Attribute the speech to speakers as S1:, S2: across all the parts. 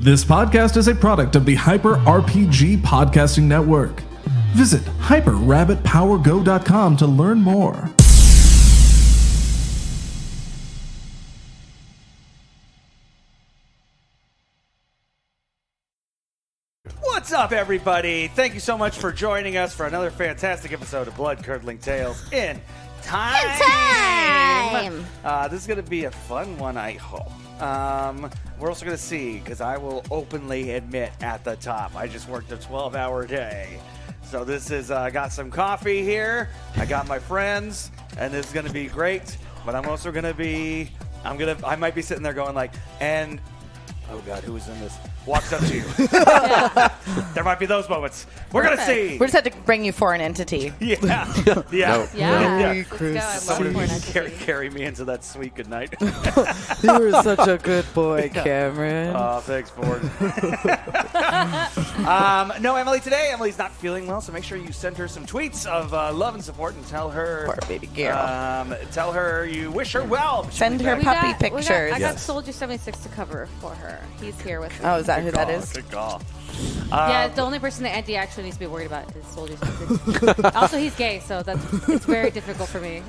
S1: This podcast is a product of the Hyper RPG Podcasting Network. Visit hyperrabbitpowergo.com to learn more.
S2: What's up, everybody? Thank you so much for joining us for another fantastic episode of Blood Curdling Tales in time.
S3: time!
S2: Uh, this is going to be a fun one, I hope. Um, we're also going to see, because I will openly admit at the top, I just worked a 12 hour day. So this is, uh, I got some coffee here, I got my friends, and this is going to be great. But I'm also going to be, I'm going to, I might be sitting there going like, and, oh God, who is in this? Walks up to you. There might be those moments. We're gonna see.
S4: We just have to bring you foreign entity.
S2: yeah, yeah.
S3: Yeah.
S2: Yeah.
S3: Let's go. I love
S2: Somebody
S3: porn
S2: carry,
S3: entity.
S2: carry me into that sweet good night.
S5: You were such a good boy, Cameron.
S2: oh, thanks, Ford. um, no, Emily today. Emily's not feeling well, so make sure you send her some tweets of uh, love and support, and tell her,
S5: Poor baby girl.
S2: Um, tell her you wish her well. She'll
S4: Send
S2: be
S4: her
S2: back.
S4: pu- Puppy
S3: we got-
S4: pictures.
S3: I got
S4: Yes.
S3: Soldier 76 to cover for her. He's here with me.
S4: Oh, is that Oh. who that
S2: Oh,
S4: is?
S2: Good call.
S3: yeah, the only person that Andy actually needs to be worried about is Soldier 76. also, he's gay, so that's it's very difficult for me.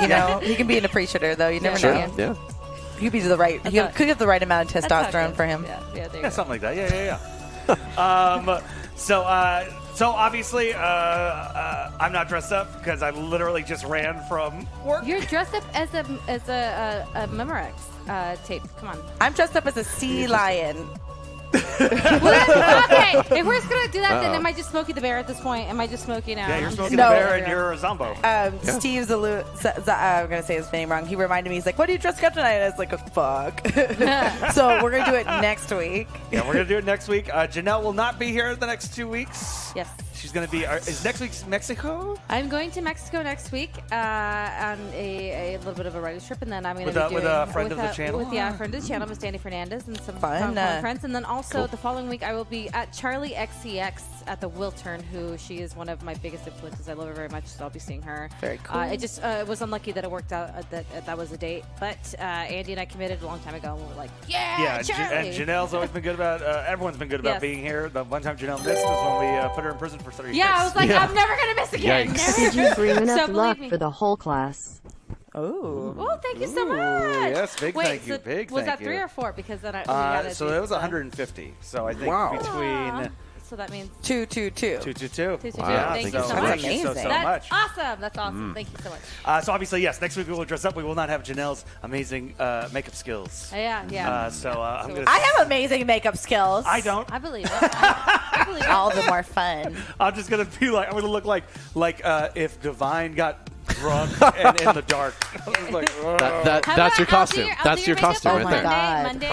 S4: You know, he can be an appreciator though. You never
S3: Sure.
S4: know.
S3: Yeah.
S6: Yeah.
S4: He could be the right. He
S3: not-
S4: could get the right amount of
S3: That's how it
S4: testosterone
S3: goes.
S4: for him.
S3: Yeah, yeah, there you
S2: Yeah,
S3: go.
S2: something like that. Yeah, yeah, yeah. um, so, uh, so obviously, uh, uh, I'm not dressed up because I literally just ran from work.
S3: You're dressed up as a as a, a, a Memorex uh, tape. Come on.
S4: I'm dressed up as a sea lion.
S3: okay, if we're just gonna do that, then am I just Smokey the Bear at this point? Am I just Smokey now?
S2: yeah, you're
S3: I'm
S2: smoking
S4: No.
S2: the bear and you're a zombo.
S4: Um, Steve's a lo- Z- Z- uh, I'm gonna say his name wrong. He reminded me. He's like, "What are you dressed up tonight?" I was like, "Fuck." so we're gonna do it next week.
S2: yeah, we're gonna do it next week. Uh, Janelle will not be here the next two weeks.
S3: Yes.
S2: She's gonna be. Uh, is next week's Mexico?
S3: I'm going to Mexico next week uh, on a, a little bit of a writing trip, and then I'm going to
S2: With
S3: be
S2: a- with
S3: doing
S2: a friend of the channel?
S3: With yeah, friend of the channel, Miss Danny Fernandez, and some
S4: Fun. uh,
S3: fun, friends. And then also the following week, I will be at Charlie XCX at the Wiltern, who she is one of my biggest influences. I love her very much, so I'll be seeing her.
S4: Very
S3: Uh, it just uh, it was unlucky that it worked out uh, that uh, that was a date, but uh, Andy and I committed a long time ago, and we were like, yeah,
S2: yeah. J-
S3: Uh, Charlie.
S2: and Janelle's always been good about. Uh, everyone's been good about
S3: Yes.
S2: being here. The one time Janelle missed was when we uh, put her in prison for thirty
S3: yeah, I
S2: years.
S3: was like, I'm never gonna miss again. Never.
S6: Yikes.
S7: Did you bring
S3: So
S7: enough
S3: believe
S7: luck
S3: me.
S7: for the whole class?
S4: Oh,
S3: Oh, thank you so much.
S2: yes, big
S3: Wait,
S2: thank you,
S3: so
S2: big
S3: Was
S2: thank
S3: that three
S2: you.
S3: or four? Because then I we
S2: Uh,
S3: gotta
S2: so
S3: do-
S2: that was 150. So I think
S3: Aw.
S2: between
S3: So that means
S4: two, two, two.
S2: two, two, two.
S3: two, two, two.
S6: Wow,
S3: Thank
S6: thank
S3: you
S6: you
S3: so
S6: so
S3: much.
S2: Thank you so, so
S4: Amazing.
S2: much.
S3: That's awesome. That's awesome. Thank you so much.
S2: Uh, so obviously, yes. Next week we will dress up. We will not have Janelle's amazing uh, makeup skills.
S3: Uh, yeah, yeah.
S2: Uh, so uh, I'm
S3: So-
S2: gonna.
S4: I have amazing makeup skills.
S2: I don't.
S3: I believe it. I believe it.
S4: All the more fun.
S2: I'm just gonna be like. I'm gonna look like like uh, if Divine got drunk and in the dark. I'm just like,
S6: That, that,
S3: How about
S6: that's your
S3: I'll do
S6: costume.
S3: I'll
S6: that's
S3: do
S6: your
S3: makeup
S6: costume
S3: on
S6: right
S3: Monday,
S6: there.
S4: Oh God.
S3: Monday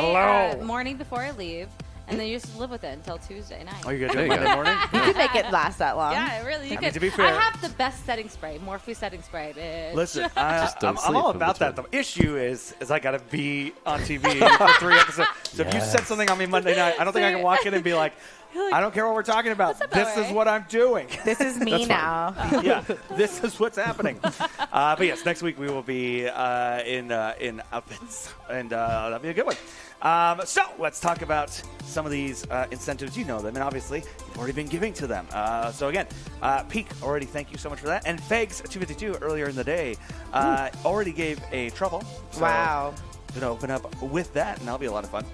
S2: Hello.
S3: uh, morning before I leave, and then you just live with it until Tuesday night.
S2: oh, you got
S6: There
S2: it
S6: you go.
S2: Monday morning.
S4: You could make it last that long.
S3: yeah, really. You
S2: I mean,
S3: could.
S2: to be fair-
S3: I have the best setting spray, Morphe setting spray, bitch.
S2: Listen, I,
S6: Just don't
S2: I'm, I'm
S6: sleep
S2: all
S6: in
S2: about that. The
S6: between.
S2: issue is, is I gotta be on TV for three episodes. So if you said something on me Monday night, I don't think I can walk in and be like, I don't care what we're talking about.
S3: up,
S2: This
S3: LA?
S2: is what I'm doing.
S4: This is me now.
S2: yeah, this is what's happening. Uh, but yes, next week we will be uh, in uh, in outfits, and uh, that'll be a good one. Um, so let's talk about some of these uh, incentives. You know them, and obviously you've already been giving to them. Uh, so again, uh, Peak already thank you so much for that, and Fegs two fifty two earlier in the day uh, already gave a trouble. So
S4: Wow.
S2: gonna open up with that, and that'll be a lot of fun.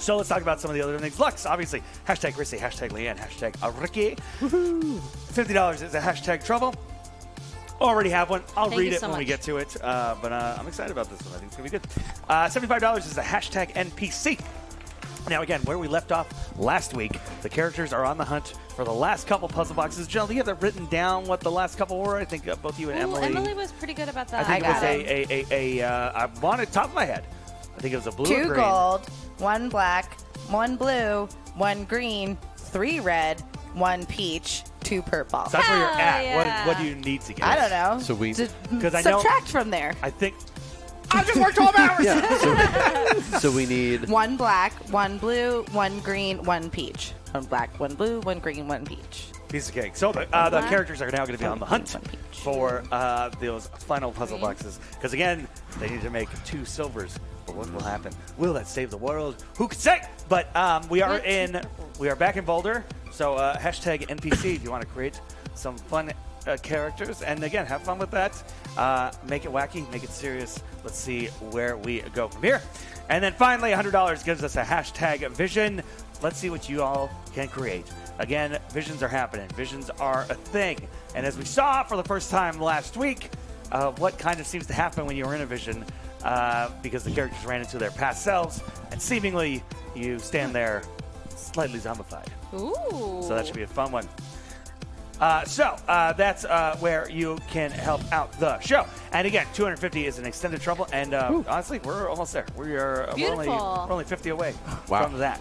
S2: So let's talk about some of the other things. Lux, obviously, hashtag Rissy, hashtag Leanne, hashtag Ricky. Fifty dollars is a hashtag trouble. Already have one. I'll
S3: Thank
S2: read
S3: you
S2: it
S3: so
S2: when we
S3: much.
S2: get to it. Uh, but uh, I'm excited about this one. I think it's gonna be good. Uh, Seventy-five dollars is a hashtag NPC. Now again, where we left off last week, the characters are on the hunt for the last couple puzzle boxes. Jill, do you have that written down? What the last couple were? I think uh, both you and
S3: Ooh, Emily was pretty good about
S2: I
S3: that.
S2: think
S4: I got it.
S2: it was a, a, a, a uh, I want it top of my head. I think it was a blue
S4: two
S2: and green.
S4: gold, one black, one blue, one green, three red, one peach, two purple.
S2: So that's where you're
S3: Hell
S2: at.
S3: yeah.
S2: What, what do you need to get?
S4: I don't know.
S6: So we-
S4: Just
S2: 'Cause I know-
S4: subtract from there.
S2: I think
S4: I just worked twelve hours.
S6: Yeah. So, so we need.
S4: One black, one blue, one green, one peach. One black, one blue, one green, one peach.
S2: piece of cake. So the, uh, the characters are now going to be on the hunt for uh, those final puzzle boxes because again, they need to make two silvers what will happen? Will that save the world? Who can say? But um, we are
S3: Let's save
S2: in,
S3: the world.
S2: we are back in Boulder. So uh, hashtag NPC if you want to create some fun uh, characters. And again, have fun with that. Uh, make it wacky, make it serious. Let's see where we go from here. And then finally, $100 gives us a hashtag vision. Let's see what you all can create. Again, visions are happening. Visions are a thing. And as we saw for the first time last week, uh, what kind of seems to happen when you're in a vision uh, because the characters ran into their past selves and seemingly you stand there slightly zombified.
S3: Ooh.
S2: So that should be a fun one. Uh, so uh, that's uh, where you can help out the show. And again, 250 is an extended trouble, and uh, honestly, we're almost there. We are uh, we're only,
S3: Beautiful.
S2: we're only 50 away
S6: Wow.
S2: from that.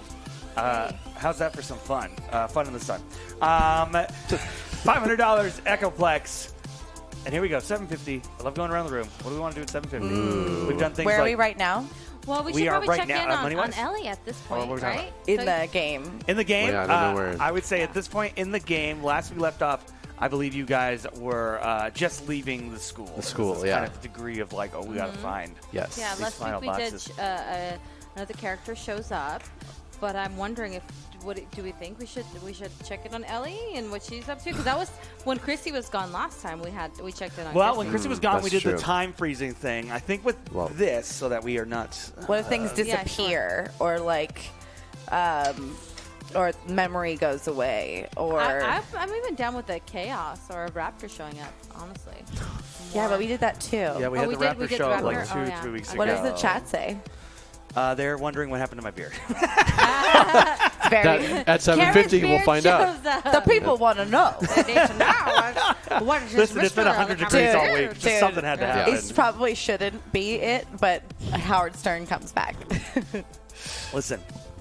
S2: Uh, how's that for some fun? Uh, fun in the sun. Um, $500 Echoplex. And here we go, 750. I love going around the room. What do we want to do at 750? We've done things
S4: Where are
S2: like
S4: we right now?
S3: Well, we
S2: We
S3: should
S2: are
S3: probably
S2: right
S3: check
S2: now uh,
S3: in
S2: on
S3: on, on
S2: Money-wise.
S3: Ellie at this
S2: Oh,
S3: point,
S2: we're talking
S3: right?
S4: In
S3: So-
S4: the game.
S2: in the game.
S6: Yeah, I don't know
S2: uh,
S6: where-
S2: I would say at this point in the game, last we left off, I believe you guys were uh, just leaving the school. The
S6: school,
S2: this
S6: yeah.
S2: Kind of degree of like, oh, we gotta find.
S6: Yes.
S3: Mm-hmm. Yeah,
S2: These
S3: last
S2: final
S3: week we
S2: boxes.
S3: did uh, uh, another character shows up, but I'm wondering if what do we think we should we should check in on Ellie and what she's up to because that was when Christy was gone last time we had we checked in on.
S2: Well, when Chrissy
S3: Christy.
S2: was gone, we did
S6: that's
S2: the
S6: true.
S2: time freezing thing. I think with
S6: Well-
S2: this, so that we are not. uh,
S4: What if things
S3: yeah, sure.
S4: disappear or like, um, or memory goes away or
S3: I, I'm, I'm even down with a chaos or a raptor showing up. Honestly,
S4: yeah, but we did that too.
S2: Yeah, we
S3: Oh,
S2: had
S3: we
S2: the
S3: did- we
S2: Raptor
S3: did
S2: show up like
S3: Raptor.
S2: two,
S3: Oh, yeah.
S2: three weeks ago.
S4: what does the chat say?
S2: Uh, they're wondering what happened to my beard.
S4: Very.
S6: That, at 750,
S3: Karen's
S6: we'll
S3: beard
S6: find out.
S3: shows up.
S4: the people want to know.
S3: Nation now. What is
S2: Listen,
S3: this
S2: it's been
S3: whisper?
S2: 100
S3: Like,
S2: degrees
S3: I'm
S2: all week.
S3: scared.
S2: Just something had to
S3: Yeah.
S2: happen.
S4: It probably shouldn't be it, but Howard Stern comes back.
S2: Listen,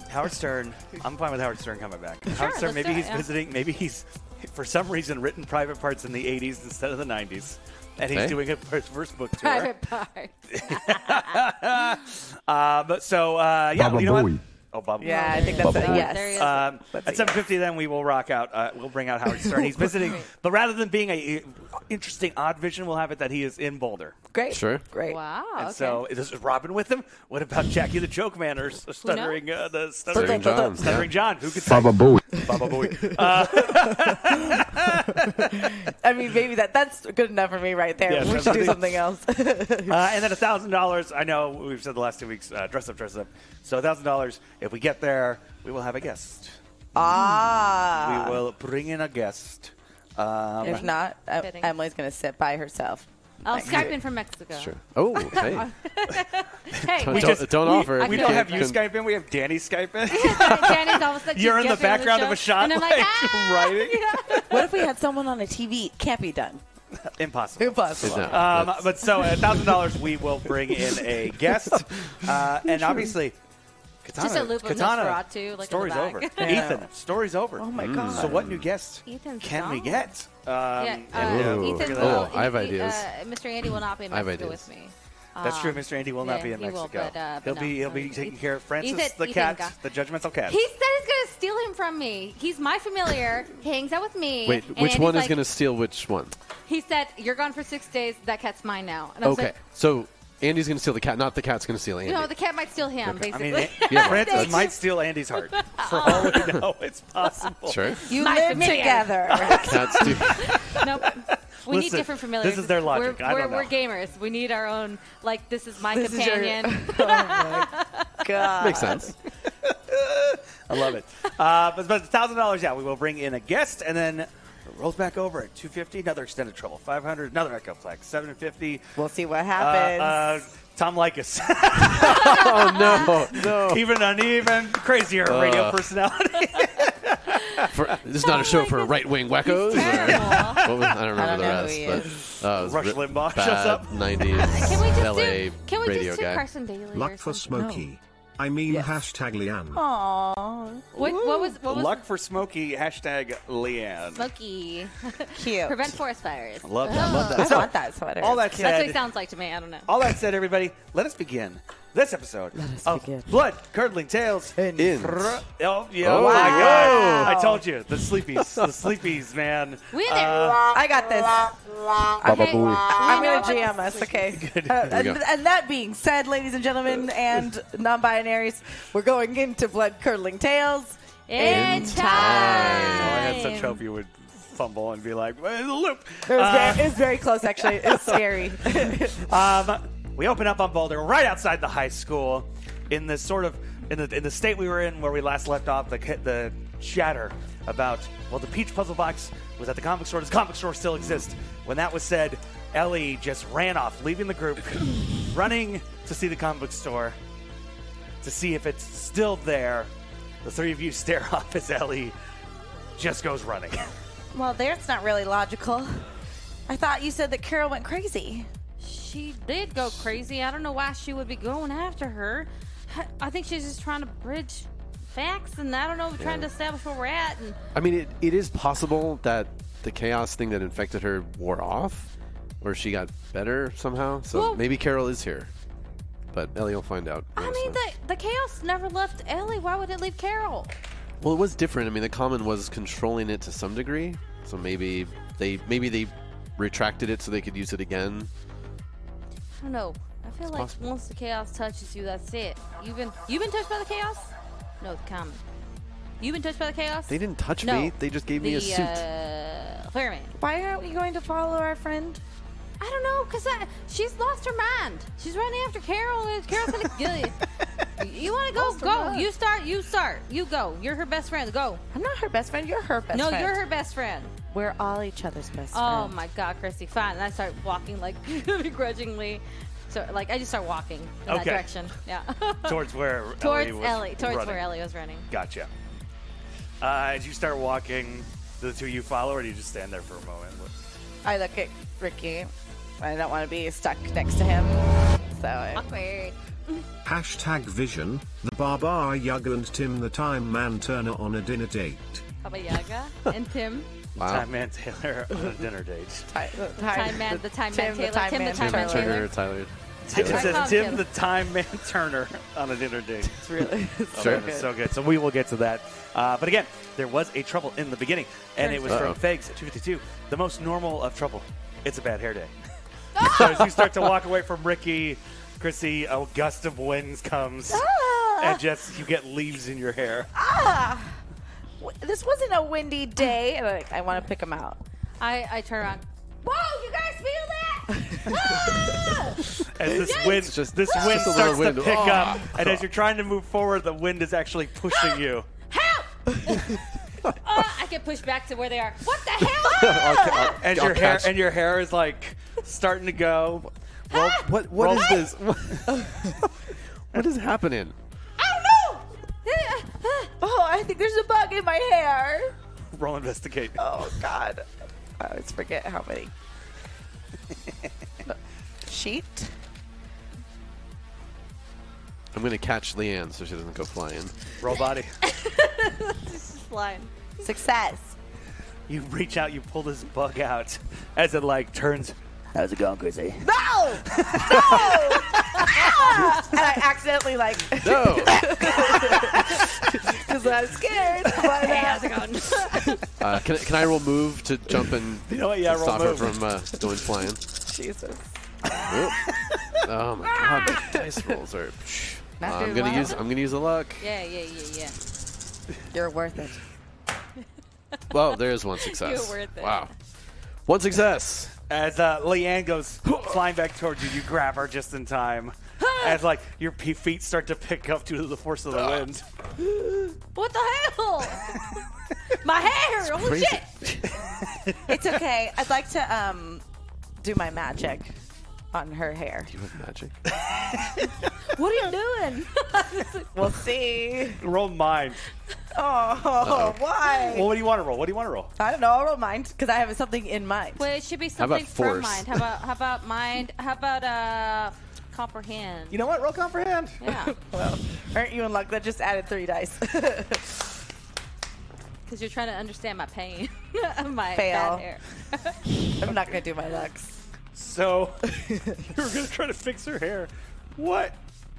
S2: Howard Stern. I'm fine with Howard Stern coming back. Howard
S3: Sure,
S2: Stern.
S3: let's
S2: Maybe
S3: do it,
S2: he's
S3: yeah.
S2: visiting. Maybe he's for some reason written private parts in the 80s instead of the 90s, and he's
S6: Hey.
S2: doing a first, first book tour.
S3: Private part.
S2: Uh, but so uh, yeah,
S7: Baba
S2: you know what?
S7: Bowie.
S2: Oh, Bob.
S4: yeah, I think that's
S7: Bubble.
S4: a yes.
S3: There he is.
S2: Um,
S4: Let's
S2: at
S4: see.
S2: 7:50, then we will rock out. Uh, we'll bring out Howard Stern. He's visiting, but rather than being a uh, interesting odd vision, we'll have it that he is in Boulder.
S4: Great.
S6: Sure.
S4: Great.
S3: Wow.
S2: And
S3: Oh, okay.
S2: so, is this Robin with him? What about Jackie the Joke Man or s- stuttering uh, the stuttering,
S6: Stuttering John.
S2: stuttering John? Who could say
S7: Baba Booey.
S2: Baba Booey?
S4: I mean, maybe that that's good enough for me right there.
S2: Yeah,
S4: we should do something else.
S2: Uh, and then thousand dollars. I know we've said the last two weeks, uh, dress up, dress up. So thousand dollars. If we get there, we will have a guest.
S4: ah.
S2: we will bring in a guest. Um,
S4: If not, uh,
S3: Fitting.
S4: Emily's going to sit by herself.
S3: I'll Skype in from Mexico.
S6: Sure. Oh, hey.
S3: Hey,
S6: Don't-
S2: just-
S6: don't
S2: we-
S6: offer. if
S2: we
S6: you
S2: don't
S6: can't
S2: have you
S6: con-
S2: Skype in. We have Danny Skype in.
S3: Danny's all of a sudden
S2: You're in
S3: she's
S2: the
S3: guessing on
S2: background of a shot,
S3: and I'm
S2: like,
S3: like, ah!
S2: writing.
S4: What if we had someone on a TV? Can't be done.
S2: Impossible.
S4: Impossible.
S6: No,
S2: Um,
S6: that's-
S2: but so at thousand dollars, we will bring in a guest, uh, and obviously, Katana,
S3: Just a loop of
S2: Katana,
S3: Nosferatu, like, in the
S2: story's
S3: back.
S2: over.
S4: Yeah.
S2: Ethan, story's over. Mm.
S4: Oh my god.
S2: So what new guest
S3: Ethan
S2: can we
S3: Stone.
S2: get? Um,
S3: Yeah,
S2: and,
S3: uh,
S6: Ooh.
S3: Ethan
S2: figure that
S3: will-
S6: Oh,
S2: out.
S6: I have
S3: uh,
S6: ideas.
S3: Mr. Andy will not be in
S6: I have
S3: Mexico
S6: ideas.
S3: with me.
S2: That's true. Mr. Andy will not
S3: Um, yeah,
S2: be in
S3: he will,
S2: Mexico.
S3: but, uh, but
S2: he'll
S3: no,
S2: be he'll
S3: no,
S2: be
S3: he's-
S2: taking care of Francis
S3: Ethan-
S2: the
S3: Ethan
S2: cat,
S3: got-
S2: the judgmental cat.
S3: He said he's going to steal him from me. He's my familiar. he hangs out with me.
S6: Wait,
S3: and
S6: which
S3: Andy's
S6: one is
S3: like-
S6: going to steal which one?
S3: He said, "You're gone for six days. That cat's mine now." And I was
S6: Okay.
S3: like,
S6: So Andy's going to steal the cat, not the cat's going to steal Andy.
S3: "No, the cat might steal him."
S2: I
S3: Basically,
S2: mean,
S6: Yeah,
S2: Francis
S6: that's-
S2: might steal Andy's heart. For all we know, it's possible.
S6: Sure.
S4: You
S3: My
S4: live
S3: familiar.
S4: together.
S6: Cats do.
S3: nope. We
S2: Listen,
S3: need different familiars.
S2: this is their logic.
S3: We're,
S2: I don't
S3: we're, we're
S2: know.
S3: gamers. We need our own. Like this is my
S4: This is your-
S3: companion.
S4: god.
S6: Makes sense.
S2: I love it. Uh, but but thousand dollars, yeah, we will bring in a guest, and then it rolls back over at two fifty. Another extended trouble, five hundred, another echo flex, seven fifty.
S4: We'll see what
S2: Uh,
S4: happens.
S2: uh, Tom Likas,
S6: Oh no, no.
S2: even an even crazier radio personality.
S6: For, this is not a show for right wing wackos.
S3: Terrible.
S6: What was- I don't remember
S4: I don't
S6: the
S4: know who
S6: rest,
S4: he
S6: but uh, it was
S2: Rush
S6: ri-
S2: Limbaugh shows
S6: bad
S2: up.
S6: 90s
S3: Can we just
S6: LA
S3: do? Can we
S6: radio
S3: just do
S6: guy.
S3: Carson Daly? or
S7: Luck for
S3: something?
S7: Smokey. I mean hashtag Leanne.
S3: Oh. What, what was what was
S2: Luck for Smokey. Hashtag Leanne.
S3: Smokey?
S4: Cute.
S3: Prevent forest fires.
S2: Love that. Love
S4: I
S2: that.
S4: want that sweater.
S2: all that
S3: That's what
S2: said, Oh,
S3: it sounds like to me. I don't know.
S2: all that said, everybody, let us begin this episode
S5: us
S2: of
S5: begin.
S2: Blood Curdling Tales.
S5: In-
S2: Thr- oh, yeah, oh
S6: Oh.
S2: my
S4: Wow.
S2: God. I told you. The sleepies. the sleepies, man.
S3: We
S2: Uh,
S3: there.
S4: I got this.
S3: okay.
S6: booey.
S4: I'm going to GM us, okay? Uh, and,
S6: go.
S4: and that being said, ladies and gentlemen, and non binaries, we're going into blood curdling tales.
S3: In
S2: Oh, I
S3: time.
S2: had such hope you would fumble and be like, "Where's the loop?"
S4: It was,
S2: Uh,
S4: very, it was very close, actually. It's scary.
S2: Um, we open up on Boulder, right outside the high school, in the sort of in the in the state we were in where we last left off. The ca- the chatter about well, the peach puzzle box was at the comic store. Does the comic store still exist? When that was said, Ellie just ran off, leaving the group, running to see the comic book store to see if it's still there. The three of you stare off as Ellie just goes running.
S4: well, there's not really logical. I thought you said that Carol went crazy.
S3: She did go crazy. I don't know why she would be going after her. I think she's just trying to bridge facts and I don't know, trying to establish where we're at. And
S6: I mean, it, it is possible that the chaos thing that infected her wore off, or she got better somehow. So
S3: Well-
S6: maybe Carol is here, but Ellie will find out.
S3: I
S6: Let us
S3: mean,
S6: know.
S3: the, the chaos never left Ellie. Why would it leave Carol?
S6: well, it was different. I mean, the common was controlling it to some degree, so maybe they maybe they retracted it so they could use it again.
S3: I don't know. I feel like
S6: possible.
S3: once the chaos touches you, that's it. You've been you've been touched by the chaos? No, the common. You've been touched by the chaos?
S6: They didn't touch
S3: No.
S6: me. They just gave me
S3: The,
S6: a suit.
S3: Uh, fireman.
S4: Why aren't we going to follow our friend?
S3: I don't know, cause I, she's lost her mind. She's running after Carol. and Carol's gonna kill you. You want to go?
S4: her
S3: Go.
S4: mind.
S3: You start. You start. You go. You're her best friend. Go.
S4: I'm not her best friend. You're her best
S3: no,
S4: friend.
S3: you're her best friend.
S4: We're all each other's best
S3: Oh
S4: friends.
S3: my God, Christy. Fine. And I start walking like begrudgingly. So like I just start walking in that
S2: Okay.
S3: direction. Yeah.
S2: Towards where
S3: towards
S2: Ellie
S3: Ellie.
S2: was
S3: Towards
S2: running.
S3: where Ellie was running.
S2: Gotcha. Uh, as you start walking, do the two of you follow, or do you just stand there for a moment?
S4: I look at Ricky. I don't want to be stuck next to him. So I,
S3: Awkward.
S7: Hashtag vision, the Barbar Yug and Tim the Time Man Turner on a dinner date.
S3: Baba Yaga and Tim.
S6: wow.
S2: Time Man Taylor on a dinner date.
S4: I, the
S3: Time Man- the Time Man Taylor, Tim the Time
S6: Tim
S3: Man
S4: Turner.
S6: Turner, Tyler.
S2: It
S3: I
S2: says
S3: found
S2: Tim
S3: him.
S2: the Time Man Turner on a dinner date.
S4: It's really
S2: Oh,
S6: Sure.
S2: man, it's so good. So we will get to that. Uh, but again, there was a trouble in the beginning, and it was from
S6: Uh-oh.
S2: Fegs at 252. The most normal of trouble. It's a bad hair day. so as you start to walk away from Ricky, Chrissy, a gust of winds comes,
S3: Ah.
S4: Ah!
S2: and just you get leaves in your hair.
S4: W- This wasn't a windy day. And I, I want to pick him out.
S3: I I turn around. Whoa! You guys feel that? Ah!
S2: As this wind,
S6: just-
S2: this
S6: it's
S2: wind
S6: just a
S2: starts
S6: little
S2: to
S6: wind.
S2: pick up,
S6: Ah.
S2: and as you're trying to move forward, the wind is actually pushing you.
S3: Help! uh, I get pushed back to where they are. What the hell?
S2: And
S6: I'll
S2: your hair,
S6: catch.
S2: and your hair is like starting to go.
S6: Well, what what
S2: Roll-
S6: is this? what is happening?
S3: I don't know.
S4: Oh, I think there's a bug in my hair.
S2: Roll investigate.
S6: Uh.
S4: Oh God, I always forget how many. Sheet.
S6: I'm gonna catch Leanne so she doesn't go flying.
S2: Roll body.
S3: Flying.
S4: Success.
S2: You reach out, you pull this bug out, as it like turns.
S4: No! No! Ah! and I accidentally like
S6: No.
S4: because I was scared. But,
S3: How's it going?
S6: Uh, can, can I roll move to jump and
S2: You know what? Yeah, roll
S6: stop
S2: move.
S6: her from uh, going flying?
S4: Jesus.
S6: Whoop. oh my god, the dice rolls are.
S4: Not
S6: I'm
S4: doing
S6: gonna
S4: well.
S6: use. I'm gonna use the luck.
S3: Yeah, yeah, yeah, yeah.
S4: You're worth it.
S6: Well, there is one success.
S3: You're worth it.
S6: Wow. One success.
S2: As uh, Leanne goes flying back towards you, you grab her just in time. as like your p- feet start to pick up due to the force
S6: Ah.
S2: of the wind.
S3: What the hell? My hair! Holy
S6: Crazy.
S3: shit!
S4: It's okay. I'd like to um do my magic on her hair.
S6: You have magic.
S3: What are you doing?
S4: We'll see.
S2: Roll mind.
S4: Oh, why?
S2: Well, what do you want to roll? What do you want to roll?
S4: I don't know. I don't mind because I have something in mind.
S3: well, it should be something from
S6: force?
S3: mind. How about how about mind? How about uh comprehend?
S2: You know what? Roll comprehend.
S3: yeah,
S4: Well, aren't you in luck? That just added three dice.
S3: because you're trying to understand my pain, my
S4: Fail.
S3: bad hair.
S4: I'm not gonna do my lucks.
S2: So you were gonna try to fix her hair. What?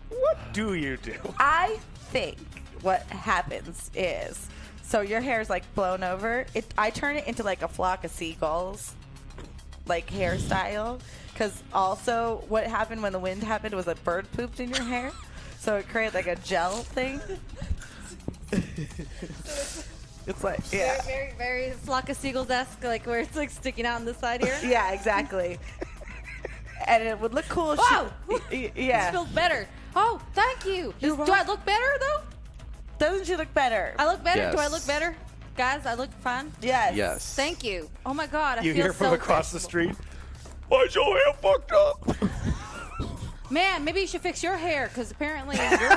S2: What do you do?
S4: I think what happens is so your hair's like blown over. It I turn it into like a flock of seagulls, like hairstyle. Because also, what happened when the wind happened was a bird pooped in your hair, so it created like a gel thing. it's like yeah.
S3: Very, very flock of seagulls esque, like where it's like sticking out on the side here.
S4: Yeah, exactly. and it would look cool. if
S3: Wow!
S4: She, y- yeah.
S3: This feels better. Oh, thank you. Is- do I
S4: welcome.
S3: look better though?
S4: Doesn't she look better?
S3: I look better. Do I
S6: Yes.
S3: look better, guys? I look fine.
S4: yes.
S6: Yes.
S3: Thank you. Oh my god, I
S2: You
S3: feel
S2: hear from
S3: so
S2: across the street. Why's your hair fucked up?
S3: Man, maybe you should fix your hair because apparently your hair.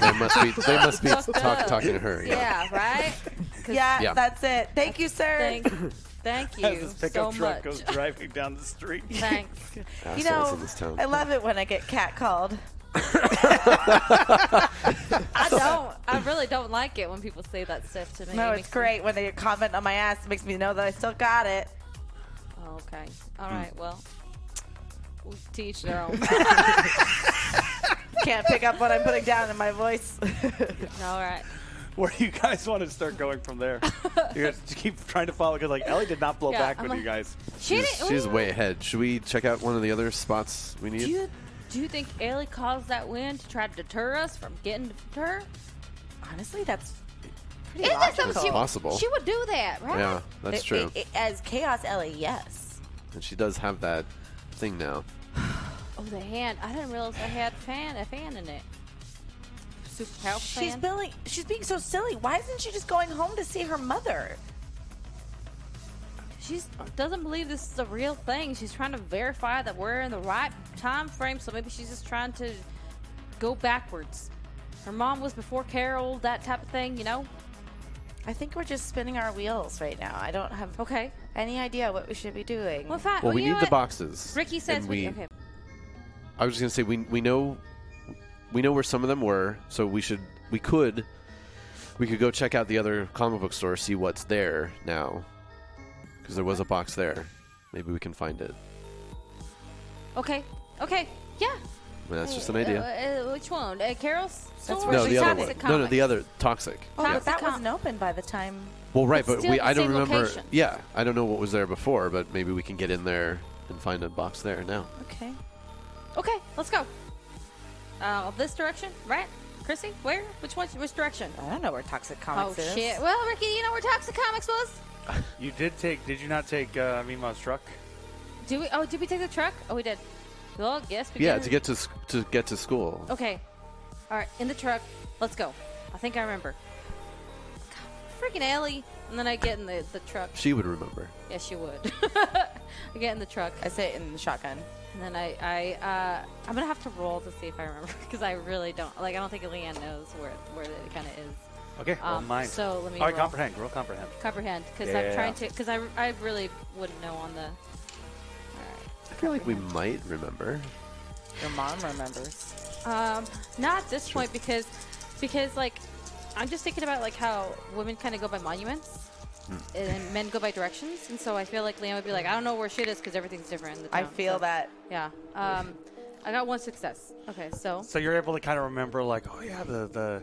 S6: They must be. They must be
S3: Fucked
S6: talk,
S3: up.
S6: talking to her. Yeah.
S3: yeah, right.
S4: Yeah,
S6: Yeah.
S4: that's it. Thank you, sir.
S3: Thank, thank
S2: As
S3: you
S2: this
S3: so
S2: pickup truck
S3: much.
S2: goes driving down the street.
S3: Thanks.
S4: you
S6: Assholes
S4: know,
S6: in this town.
S4: I love it when I get catcalled.
S3: I don't. I really don't like it when people say that stuff to me.
S4: No,
S3: It
S4: it's
S3: makes me-
S4: great when they comment on my ass. It makes me know that I still got it.
S3: Oh, okay.
S2: Hmm.
S3: All right. Well, we teach their own.
S4: Can't pick up what I'm putting down in my voice.
S3: All right.
S2: Where do you guys want to start going from there? you guys keep trying to follow because like Ellie did not blow
S3: Yeah,
S2: back
S3: I'm
S2: with
S3: like-
S2: you guys.
S3: She
S6: She's,
S3: didn't-
S6: she's
S3: ooh.
S6: way ahead. Should we check out one of the other spots we need?
S3: Do you do you think Ailey caused that wind to try to deter us from getting to her?
S4: Honestly, that's pretty
S3: Isn't that something she,
S6: It's possible.
S3: she would do that, right?
S6: yeah, that's
S4: It-
S6: true.
S4: it- it- as Chaos Ellie, yes.
S6: and she does have that thing now.
S3: Oh, the hand. I didn't realize I had fan a fan in it. Super powerful
S4: She's
S3: fan.
S4: being, she's being so silly. Why isn't she just going home to see her mother?
S3: She doesn't believe this is a real thing. She's trying to verify that we're in the right time frame, so maybe she's just trying to go backwards. Her mom was before Carol, that type of thing, you know?
S4: I think we're just spinning our wheels right now. I don't have
S3: Okay.
S4: any idea what we should be doing.
S3: Well, fine.
S6: Well, we
S3: you know
S6: need the
S3: what?
S6: boxes.
S3: Ricky says
S6: and
S3: we, Okay.
S6: I was just gonna say we we know we know where some of them were, so we should we could we could go check out the other comic book store, see what's there now, because there was a box there. Maybe we can find it.
S3: Okay. Okay. Yeah.
S6: I mean, that's just an idea.
S3: Uh, uh, which one? Uh, Carol's store?
S4: where
S6: No,
S4: she
S6: the other
S4: shops
S6: one.
S3: Toxic
S6: No, no,
S3: Comics.
S6: the other toxic.
S4: oh,
S3: Yeah.
S4: but that wasn't open by the time.
S6: Well, right,
S3: But
S6: but
S3: still
S6: we
S3: the
S6: I don't
S3: same
S6: remember.
S3: location.
S6: Yeah, I don't know what was there before, but maybe we can get in there and find a box there now.
S4: Okay.
S3: Okay, let's go. Uh, this direction, right? Chrissy, where? Which one? Which direction?
S4: I don't know where Toxic
S3: Oh
S4: Comics is.
S3: shit! Well, Ricky, you know where Toxic Comics was?
S2: You did take? Did you not take uh, Mima's truck?
S3: Do we? Oh, did we take the truck? Oh, we did. Well, yes, we
S6: Yeah,
S3: did.
S6: to get to sc- to get to school.
S3: Okay. All right, in the truck. Let's go. I think I remember. God, freaking Ellie! And then I get in the the truck.
S6: She would remember.
S3: Yes, you would. I get in the truck,
S4: I sit in the shotgun.
S3: and then I I uh, I'm gonna have to roll to see if I remember because I really don't. Like, I don't think Leanne knows where where it kind of is.
S2: Okay, well,
S3: Um,
S2: mine.
S3: so let me
S2: All right,
S3: roll.
S2: comprehend. Roll comprehend.
S3: comprehend because
S2: Yeah.
S3: I'm trying to because I, I really wouldn't know on the.
S6: I feel like we might remember.
S4: Your mom remembers.
S3: Um, not at this point because because like I'm just thinking about like how women kind of go by monuments.
S2: Hmm.
S3: And men go by directions, and so I feel like Liam would be like, I don't know where shit is because everything's different. In the
S4: I
S3: town."
S4: feel
S3: So,
S4: that.
S3: Yeah. Um, I got one success. Okay, so
S2: So you're able to kind of remember, like, oh yeah, the the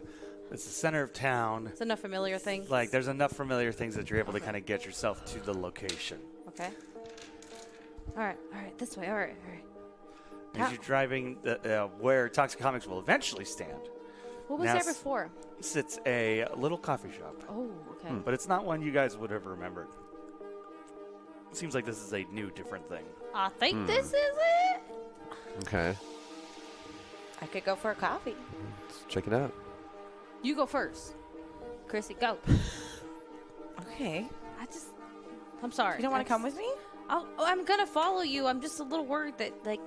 S2: it's the center of town.
S3: it's enough familiar thing.
S2: Like, there's enough familiar things that you're able to kind of get yourself to the location.
S3: Okay. All right, all right, this way. All right, all right.
S2: As you're driving the, uh, where Toxic Comics will eventually stand,
S3: What was
S2: Now
S3: there
S2: s-
S3: before?
S2: sits a little coffee shop,
S3: Oh, okay.
S2: but it's not one you guys would have remembered. Seems like this is a new, different thing.
S3: I think
S2: Hmm.
S3: this is it.
S6: Okay,
S4: I could go for a coffee.
S6: let's check it out.
S3: You go first. Chrissy, go.
S4: Okay.
S3: I just, I'm sorry.
S4: You don't
S3: I
S4: want to
S3: just-
S4: come with me?
S3: I'll, oh, I'm gonna follow you. I'm just a little worried that like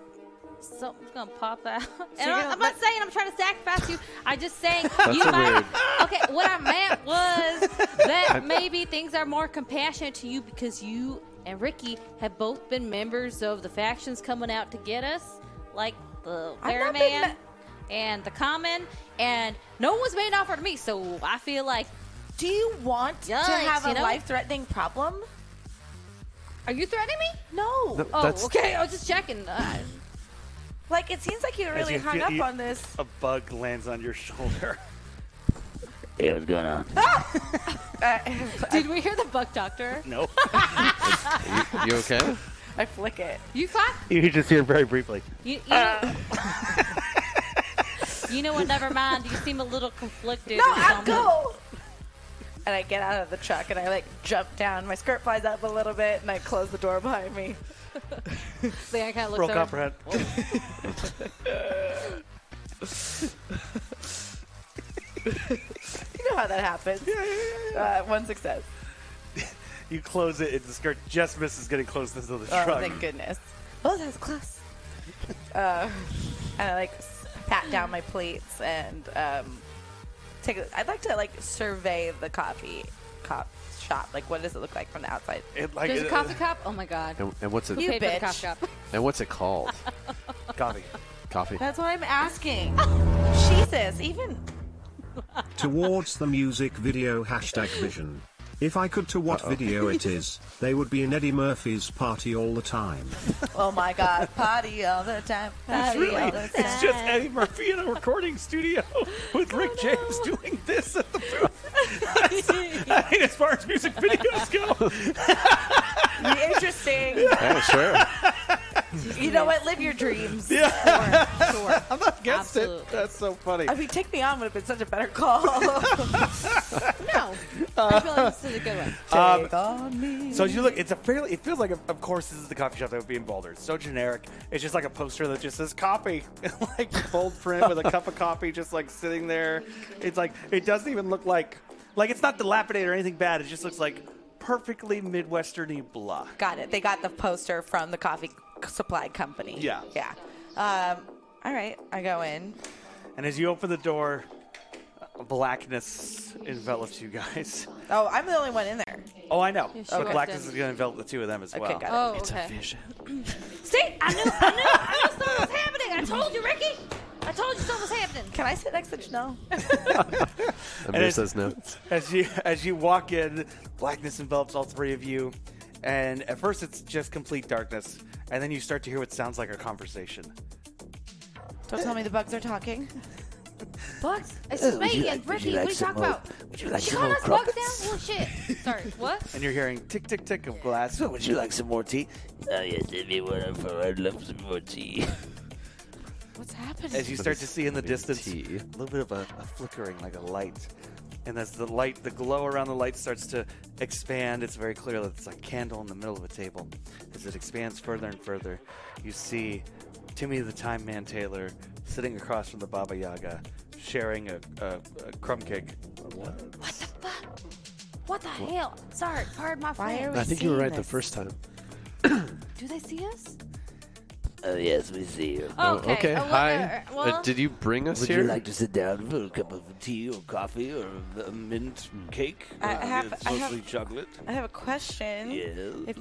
S3: something's gonna pop out. and
S4: you're
S3: I,
S4: gonna
S3: am not saying I'm trying to sacrifice you. I just saying you
S6: a
S3: might.
S6: weird-
S3: Okay, what I meant was that maybe things are more compassionate to you because you and Ricky have both been members of the factions coming out to get us, like the
S4: I've not been
S3: Ferryman
S4: me-
S3: and the Common, and no one's made an offer to me. So I feel like,
S4: Do you want
S3: Yikes,
S4: to have
S3: you
S4: a
S3: know?
S4: life threatening problem?
S3: are you threatening me?
S4: No.
S6: No,
S3: Oh,
S6: that's-
S3: okay. I was just checking. Uh,
S4: Like it seems like you
S2: As
S4: really
S2: you
S4: hung
S2: feel-
S4: up
S2: you-
S4: on this.
S2: A bug lands on your shoulder.
S3: Did we hear the bug doctor?
S2: no.
S6: You okay?
S4: I flick it.
S3: You thought
S2: you just hear very briefly.
S3: you you know, you know what? Never mind. You seem a little conflicted.
S4: No,
S3: or
S4: I
S3: something.
S4: go. And I get out of the truck and I like jump down. My skirt flies up a little bit and I close the door behind me.
S3: Leon kind of looks
S2: Broke
S3: over.
S2: up, Brad. Whoa.
S4: You know how that happens. Uh, one success.
S2: You close it, and the skirt just misses getting close to the
S4: Oh,
S2: truck.
S4: thank goodness. Oh, that was close. uh, and I like s- pat down my plates and um, take. A, I'd like to like survey the coffee cop shop. Like, what does it look like from the outside?
S2: It, like,
S3: There's a
S2: it-
S3: coffee cup. Oh my god.
S6: And, and what's it?
S3: Who
S4: You
S3: paid for the
S4: bitch.
S3: coffee cup?
S6: And what's it called?
S2: coffee.
S6: Coffee.
S4: That's what I'm asking. Jesus, even
S7: Towards the music video hashtag vision. If I could to what video it is, they would be in Eddie Murphy's party all the time.
S4: Oh my god, party all the time. Party all the time.
S2: It's just Eddie Murphy in a recording studio with Rick James doing this at the booth. I mean, as far as music videos go,
S4: interesting.
S6: Oh, sure.
S4: You know what? Live your dreams.
S3: Sure, sure.
S2: I'm not against
S3: Absolutely.
S2: it. That's so funny.
S4: I mean, take me on would have been such a better call.
S3: No. I feel like this is a good one.
S4: take on me.
S2: So as you look, it's a fairly. It feels like, a, of course, this is the coffee shop that would be in Boulder. It's so generic. It's just like a poster that just says "coffee," like bold print with a cup of coffee, just like sitting there. It's like it doesn't even look like, like it's not dilapidated or anything bad. It just looks like perfectly midwesterny blah.
S4: Got it. They got the poster from the coffee supply company.
S2: Yeah.
S4: Yeah. Um, all right, I go in.
S2: And as you open the door, blackness envelops you guys.
S4: Oh, I'm the only one in there.
S2: Oh, I know.
S3: sure.
S2: But blackness
S3: Okay.
S2: is going to envelop the two of them as well.
S4: got it.
S3: Oh, okay.
S6: Vision.
S3: See, I knew, I knew, I knew something was happening. I told you, Ricky. I told you something was happening.
S4: Can I sit next to Janelle?
S6: Amir
S2: it's-
S6: says no.
S2: as you as you walk in, blackness envelops all three of you, and at first it's just complete darkness, and then you start to hear what sounds like a conversation.
S4: Don't tell me the bugs are talking.
S3: Bugs, it's me and Ricky. what are you talking about?
S8: Would you like
S3: She
S8: some
S3: called
S8: more
S3: us bugs
S8: crumpets?
S3: now? Well, shit. Sorry, what?
S2: And you're hearing tick tick tick of glass.
S8: Would you like some more tea? Oh yes, everyone, I'd love some more tea.
S4: What's happening?
S2: As you start to see in the
S6: Maybe
S2: distance a
S6: tea.
S2: little bit of a, a flickering, like a light. And as the light, the glow around the light starts to expand, it's very clear that it's a candle in the middle of a table. As it expands further and further, you see Timmy the Time Man Taylor sitting across from the Baba Yaga, sharing a, a, a crumb cake.
S3: What the fuck? What the hell? Sorry, pardon my
S4: Why are
S3: friend.
S4: we
S6: I think you were
S4: seeing
S6: right the
S4: this?
S6: first time.
S3: Do they see us?
S8: Oh yes, we see you.
S3: Okay.
S6: Oh, okay.
S3: uh,
S6: Hi.
S3: whatever. Well,
S6: uh, did you bring us
S8: Would
S6: here?
S8: you like to sit down for a cup of tea or coffee or a mint cake?
S4: I- I
S8: Uh,
S4: have-
S8: it's
S4: I have-
S8: mostly chocolate.
S4: I have a question.
S8: Yes.
S4: If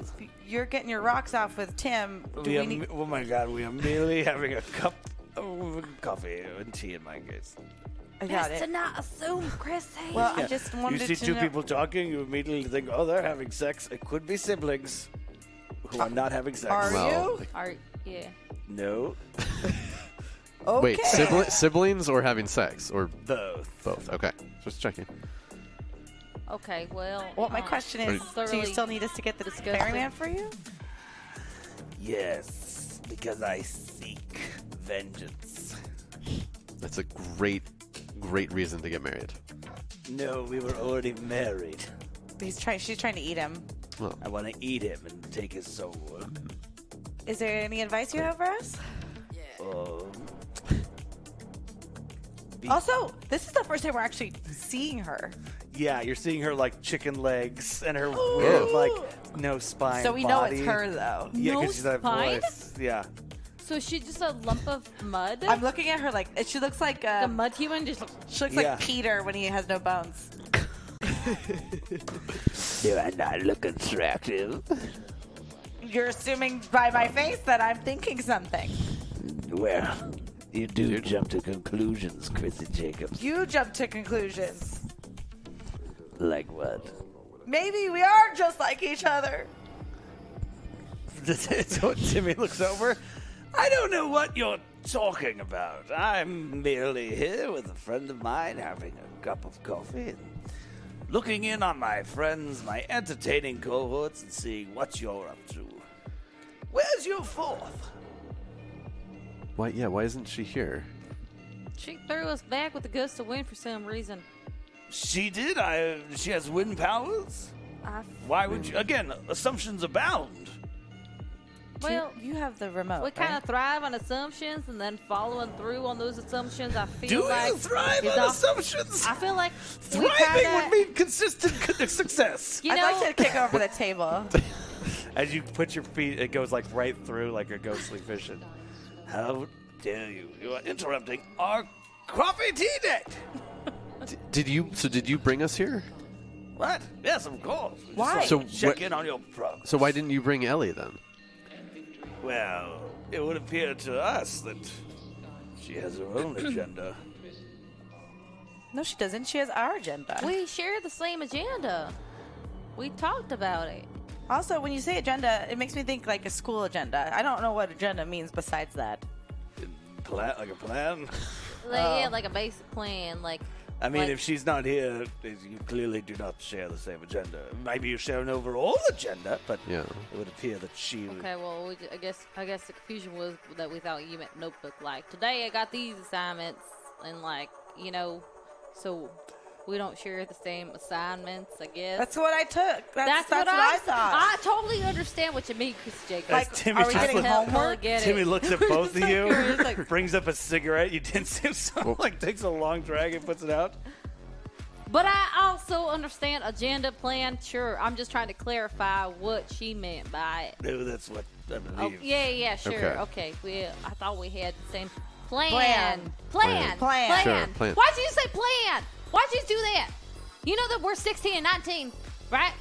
S4: you're getting your rocks off with Tim, do
S2: We
S4: we
S2: are,
S4: need
S2: me- oh my god, we are merely having a cup of coffee and tea in my case.
S4: I got
S3: best to
S4: it.
S3: not assume, Chris. Hey.
S4: Well, I just wanted
S2: you see
S4: to
S2: two
S4: know.
S2: people talking, you immediately think, oh, they're having sex. It could be siblings who are not having sex.
S4: Are
S6: Well,
S4: you?
S3: Are, yeah.
S2: No,
S4: Okay.
S6: Wait, sibli- siblings or having sex or
S2: both.
S6: both? Okay, just checking.
S3: Okay. Well.
S4: Well, my
S3: uh,
S4: question is,
S3: Are-
S4: do you still need us to get the
S3: Disgusting.
S4: ferryman for you?
S8: Yes, because I seek vengeance.
S6: That's a great, great reason to get married.
S8: No, we were already married.
S4: He's trying. She's trying to eat him.
S8: I want to eat him and take his soul.
S4: Is there any advice you have for us?
S8: Um,
S4: Also, this is the first time we're actually seeing her,
S2: Yeah, you're seeing her like chicken legs and her
S4: Ooh.
S2: weird like no spine.
S4: Oh. so we know
S2: body.
S4: it's her though.
S2: Yeah,
S3: No
S2: because she's that
S3: spine?
S2: voice. Yeah,
S3: So she just a lump of mud.
S4: I'm looking at her like she looks like
S3: a
S4: um,
S3: mud human just
S4: she looks
S2: Yeah.
S4: like Peter when he has no bones.
S8: do I not look attractive?
S4: You're assuming by my face that I'm thinking something.
S8: Well, you do jump to conclusions, Chrissy Jacobs.
S4: You jump to conclusions.
S8: Like what?
S4: Maybe we are just like each other.
S2: so Timmy looks over. I don't know what you're
S8: talking about? I'm merely here with a friend of mine having a cup of coffee and looking in on my friends, my entertaining cohorts, and seeing what you're up to. Where's your fourth?
S6: Why? Yeah. Why isn't she here?
S3: She threw us back with a gust of wind for some reason.
S8: She did. I. She has wind powers.
S3: I,
S8: Why would you? Again, assumptions abound.
S3: well,
S4: you have the remote.
S3: we kind of
S4: right?
S3: thrive on assumptions and then following through on those assumptions. I feel
S8: Do
S3: like
S8: you thrive
S3: is
S8: on
S3: off-
S8: assumptions?
S3: I feel like we
S8: Thriving
S3: kinda,
S8: would mean consistent con- success.
S3: You know,
S4: I'd like to kick over the table.
S2: As you put your feet, it goes like right through like a ghostly vision.
S8: How dare you? You are interrupting our coffee tea date.
S6: D- did you? So did you bring us here?
S8: What? Yes, of course. We just
S4: Why?
S8: wanted
S6: So
S8: to check
S6: wh-
S8: in on your progress.
S6: So why didn't you bring Ellie then?
S8: Well, it would appear to us that she has her own agenda.
S4: No, she doesn't. She has our agenda.
S3: we share the same agenda. We talked about it.
S4: Also, when you say agenda, it makes me think like a school agenda. I don't know what agenda means besides that.
S8: Plan, like a plan.
S3: Like,
S8: Oh.
S3: Yeah, like a basic plan. Like,
S8: I mean,
S3: like-
S8: if she's not here, you clearly do not share the same agenda. Maybe you share an overall agenda, but
S6: Yeah.
S8: it would appear that she.
S3: Okay, well, we, ju- I guess I guess the confusion was that we thought you meant notebook. Like today, I got these assignments, and like you know, so we don't share the same assignments. I guess
S4: That's what I took. That's, that's, what, I, thought.
S3: I totally understand what you mean, Chris Jacob.
S2: Like, Timmy's
S4: are we
S2: just
S4: getting
S2: looking-
S4: homework?
S3: Get
S2: Timmy
S3: it.
S2: looks at both of you,
S3: It's like-
S2: brings up a cigarette. You didn't seem so like takes a long drag and puts it out.
S3: But I also understand agenda plan. Sure, I'm just trying to clarify what she meant by it.
S8: No, that's what I believe.
S3: Oh, yeah, yeah, sure,
S6: Okay.
S3: okay. We, I thought we had the same plan,
S4: Plan.
S3: plan,
S6: Plan.
S4: Plan.
S6: Sure, plan.
S3: Why'd you say plan? Why'd you do that? You know that we're 16 and 19, right?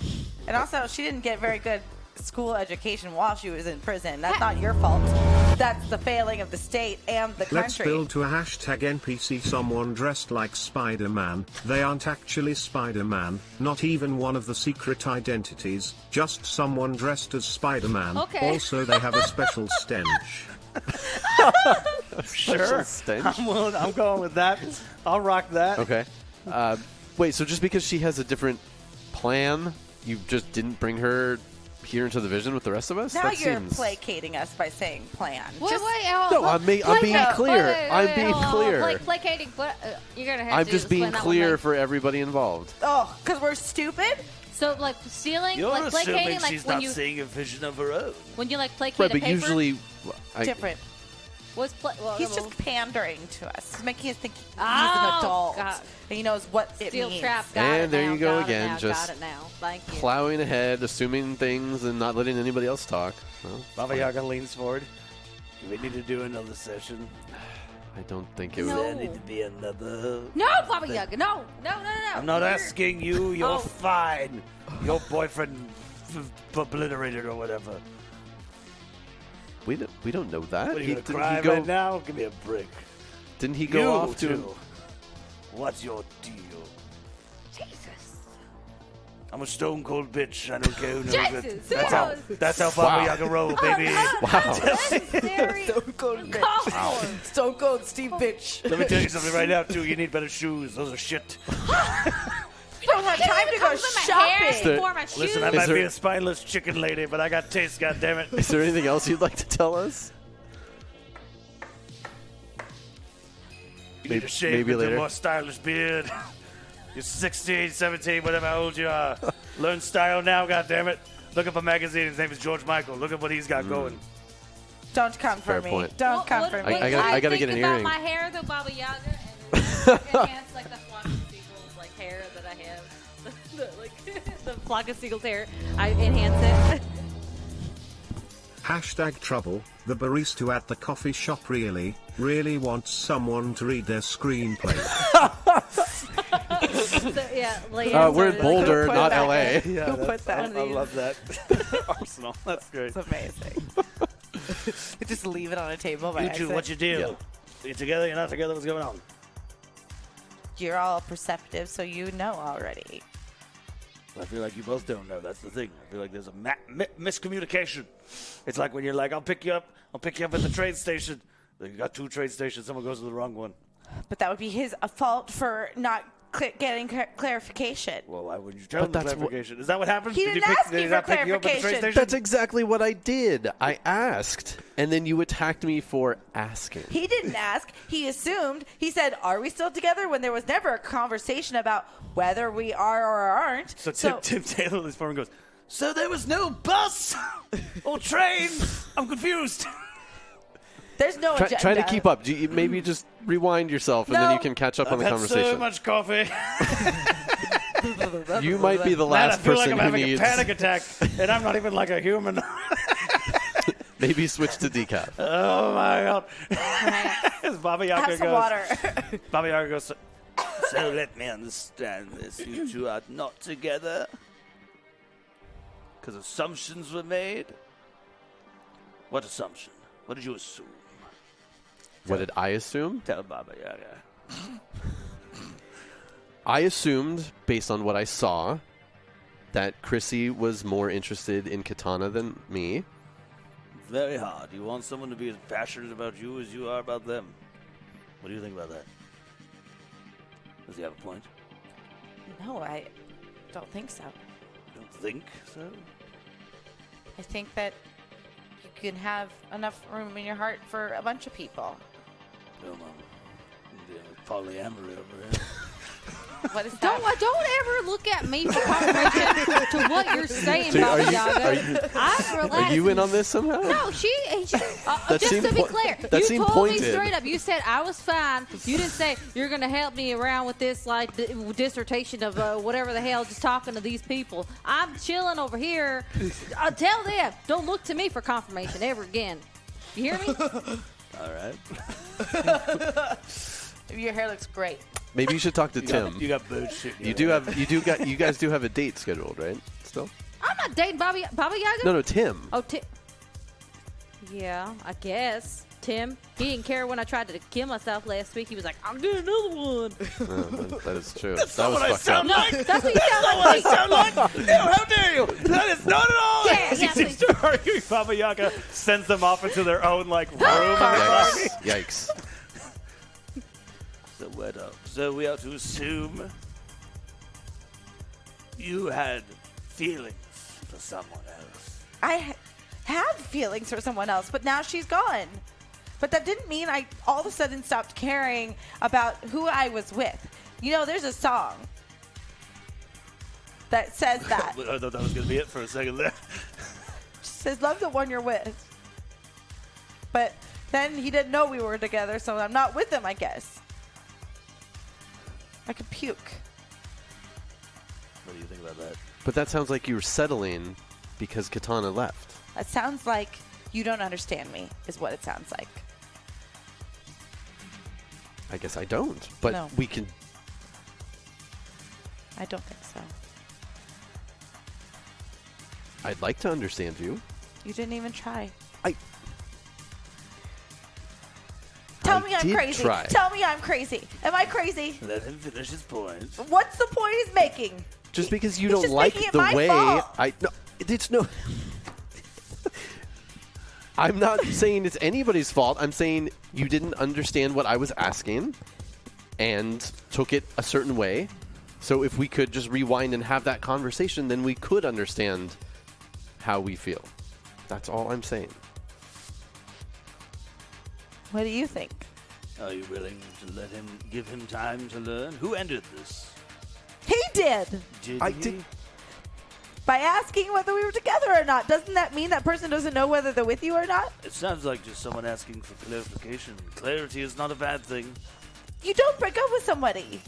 S4: And also, she didn't get very good school education while she was in prison. That's not your fault. That's the failing of the state and the
S7: Let's
S4: country.
S7: build to a hashtag NPC someone dressed like Spider Man. They aren't actually Spider Man, not even one of the secret identities, just someone dressed as Spider Man.
S3: Okay.
S7: Also, they have a special stench.
S2: Sure,
S6: Stench?
S2: I'm willing. I'm going with that. I'll rock that.
S6: Okay. Uh, wait. So just because she has a different plan, you just didn't bring her here into the vision with the rest of us?
S4: now
S6: that
S4: you're
S6: seems...
S4: placating us by saying plan.
S3: Wait,
S4: Just-
S3: wait, hold
S6: No,
S3: hold-
S6: I'm being- I'm
S3: wait,
S6: being
S3: wait,
S6: clear.
S3: wait, wait,
S6: I'm
S3: wait,
S6: being
S3: hold on,
S6: clear.
S3: Pla- placating, but uh, you're gonna have
S6: I'm
S3: to
S6: just being
S3: explain that one
S6: clear
S3: later.
S6: for everybody involved.
S4: Oh, because we're stupid?
S3: So, like stealing,
S8: You're
S3: like
S8: assuming
S3: placating, like
S8: she's
S3: when
S8: not
S3: you
S8: seeing a vision of her own.
S3: when you like placate
S6: Right,
S3: a
S6: but
S3: paper.
S6: usually, well, I,
S4: Different.
S3: what's pla- well,
S4: He's
S3: well,
S4: just pandering to us. He's making us think he's
S3: Oh,
S4: an adult.
S3: God.
S4: And he knows what it
S3: steel
S4: means.
S3: trap. Got
S6: And
S3: it
S6: there
S3: now,
S6: you
S3: got
S6: go
S3: it
S6: again,
S3: now,
S6: just
S3: got it now. Thank you.
S6: plowing ahead, assuming things, and not letting anybody else talk. Well,
S2: Baba Yaga leans forward.
S8: Do we need to do another session?
S6: I don't think it
S3: No.
S8: Does
S6: was.
S8: there need to be another?
S3: No, Baba Yaga, no, no, no, no.
S8: I'm not
S3: You're-
S8: asking you. You're
S3: Oh.
S8: fine. Your boyfriend f- obliterated or whatever.
S6: We don't, we don't know that.
S8: What are
S6: He-
S8: you gonna
S6: didn't,
S8: cry
S6: he go,
S8: right now? Give me a break.
S6: didn't he go
S8: you
S6: off to?
S8: two. What's your deal?
S3: Jesus.
S8: I'm a stone cold bitch. I don't care who knows
S3: Jesus,
S8: it. That's how,
S3: seriously.
S8: that's how Baba Yaga roll, baby.
S3: Wow.
S4: Cold bitch.
S3: wow.
S4: Stone Cold Steve
S2: Oh.
S4: bitch.
S8: Let me tell you something right now, too. You need better shoes. Those are shit.
S4: You don't have time to go
S3: Hair
S4: shopping.
S6: there-
S3: for my shoes.
S8: Listen, I might
S6: there-
S8: be a spineless chicken lady, but I got taste, goddammit.
S6: Is there anything else you'd like to tell us?
S8: You
S6: Maybe-
S8: need to shave
S6: maybe
S8: into
S6: later.
S8: a more stylish beard. You're 16, 17, whatever how old you are. Learn style now, goddammit. Look up a magazine. His name is George Michael. Look at what he's got
S6: Mm.
S8: going.
S4: Don't come for
S6: Fair
S4: me.
S6: point.
S4: Don't
S3: What-
S4: come
S3: what-
S4: for
S3: what
S4: me.
S6: I gotta- I gotta get
S3: think
S6: an
S3: about
S6: earring.
S3: my hair, though, Baba Yaga, and enhance, like, the flock of seagulls, like, hair that I have. The, like, the flock of seagulls hair. I enhance it.
S7: Hashtag trouble. The barista at the coffee shop really, really wants someone to read their screenplay.
S3: So, yeah, like,
S6: Uh, we're in
S3: like,
S6: Boulder,
S4: put
S6: not
S4: that
S6: LA.
S2: Yeah,
S4: Who put that?
S2: I, I love that. Arsenal. That's great.
S4: It's amazing. You just leave it on a table by
S8: You two, what's your
S4: accident.
S8: deal? You together? You're not together? What's going on?
S4: You're all perceptive, so you know already.
S8: I feel like you both don't know. That's the thing. I feel like there's a ma- mi- miscommunication. It's like when you're like, "I'll pick you up. I'll pick you up at the train station,"
S2: You got two train stations. Someone goes to the wrong one.
S4: But that would be his uh, fault for not cl- getting clar- clarification.
S2: Well, why wouldn't you tell them
S6: But
S2: the
S6: that's what-
S2: clarification? Is that what happened?
S4: He
S2: you
S4: didn't ask me
S2: he
S4: for
S2: not pick you up at the train
S4: clarification.
S2: station?
S6: That's exactly what I did. I asked, and then you attacked me for asking.
S4: He didn't ask. He assumed. He said, "Are we still together?" When there was never a conversation about whether we are or aren't.
S2: So Tim, Tim Taylor, this farmer goes, So there was no bus or train? I'm confused.
S4: there's no
S6: Try,
S4: agenda.
S6: try to keep up. Do you, maybe just rewind yourself, and then
S4: No.
S6: you can catch up on the
S2: That's so
S6: conversation.
S2: much coffee.
S6: you might be the
S2: Man, I
S6: last
S2: feel like
S6: person
S2: I'm
S6: who
S2: having
S6: needs.
S2: a panic attack, and I'm not even like a human.
S6: Maybe switch to decaf.
S2: oh my god!
S3: Right.
S2: As Baba Yaga
S4: Have some
S2: goes,
S4: water.
S2: Baba Yaga goes,
S8: So let me understand this. You two are not together because assumptions were made. What assumption? What did you assume?
S6: What did I assume?
S8: Tell Baba Yaga.
S6: I assumed, based on what I saw, that Chrissy was more interested in Katana than me.
S8: Very hard. You want someone to be as passionate about you as you are about them. What do you think about that? Does he have a point?
S4: no, I don't think so.
S8: Don't think so.
S4: I think that you can have enough room in your heart for a bunch of people.
S8: No, Mom. Yeah, Polyamory over here.
S4: What is that?
S3: Don't uh, don't ever look at me for confirmation to what you're saying,
S6: So are
S3: Baba
S6: you-
S3: Yaga.
S6: are you-
S3: I'm relaxed.
S6: Are you in on this somehow?
S3: No, she. she uh,
S6: That
S3: just
S6: seemed
S3: to be
S6: po-
S3: clear,
S6: that
S3: you
S6: seemed
S3: told me
S6: pointed.
S3: straight up. You said I was fine. You didn't say you're going to help me around with this like d- dissertation of uh, whatever the hell, just talking to these people. I'm chilling over here. Uh, tell them, don't look to me for confirmation ever again. You hear me?
S8: All right.
S4: Your hair looks great.
S6: Maybe you should talk to Tim.
S2: "You got bird shit."
S6: You do have you do got you guys do have a date scheduled, right? Still?
S3: I'm not dating Bobby Bobby Yaga.
S6: No, no, Tim.
S3: Oh, Tim. Yeah, I guess. Tim, he didn't care when I tried to kill myself last week. He was like, I'll get another one.
S6: Oh, that- that is true. That's that was
S8: what I
S6: fucked
S8: sound
S6: up.
S3: No, that's what you sound like. Pete.
S8: sound like? Ew, how dare you? That is not at all.
S3: Yeah, yeah, please.
S2: Arguing, Baba Yaga sends them off into their own like room.
S6: Yikes. Yikes.
S8: So where do- So we are to assume you had feelings for someone else.
S4: I ha- had feelings for someone else, but now she's gone. But that didn't mean I all of a sudden stopped caring about who I was with. You know, there's a song that says that.
S8: But Oh, I thought that was going to be it for a second there.
S4: says love the one you're with. But then he didn't know we were together, so I'm not with him, I guess. I could puke.
S8: What do you think about that?
S6: But that sounds like you were settling because Katana left.
S4: That sounds like you don't understand me, is what it sounds like.
S6: I guess I don't. But
S4: No.
S6: we can
S4: I don't think so.
S6: I'd like to understand you.
S4: You didn't even try.
S6: I
S4: Tell
S6: I
S4: me I'm
S6: did
S4: crazy.
S6: try.
S4: Tell me I'm crazy. Am I crazy?
S8: Let him finish his point.
S4: What's the point he's making?
S6: just because you
S4: He's
S6: don't
S4: just
S6: like
S4: making it
S6: the
S4: my
S6: way
S4: fault.
S6: I no it's no I'm not saying it's anybody's fault. I'm saying you didn't understand what I was asking and took it a certain way. So if we could just rewind and have that conversation, then we could understand how we feel. That's all I'm saying.
S4: What do you think?
S8: Are you willing to let him give him time to learn? Who ended this?
S4: He did
S8: Did
S6: I
S8: he?
S6: did-
S4: by asking whether we were together or not. Doesn't that mean that person doesn't know whether they're with you or not?
S8: It sounds like just someone asking for clarification. Clarity is not a bad thing.
S4: You don't break up with somebody.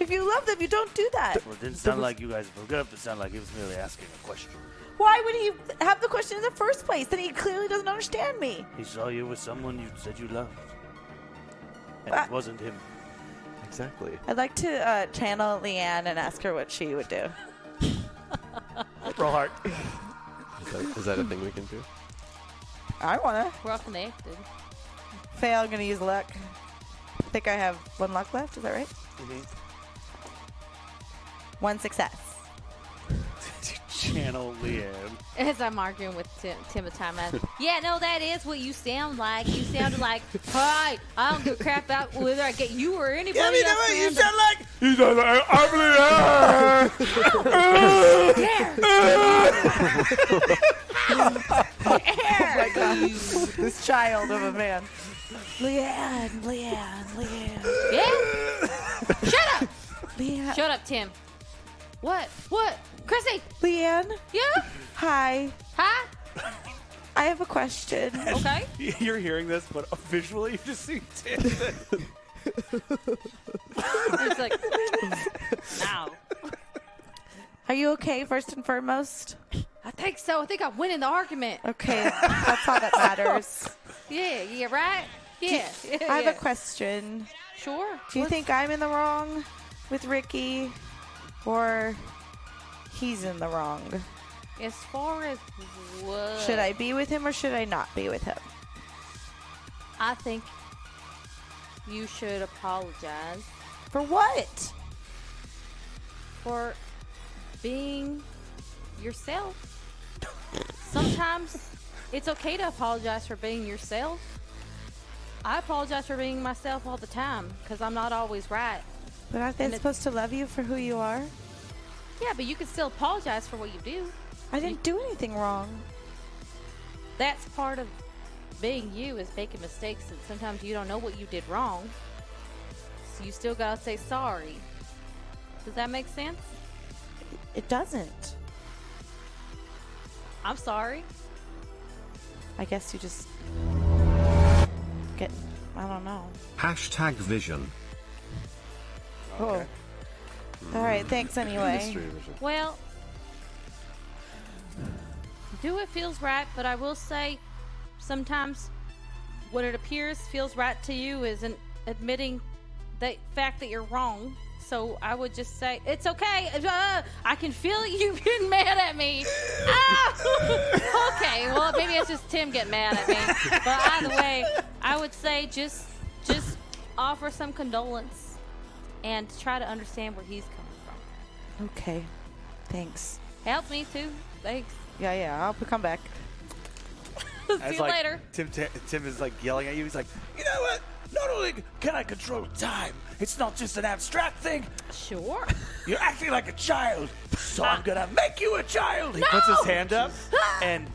S4: If you love them, you don't do that.
S8: Well, it didn't sound like you guys broke up. It sounded like he was merely asking a question.
S4: Why would he have the question in the first place? Then he clearly doesn't understand me.
S8: He saw you with someone you said you loved. And
S4: Ah.
S8: it wasn't him.
S6: Exactly.
S4: I'd like to uh, channel Leanne and ask her what she would do.
S2: April Heart.
S6: Is that, is that a thing we can do?
S4: I wanna.
S3: We're all connected.
S4: Fail, I'm gonna use luck. I think I have one luck left. Is that right? One success.
S2: channel Leanne.
S3: As I'm arguing with Tim, Tim Thomas. yeah, no, that is what you sound like. You sounded like, hi, I don't give a crap about whether I get you or anybody
S8: I mean,
S3: else.
S8: what you
S3: man.
S8: sound like.
S4: Oh my God. this child of a man. Leanne, Leanne, Leanne,
S3: Yeah. Shut up.
S4: Leanne.
S3: Shut up, Tim. What? What? Chrissy.
S4: Leanne,
S3: Yeah.
S4: hi.
S3: Hi.
S4: I have a question.
S3: Okay.
S2: You're hearing this, but visually you just see Tim.
S3: It's like, now.
S4: Are you okay, first and foremost?
S3: I think so. I think I win in the argument.
S4: Okay, that's all that matters.
S3: Yeah. Yeah. Right. Yeah. yeah
S4: I have
S3: yeah.
S4: a question.
S3: Sure.
S4: Do you
S3: What?
S4: think I'm in the wrong with Ricky, or he's in the wrong?
S3: As far as what?
S4: Should I be with him or should I not be with him?
S3: I think you should apologize
S4: For what?
S3: for being yourself. Sometimes it's okay to apologize for being yourself. I apologize for being myself all the time because I'm not always right.
S4: But aren't they
S3: And it-
S4: supposed to love you for who you are?
S3: Yeah, but you can still apologize for what you do.
S4: I didn't do anything wrong.
S3: That's part of being you is making mistakes, and sometimes you don't know what you did wrong. So you still gotta say sorry. Does that make sense?
S4: It doesn't.
S3: I'm sorry.
S4: I guess you just get. I don't know.
S7: Hashtag vision.
S4: All right. Thanks anyway.
S3: Well, do what feels right, but I will say sometimes what it appears feels right to you isn't admitting the fact that you're wrong. So I would just say, it's okay. Uh, I can feel you getting mad at me. Ah! okay, well, maybe it's just Tim getting mad at me. But either way, I would say just just offer some condolence and try to understand where he's coming from.
S4: Okay. Thanks.
S3: Help me too. Thanks.
S4: Yeah, yeah. I'll come back.
S3: See you
S2: like,
S3: later.
S2: Tim, Tim, Tim is like yelling at you. He's like,
S8: You know what? Not only can I control time, it's not just an abstract thing.
S3: Sure.
S8: You're acting like a child, so I'm gonna make you a child. He
S2: puts his hand up, and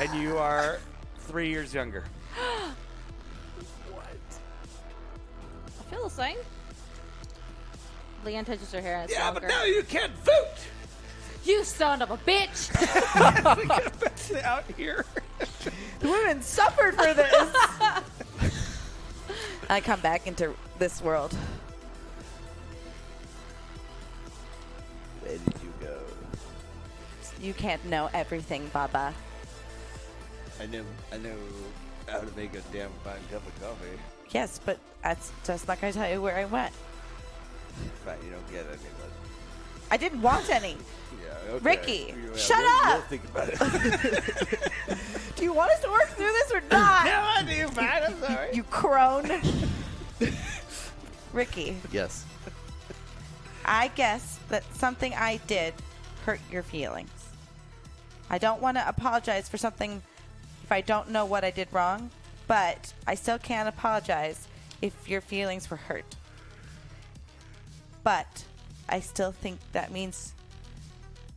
S2: and you are three years younger.
S3: I feel the same. Leanne touches her hair. And it's
S8: Yeah, but
S3: longer.
S8: now you can't vote.
S3: You son of a bitch.
S2: Out here.
S4: The women suffered for this. I come back into this world.
S6: Where did you go?
S4: You can't know everything, Baba.
S8: I know, I know how to make a damn fine cup of coffee,
S4: Yes, but that's just not going to tell you where I went.
S8: but you don't get any. But
S4: I didn't want any.
S8: yeah, okay.
S4: Ricky,
S8: You-
S4: shut
S8: we'll-
S4: up!
S8: We'll think about it. no,
S4: Do you want us to work through this or not?
S8: I do, fine. I'm sorry.
S4: You crone. Ricky,
S6: Yes.
S4: I guess that something I did hurt your feelings. I don't want to apologize for something if I don't know what I did wrong, but I still can't apologize if your feelings were hurt. But I still think that means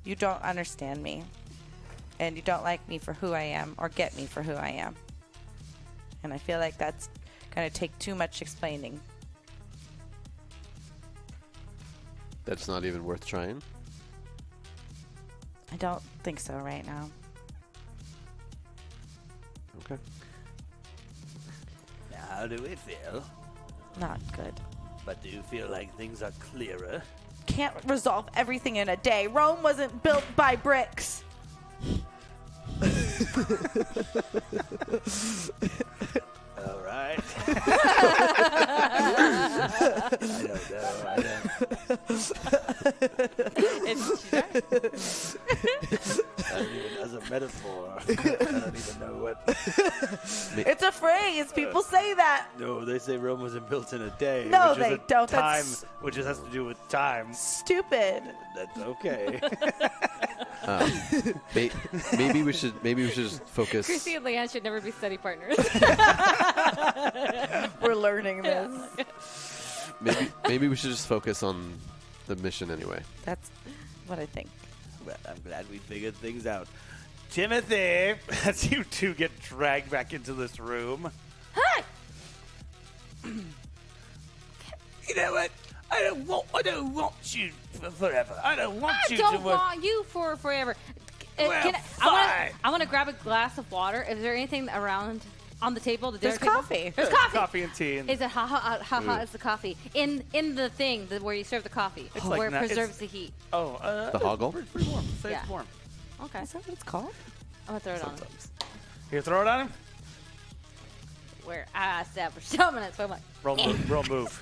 S4: you don't understand me and you don't like me for who I am or get me for who I am. And I feel like that's going to take too much explaining.
S6: That's not even worth trying.
S4: I don't think so right now.
S6: Okay.
S8: How do we feel?
S4: Not good.
S8: But do you feel like things are clearer?
S4: Can't resolve everything in a day. Rome wasn't built by bricks.
S8: All right. I don't know. I don't.
S3: It's-
S8: I don't even, as a metaphor. I don't even know what.
S4: It's a phrase. People say that.
S8: No, they say Rome wasn't built in a day.
S4: No,
S8: which is
S4: they
S8: a
S4: don't.
S8: Time,
S4: That's-
S8: which just has to do with time.
S4: Stupid.
S8: That's okay.
S6: May- maybe we should maybe we should just focus.
S3: Chrissy and Leanne should never be study partners.
S4: We're learning this.
S6: Maybe maybe we should just focus on the mission anyway.
S4: That's what I think.
S2: Well, I'm glad we figured things out. Timothy, as you two get dragged back into this room.
S8: you know what? I don't want. I don't want you for forever. I don't want
S3: I
S8: you
S3: don't
S8: to work.
S3: want you for forever. Uh,
S8: Well,
S3: can I- I, wanna-
S8: fine.
S3: I want to grab a glass of water. Is there anything around on the table? The dinner
S4: There's
S3: table?
S4: coffee.
S3: There's coffee.
S2: Coffee Mm. and tea. And
S3: Is it ha ha ha ha? Is the coffee in in the thing that, where you serve the coffee,
S2: like
S3: where
S2: na-
S3: it
S2: it's-
S3: preserves the heat?
S2: oh, uh,
S6: The hoggle.
S2: it's pretty warm. Say
S3: Yeah.
S2: it's warm.
S3: Okay, I'm
S4: that what it's called?
S3: gonna throw it on him.
S2: Here, throw it on him.
S3: Where I establish dominance. So I'm like,
S2: Roll move. roll move.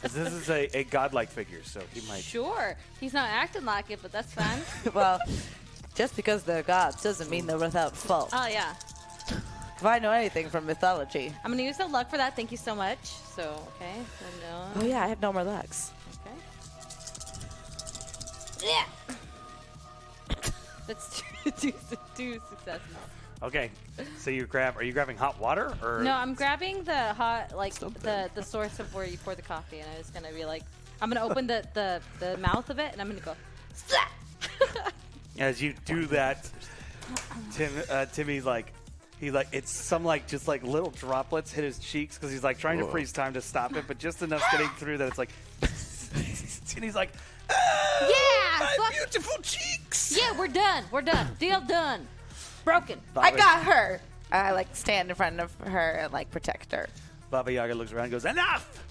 S2: 'Cause this is a, a godlike figure, so he might.
S3: sure, he's not acting like it, but that's fine.
S4: well, just because they're gods doesn't mean they're without fault.
S3: oh yeah,
S4: if I know anything from mythology.
S3: I'm gonna use the luck for that. Thank you so much. So okay, so no,
S4: Oh yeah, I have no more lucks.
S3: okay. Yeah. That's two, two, two successes.
S2: Okay, so you grab. Are you grabbing hot water or?
S3: No, I'm grabbing the hot, like the the source of where you pour the coffee, and I was gonna be like, I'm gonna open the the, the mouth of it, and I'm gonna go. "Slap!"
S2: As you do that, Tim, uh, Timmy's like, he like it's some like just like little droplets hit his cheeks because he's like trying to
S6: Whoa.
S2: freeze time to stop it, but just enough getting through that it's like, and he's like, "Ah,
S3: Yeah,
S2: my
S3: fuck-
S2: beautiful cheeks.
S3: yeah, we're done. We're done. Deal done. Broken.
S4: I got her. I like stand in front of her and like protect her.
S2: Baba Yaga looks around and goes,
S8: Enough!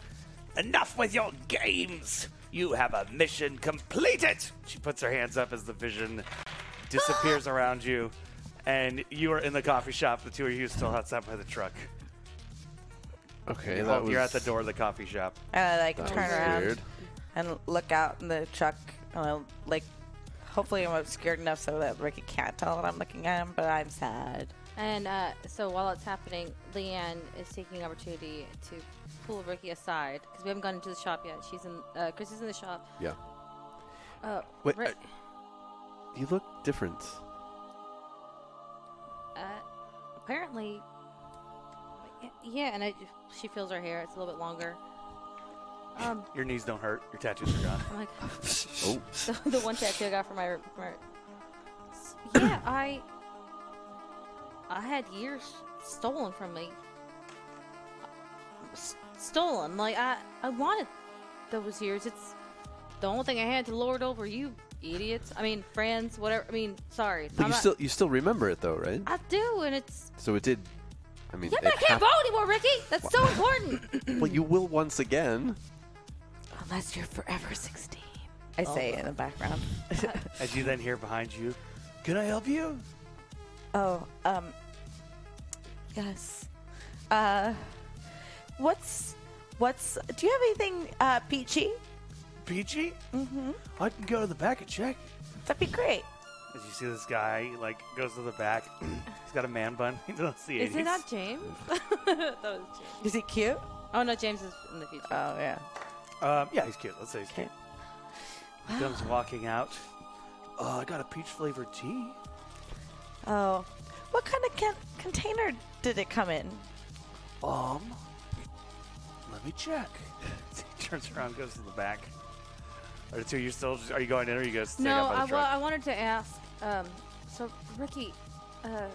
S8: Enough with your games! You have a mission. Complete it!
S2: She puts her hands up as the vision disappears around you, and you are in the coffee shop. The two of you still outside by the truck.
S6: Okay,
S2: You're,
S6: that was
S2: you're at the door of the coffee shop.
S3: Uh,
S4: And I like
S6: that
S4: turn
S6: was
S4: around
S6: weird.
S4: and look out in the truck. And I like, hopefully, I'm obscured enough so that Ricky can't tell that I'm looking at him. But I'm sad.
S3: And uh, so while it's happening, Leanne is taking opportunity to pull Ricky aside because we haven't gone into the shop yet. She's in. Uh, Chris is in the shop.
S6: Yeah.
S3: Uh,
S6: Wait,
S3: Ri-
S6: You look different.
S3: uh, apparently. Yeah, and I, she feels her hair. It's a little bit longer. Um,
S2: Your knees don't hurt. Your tattoos are gone.
S3: I'm like,
S6: Oh,
S3: the, the one tattoo I got from my, from my yeah I I had years stolen from me S- stolen like I I wanted those years it's the only thing I had to lord over you idiots I mean friends whatever I mean sorry
S6: but
S3: I'm
S6: you
S3: not-
S6: still you still remember it though, right?
S3: I do and it's
S6: So it did. I mean,
S3: yeah but I
S6: it
S3: can't
S6: hap-
S3: vote anymore Ricky that's so important
S6: Well, you will once again.
S4: Unless you're forever 16. I say in the background.
S2: As you then hear behind you, can I help you?
S4: Oh, um, yes. Uh, what's what's? Do you have anything uh, peachy?
S2: Peachy? Mm-hmm. I can go to the back and check.
S4: That'd be great.
S2: As you see this guy, like, goes to the back. He's got a man bun. He doesn't see
S3: is it not James that was James
S4: Is he cute?
S3: oh no James is in the future
S4: Oh yeah.
S2: Um, yeah, he's cute. Let's say he's cute. He comes walking out. Oh, I got a peach flavored tea.
S4: Oh, what kind of can- container did it come in?
S2: Um, let me check. he turns around, goes to the back. Are the two you still? Are you going in, or are you guys staying
S3: No,
S2: up by
S3: I,
S2: the
S3: well,
S2: truck?
S3: I wanted to ask. Um, so, Ricky, uh,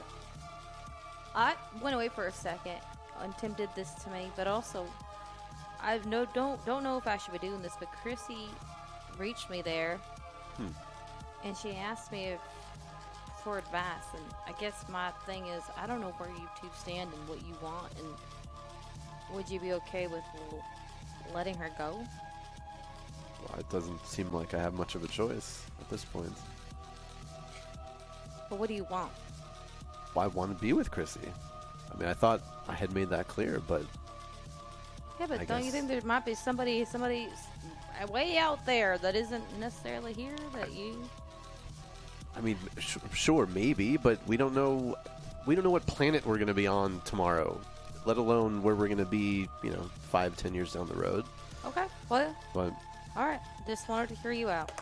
S3: I went away for a second, and Tim did this to me, but also, I no don't don't know if I should be doing this, but Chrissy reached me there,
S2: Hmm.
S3: and she asked me if for advice, and I guess my thing is I don't know where you two stand and what you want, and would you be okay with l- letting her go?
S6: Well, it doesn't seem like I have much of a choice at this point.
S3: But what do you want?
S6: Well, I want to be with Chrissy. I mean, I thought I had made that clear, but
S3: Yeah, but
S6: I
S3: don't you
S6: guess.
S3: think there might be somebody, somebody s- way out there that isn't necessarily here that you?
S6: I mean, sh- sure, maybe, but we don't know. We don't know what planet we're going to be on tomorrow, let alone where we're going to be. You know, five, ten years down the road.
S3: Okay. Well,
S6: But
S3: all right. Just wanted to hear you out.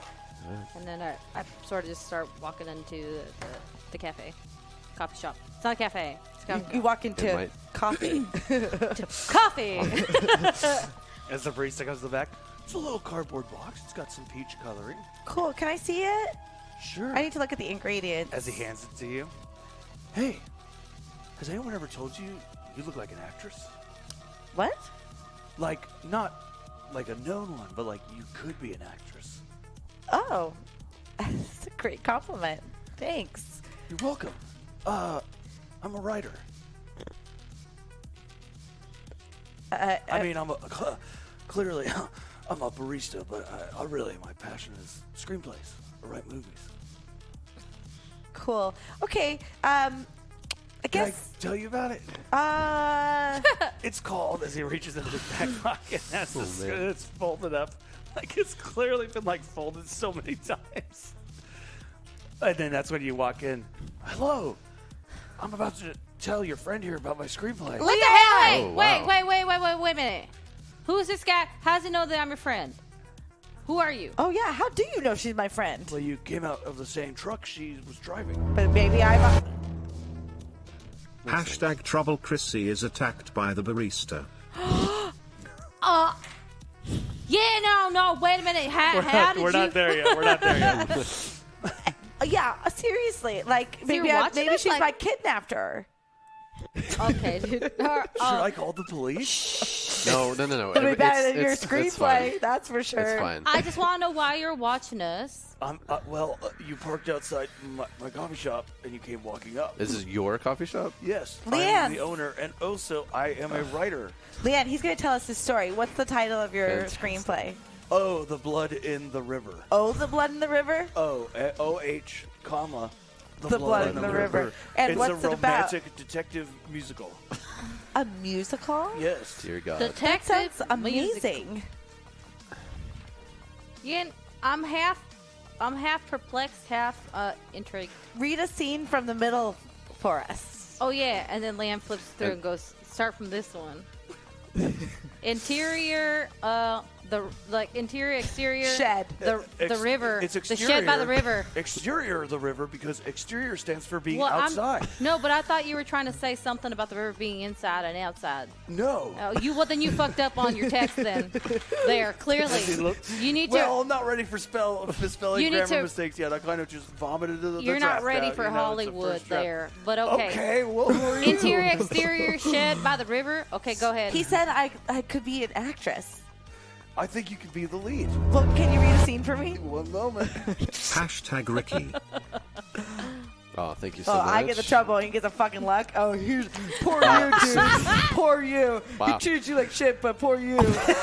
S3: And then I, I sort of just start walking into the, the, the cafe, coffee shop. It's not a cafe. It's
S4: You,
S3: got
S4: you walk into
S6: might.
S4: coffee.
S3: coffee.
S2: As the barista comes to the back, it's a little cardboard box. It's got some peach coloring.
S4: cool. Can I see it?
S2: Sure.
S4: I need to look at the ingredients.
S2: As he hands it to you, hey, has anyone ever told you you look like an actress?
S4: What?
S2: Like not like a known one, but like you could be an actress.
S4: Oh, that's a great compliment. Thanks.
S2: You're welcome. Uh, I'm a writer.
S4: Uh,
S2: I mean, I'm a cl- clearly I'm a barista, but I, I really my passion is screenplays. I write movies.
S4: cool. Okay. Um, I
S2: Can I
S4: guess.
S2: tell you about it?
S4: Uh,
S2: It's called as he reaches into his back pocket. And has this-
S6: Oh, man.
S2: it's folded up. Like it's clearly been like folded so many times. And then that's when you walk in. Hello, I'm about to tell your friend here about my screenplay.
S3: What the hell? Wait,
S6: Oh,
S3: wait,
S6: wow.
S3: wait, wait, wait, wait, wait a minute. Who's this guy? How does he know that I'm your friend? Who are you?
S2: Uh,
S4: oh yeah. How do you know she's my friend?
S6: Oh.
S2: Well, you came out of the same truck she was driving.
S4: But maybe I'm.
S7: Hashtag trouble Chrissy is attacked by the barista.
S3: Uh, yeah, no, no, wait a minute. How, how did you?
S2: there yet. We're not there yet.
S4: Uh, yeah. uh, Seriously. Like maybe.
S3: you're
S4: I,
S3: watching
S4: maybe
S3: us,
S4: she's
S3: like-
S4: my kidnapper.
S3: Okay, dude. Or,
S2: Should
S3: oh,
S2: I call the police?
S6: no, no, no, no.
S4: It'll be
S6: It's-
S4: better than your
S6: it's- it's fine.
S4: screenplay. That's for sure.
S6: It's fine.
S3: I just want to know why you're watching us.
S2: Um, uh, well, uh, you parked outside my, my coffee shop and you came walking up.
S6: This is your coffee shop.
S2: yes,
S4: Leanne.
S2: I'm the owner, and also I am a writer.
S4: Leanne, he's going to tell us his story. What's the title of your
S6: Fantastic.
S4: screenplay?
S2: Oh, the blood in the river.
S4: Oh, the blood in the river.
S2: Oh, uh, O H, comma, the,
S4: The Blood in the River. And
S2: it's
S4: what's
S2: a
S4: it about?
S2: romantic detective musical.
S4: A musical.
S2: Yes.
S6: Dear God.
S3: Detective
S4: Sounds amazing.
S3: Yeah, I'm half, I'm half perplexed, half uh, intrigued.
S4: Read a scene from the middle for us.
S3: Oh yeah, and then Lamb flips through
S6: And-
S3: and goes, "Start from this one." interior, uh, the like interior, exterior
S4: Shed.
S3: the the
S2: Ex-
S3: river,
S2: It's
S3: the
S2: exterior.
S3: shed by the river.
S2: Exterior of the river because exterior stands for being
S3: I'm-
S2: outside.
S3: no, but I thought you were trying to say something about the river being inside and outside.
S2: No.
S3: Oh, you well then you fucked up on your text then. There, clearly, you need to.
S2: Well, I'm not ready for spell for spelling
S3: You need
S2: grammar
S3: to-
S2: mistakes yet. I kind of just vomited the, the
S3: you're not
S2: draft
S3: ready
S2: out,
S3: for
S2: you know, it's the
S3: Hollywood
S2: first draft.
S3: there, but okay.
S2: Okay, what were you?
S3: Interior, exterior, shed by the river. Okay, go ahead.
S4: He said I, I could be an actress.
S2: I think you could be the lead.
S4: Well, can you read a scene for me?
S2: One moment.
S7: Hashtag Ricky.
S6: Oh, thank you so
S4: Oh,
S6: much.
S4: I get the trouble and he gets a fucking luck. Oh, here's poor you, dude. poor you.
S6: Wow.
S4: He treats you like shit, but poor you.
S3: Diff-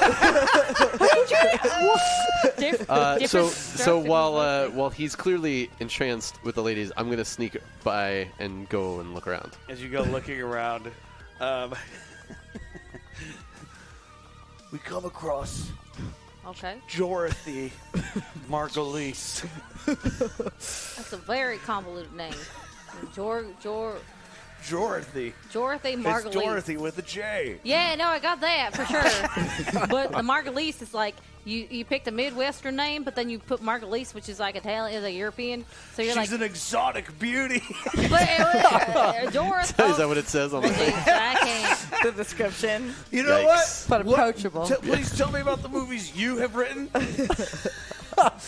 S6: Uh, so
S3: different strokes,
S6: so
S3: different
S6: while uh,
S3: folks.
S6: while he's clearly entranced with the ladies, I'm gonna sneak by and go and look around.
S2: As you go looking around, um, we come across
S3: okay,
S2: Dorothy Margulies.
S3: that's a very convoluted name. Jor Jor
S2: Dorothy.
S3: Dorothy
S2: It's
S3: Margulies.
S2: Dorothy with a J.
S3: Yeah, no, I got that for sure. but the Margulies is like you you picked a Midwestern name, but then you put Margulies, which is like Italian, is a European. So you're
S2: She's
S3: like,
S2: an exotic beauty.
S3: but it was, uh, Dorothy.
S4: Oh.
S6: Is that what it says on the thing?
S3: I can't.
S4: the description.
S2: you know
S6: Yikes.
S2: what?
S5: But approachable.
S2: T- please tell me about the movies you have written.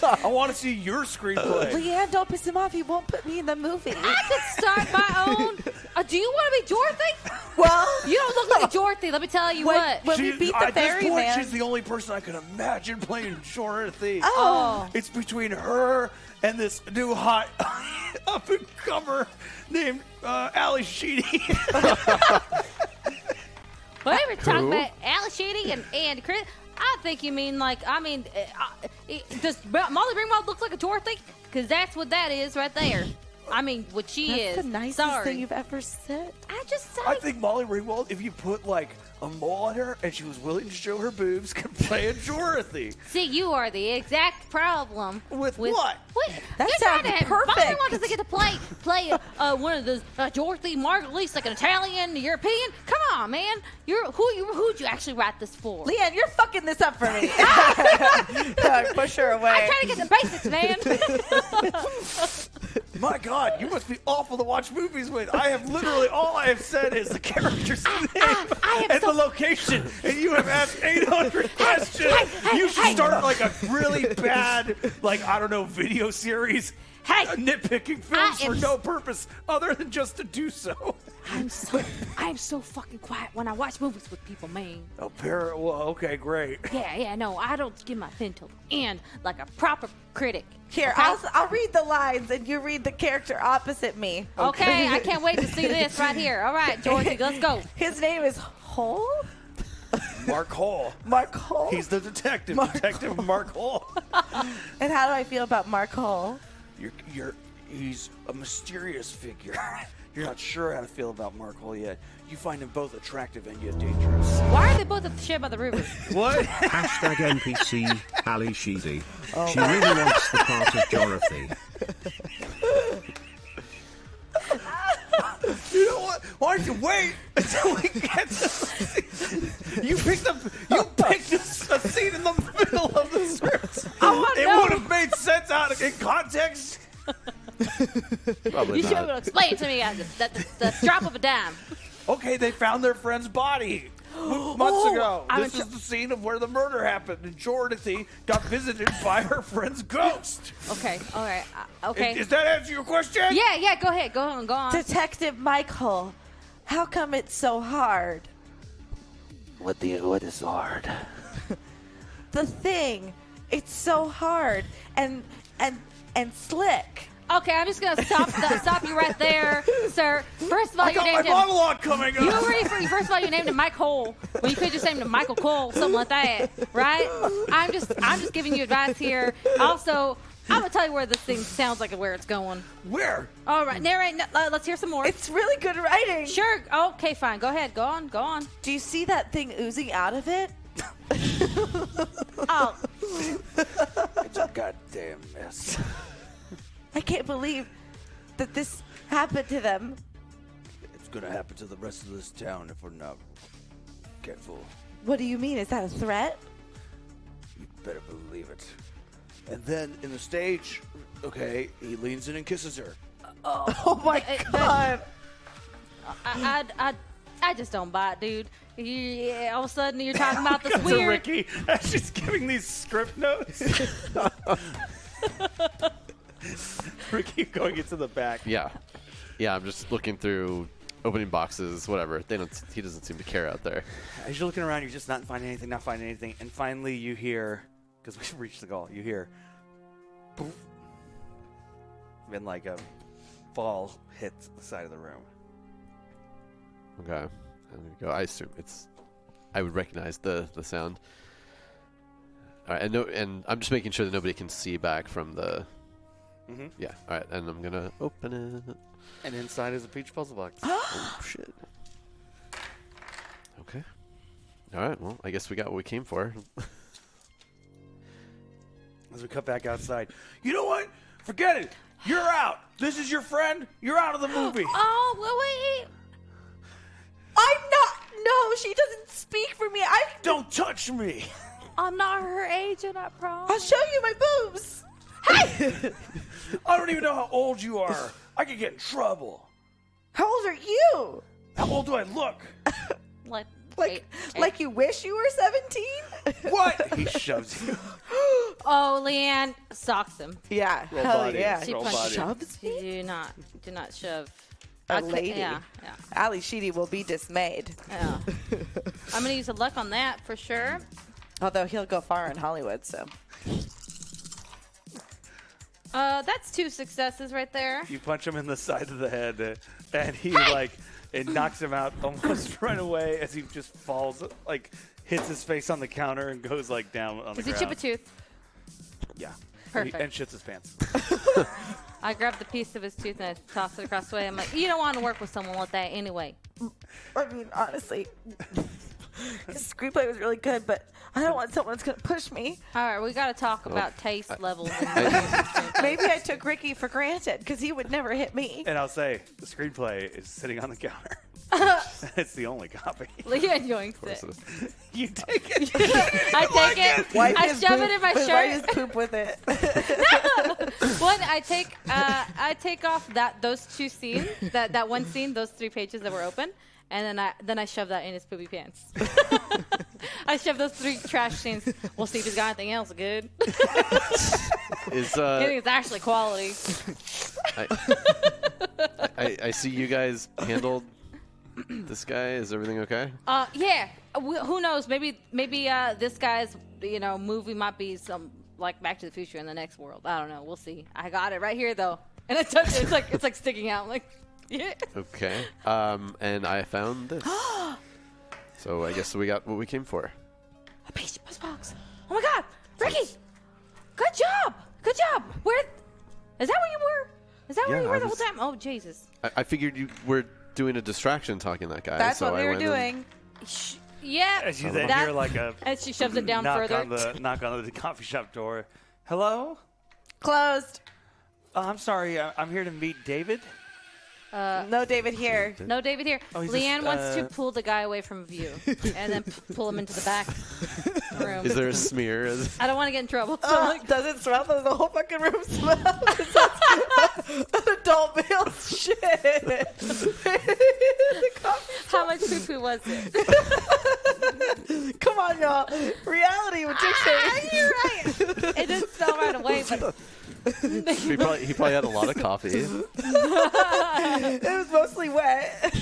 S2: I want to see your screenplay.
S4: Leanne, don't piss him off. He won't put me in the movie.
S3: I could start my own. Uh, do you want to be Dorothy?
S4: well,
S3: You don't look like Dorothy. Let me tell you
S4: when,
S3: what.
S4: when we
S2: She-
S4: beat the
S2: at this point,
S4: ferryman.
S2: she's the only person I can imagine playing Dorothy.
S3: Oh,
S2: It's between her and this new hot up and comer named uh, Ali Sheedy.
S3: well, we were talking
S6: Who?
S3: about Alice Sheedy and and Chris. I think you mean like I mean, uh, uh, it- does Mo- Molly Ringwald look like a Dorothy? Because that's what that is right there. I mean, what she
S4: That's
S3: is.
S4: the nicest
S3: Sorry.
S4: thing you've ever said.
S3: I just said.
S2: I think Molly Ringwald, if you put like a mole on her, and she was willing to show her boobs playing Dorothy.
S3: See, you are the exact problem.
S2: With what?
S3: What?
S4: That
S3: You're
S4: sounds
S3: trying to Boston
S4: perfect.
S3: wants us to get to play play uh, one of those uh, Dorothy Margulies, like an Italian, European. Come on, man. You're who you who'd you actually write this for?
S4: Leanne, you're fucking this up for me. Ah! Push her away.
S3: I'm trying to get the basics, man.
S2: My God, you must be awful to watch movies with. I have literally all I have said is the character's name
S3: I am
S2: and
S3: Ah, so-
S2: the location, and you have asked 800 questions.
S3: hey,
S2: you should
S3: hey.
S2: start like a really bad, like I don't know, video series. uh,
S3: Hey.
S2: nitpicking films
S3: I am
S2: for no purpose other than just to do so.
S3: I'm so I'm so fucking quiet when I watch movies with people, man.
S2: Oh, par- well, okay, great.
S3: Yeah, yeah, no, I don't give my pen till the end like a proper critic.
S4: Here,
S3: okay?
S4: I'll, I'll read the lines and you read the character opposite me.
S3: Okay, I can't wait to see this right here. All right, Georgie, let's go.
S4: His name is Hole?
S2: Mark Hall.
S4: Mark Hole?
S2: He's the detective.
S4: Mark
S2: detective Mark Hall.
S4: and how do I feel about Mark Hole?
S2: You're, you're, he's a mysterious figure. You're not sure how to feel about Mark Hall yet. You find him both attractive and yet dangerous.
S3: Why are they both at the shit by the river?
S2: What?
S7: Hashtag NPC, Ali Sheedy. She really wants the part of Dorothy.
S2: you know what? Why don't you wait until we get this? You picked up. You picked a, s- a scene in the middle of the script. it
S3: Oh, no.
S2: would have made sense out of in context.
S6: Probably
S3: You should be able to
S6: not.
S3: explain to me at the, at the, the drop of a dime.
S2: Okay, they found their friend's body months ago.
S3: I'm
S2: this
S3: in
S2: is the scene of where the murder happened, and Dorothy got visited by her friend's ghost.
S3: Okay, all right, uh,
S2: Is
S3: okay.
S2: Does that answer your question?
S3: yeah, yeah, go ahead, go on, go on.
S4: Detective Mike Hole, how come it's so hard?
S8: What the what is hard?
S4: The thing, it's so hard and and and slick.
S3: Okay, I'm just gonna stop the, stop you right there, sir. First of all,
S2: I
S3: you
S2: got my
S3: named him.
S2: monologue coming
S3: You
S2: up.
S3: already, first of all, you named him Mike Hole. Well, you could just name him Michael Cole, something like that, right? I'm just, I'm just giving you advice here. Also, I'm gonna tell you where this thing sounds like and where it's going.
S2: Where?
S3: All right, narrate. no, Uh, let's hear some more.
S4: It's really good writing.
S3: sure. Okay, fine. Go ahead. Go on. Go on.
S4: Do you see that thing oozing out of it?
S3: Oh,
S8: It's a goddamn mess.
S4: I can't believe that this happened to them.
S8: It's gonna happen to the rest of this town if we're not careful.
S4: What do you mean? Is that a threat?
S8: You better believe it. And then in the stage, okay, he leans in and kisses her.
S4: Oh my
S3: Uh, that-
S4: god.
S3: I, I, I, I just don't buy it, dude. Yeah, all of a sudden you're talking about this
S2: Cut to
S3: weird.
S2: Ricky as she's giving these script notes. Ricky going into the back.
S6: Yeah, yeah. I'm just looking through, opening boxes, whatever. They don't. He doesn't seem to care out there.
S2: As you're looking around, you're just not finding anything, not finding anything, and finally you hear because we've reached the goal. You hear, poof, and like a ball hits the side of the room.
S6: Okay, I'm gonna go. I assume it's. I would recognize the the sound. All right, and no, and I'm just making sure that nobody can see back from the.
S2: Mhm.
S6: Yeah. All right, and I'm gonna open it.
S2: And inside is a peach puzzle box.
S6: Oh shit. Okay. All right. Well, I guess we got what we came for.
S2: As we cut back outside, you know what? Forget it. You're out. This is your friend. You're out of the movie.
S3: Oh, well, wait.
S4: I'm not. No, she doesn't speak for me. I.
S2: Don't touch me.
S3: I'm not her agent. I
S4: I'll
S3: promise.
S4: show you my boobs.
S2: I don't even know how old you are. I could get in trouble.
S4: How old are you?
S2: How old do I look?
S3: Like,
S4: Like, like you wish you were seventeen?
S2: What? he shoves you.
S3: Oh, Leanne socks him.
S4: yeah.
S2: Roll
S4: hell
S2: body,
S4: yeah.
S3: roll
S4: She
S3: body.
S4: shoves me.
S3: Do not, do not shove.
S4: A
S3: I cou-
S4: lady.
S3: Yeah, yeah,
S4: Ali Sheedy will be dismayed.
S3: yeah. I'm gonna use a luck on that for sure.
S4: Although he'll go far in Hollywood, so.
S3: Uh, that's two successes right there.
S2: You punch him in the side of the head, uh, and he like it knocks him out almost right away as he just falls, like hits his face on the counter and goes like down on the
S3: Does he
S2: ground.
S3: chip a tooth?
S2: Yeah.
S3: Perfect.
S2: And shits his pants.
S3: I grabbed the piece of his tooth and I tossed it across the way. I'm like, you don't want to work with someone like that anyway.
S4: I mean, honestly. The screenplay was really good, but I don't want someone that's going to push me.
S3: All right, we got to talk about taste levels. And
S6: I,
S4: Maybe I took Ricky for granted because he would never hit me.
S2: And I'll say the screenplay is sitting on the counter. it's the only copy.
S3: Leah yoinks it.
S2: You take it.
S3: I take it. I
S4: his
S3: shove
S4: poop-
S3: it in my
S4: Wipe
S3: shirt.
S4: his poop with it.
S3: One, I take uh, I take off that those two scenes, that that one scene, those three pages that were open, and then I then I shove that in his poopy pants. I shove those three trash scenes. We'll see if he's got anything else good.
S6: is
S3: Anything
S6: uh,
S3: that's actually quality.
S6: I, I, I see you guys handled this guy. Is everything okay?
S3: Uh, yeah. W who knows? Maybe maybe uh, this guy's you know movie might be some like Back to the Future in the next world. I don't know. We'll see. I got it right here though, and I touch it. It's like it's like sticking out. I'm like yeah.
S6: Okay. Um, and I found this. so I guess we got what we came for.
S3: A patient bus box. Oh my god, Ricky! Good job! Good job! Where? Is that where you were? Is that where
S6: Yeah,
S3: you were
S6: I
S3: the
S6: was-
S3: whole time? Oh Jesus!
S6: I, I figured you were doing a distraction talking that guy.
S4: That's
S6: so
S4: what
S6: I
S4: we were
S6: went and-
S4: doing.
S3: Sh- yeah.
S2: And you then
S3: That-
S2: hear like a
S3: And she shoves it down
S2: knock
S3: further.
S2: on the knock on the coffee shop door. Hello.
S4: Closed.
S2: Uh, I'm sorry. I- I'm here to meet David.
S4: No David here.
S3: No, David here.
S2: he's
S3: Leanne
S2: just,
S3: wants to
S2: uh,
S3: pull the guy away from view and then p- pull him into the back room.
S6: Is there a smear? Is-
S3: I don't want to get in trouble. So
S2: Oh.
S4: Uh, does it smell? Does the whole fucking room smell? It's like- an adult male shit. The coffee
S3: how much poo poo was it?
S4: Come on, y'all. Reality would dictate.
S3: You're right. It didn't smell right away, but
S6: he, probably, he probably had a lot of coffee.
S4: it was mostly wet.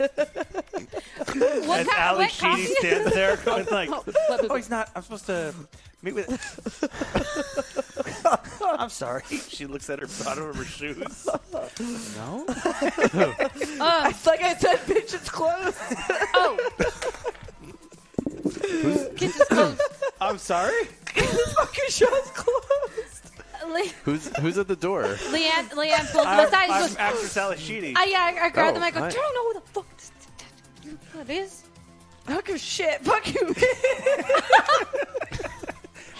S3: what
S2: And
S3: kind of
S2: Ali
S3: wet
S2: Sheedy
S3: coffee?
S2: stands there going like,
S3: Oh, wet
S2: "Oh,
S3: poo-poo.
S2: he's not. I'm supposed to meet with." I'm sorry. She looks at her bottom of her shoes. No.
S3: Uh,
S4: It's like I said, bitch, it's closed.
S3: oh. Kitchen's closed.
S2: I'm sorry.
S4: this fucking show's closed.
S3: Le-
S6: Who's who's at the door?
S3: Leanne, Leanne pulls him
S2: I'm,
S3: aside and
S2: I'm
S3: goes,
S2: actress Ali Sheedy.
S3: I, yeah, I, I grab
S6: Oh,
S3: them. I go,
S6: hi.
S3: I don't know who the fuck this, this, this it is.
S4: Fuck your shit. Fuck you.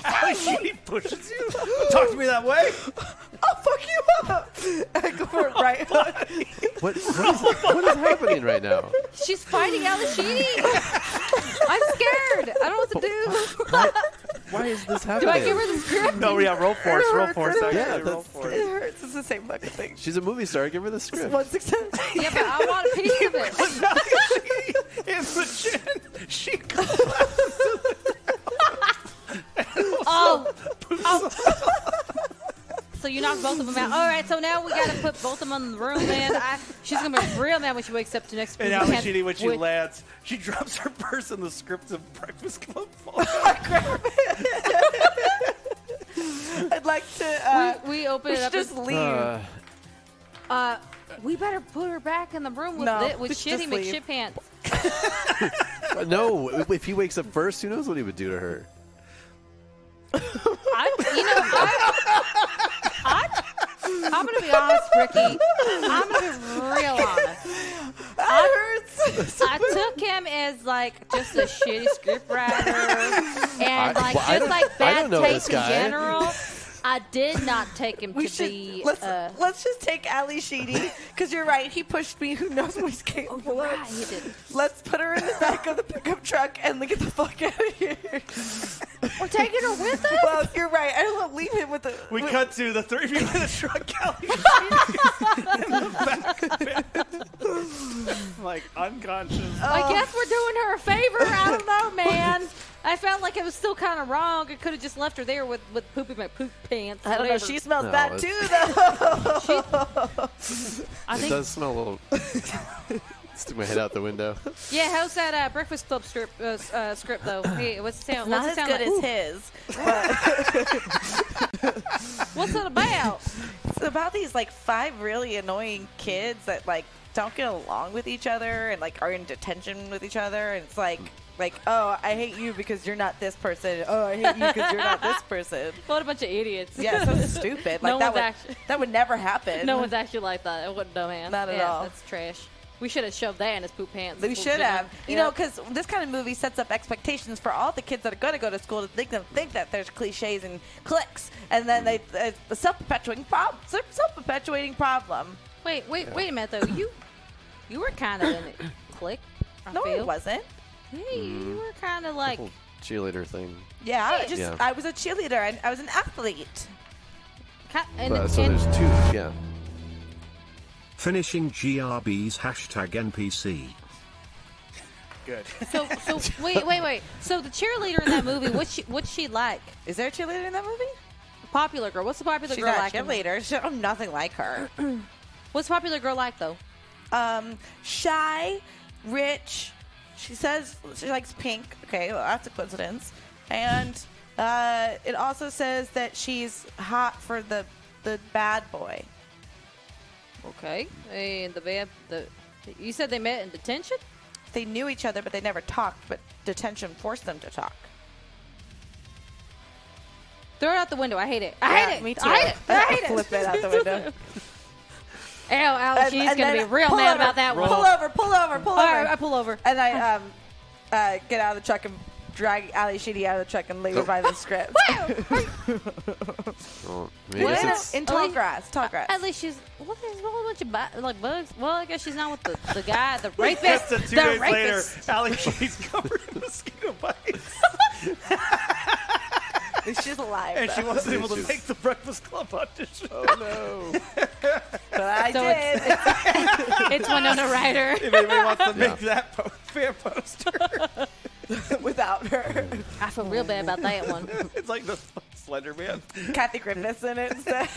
S2: Ali Sheedy pushes you. Talk to me that way.
S4: I'll fuck you up. I go for it right. hook.
S6: What what is, what is happening right now?
S3: She's fighting out the sheedy. I'm scared. I don't know what to do.
S6: Why is this
S3: Do I
S6: happening?
S3: give her the script?
S2: Oh, No, yeah. Roll force. Roll force. Actually,
S6: Yeah,
S2: roll
S6: that's-
S2: force.
S4: It hurts. It's the same fucking thing.
S6: She's a movie star. Give her the script.
S4: One success.
S3: Yeah, but I want a piece of it.
S2: It's the chin. She
S3: Oh. oh. So you knocked both of them out. All right, so now we gotta put both of them in the room, man. I, she's gonna be real mad when she wakes up to next
S2: And
S3: weekend
S2: Ali Sheedy, when she
S3: with-
S2: lands, she drops her purse in the script of Breakfast Club. falls.
S4: I'd like to. Uh,
S3: we, we open
S4: we
S3: it
S4: should
S3: up. and-
S4: just leave.
S6: Uh,
S3: Uh, we better put her back in the room with
S4: No,
S3: lit, with
S4: just-
S3: shitty
S4: just
S3: with
S4: leave.
S3: shit pants.
S6: no, if he wakes up first, who knows what he would do to her?
S3: I, you know, I, I, I'm gonna be honest, Ricky. I'm gonna be real honest.
S4: that hurts.
S3: I took him as like just a shitty scriptwriter and
S6: I-
S3: like
S6: well, I
S3: just
S6: don't-
S3: like
S6: I
S3: bad
S6: don't know
S3: taste
S6: this
S3: in
S6: guy.
S3: general. I did not take him
S4: We
S3: to
S4: should
S3: be.
S4: let's
S3: uh,
S4: let's just take Ali Sheedy because you're right. He pushed me. Who knows what he's capable of?
S3: right, he did.
S4: Let's put her in the back of the pickup truck and get the fuck out of here.
S3: We're taking her with us.
S4: well, you're right. I don't want to leave him with the.
S2: We
S4: with-
S2: cut to the three of you in the truck, Ali Sheedy is in the back of it. like unconscious.
S4: Oh.
S3: I guess we're doing her a favor. I don't know, man. I felt like it was still kind of wrong. I could have just left her there with with poopy my poop pants.
S4: I don't know.
S3: whatever.
S4: She smells
S6: No,
S4: bad too, though.
S6: it's-
S3: I
S6: It
S3: think
S6: does smell a little. Stick my head out the window.
S3: Yeah, how's that uh, Breakfast Club strip, uh, s- uh, script though? Hey, what's the sound? What's it sound like? Ooh,
S4: his.
S3: what's it about?
S4: It's about these like five really annoying kids that like don't get along with each other and like are in detention with each other. And it's like like oh I hate you because you're not this person. Oh I hate you because you're not this person.
S3: what a bunch of idiots.
S4: Yeah, so stupid. Like
S3: No
S4: that
S3: one's
S4: would
S3: actu-
S4: that would never happen.
S3: no one's actually like that. It wouldn't know, man.
S4: Not at
S3: Yeah,
S4: all.
S3: That's trash. We should have shoved that in his poop pants.
S4: We
S3: His poop
S4: should
S3: jizzle.
S4: have. You
S3: Yeah.
S4: know, 'cause know, because this kind of movie sets up expectations for all the kids that are going to go to school to think them think that there's cliches and cliques, and then they it's a self-perpetuating problem. Self-perpetuating problem.
S3: wait, wait, wait a minute though. You, you were kind of in it. Click. I
S4: No,
S3: feel.
S4: it wasn't.
S3: Hey, you were kind of like.
S6: Little cheerleader thing.
S4: Yeah, I just
S6: Yeah.
S4: I was a cheerleader. I, I was an athlete.
S3: Ca- and,
S6: But, so
S3: and-
S6: there's two. Yeah.
S7: Finishing GRB's hashtag NPC.
S2: Good.
S3: so, so wait, wait, wait. So the cheerleader in that movie, what's she, what's she like?
S4: Is there a cheerleader in that movie?
S3: Popular girl. What's the popular
S4: She's
S3: girl
S4: not
S3: like?
S4: a
S3: in-
S4: cheerleader. She, I'm nothing like her.
S3: What's the popular girl like though?
S4: um, shy, rich. She says she likes pink. Okay, well, that's a coincidence. And uh, it also says that she's hot for the the bad boy.
S3: Okay. And the bad. The you said they met in detention.
S4: They knew each other, but they never talked. But detention forced them to talk.
S3: Throw it out the window. I hate it. I hate
S4: Yeah,
S3: it.
S4: Me too.
S3: I hate it. I hate
S4: flip
S3: it.
S4: it out the window.
S3: Ow, ow.
S4: And-
S3: She's
S4: and
S3: gonna be
S4: then
S3: real
S4: pull
S3: mad
S4: over,
S3: about that one.
S4: Pull over, pull over, pull
S3: All
S4: over.
S3: right, I pull over.
S4: and I um, uh, get out of the truck and drag Ali Sheedy out of the truck and leave her by the script.
S6: Well, I mean, I
S4: Well,
S6: guess
S4: in,
S6: it's-
S4: in tall
S3: Ali-
S4: grass, tall grass.
S3: At least she's well. There's a whole bunch of bu- like bugs. Well, I guess she's not with the, the guy, the rapist.
S2: Just a two
S3: the
S2: days later,
S3: rapist.
S2: Allie, she's covered in mosquito bites,
S4: She's alive.
S2: and she
S4: though.
S2: wasn't able to
S6: She's-
S2: make the Breakfast Club audition.
S4: but I
S3: So
S4: did.
S3: it's- It's Winona Ryder.
S2: If anybody wants to
S6: Yeah.
S2: make that po- fan poster,
S4: without her.
S3: I feel real bad about that one.
S2: it's like the Slender Man.
S4: Kathy Griffin's in it. instead.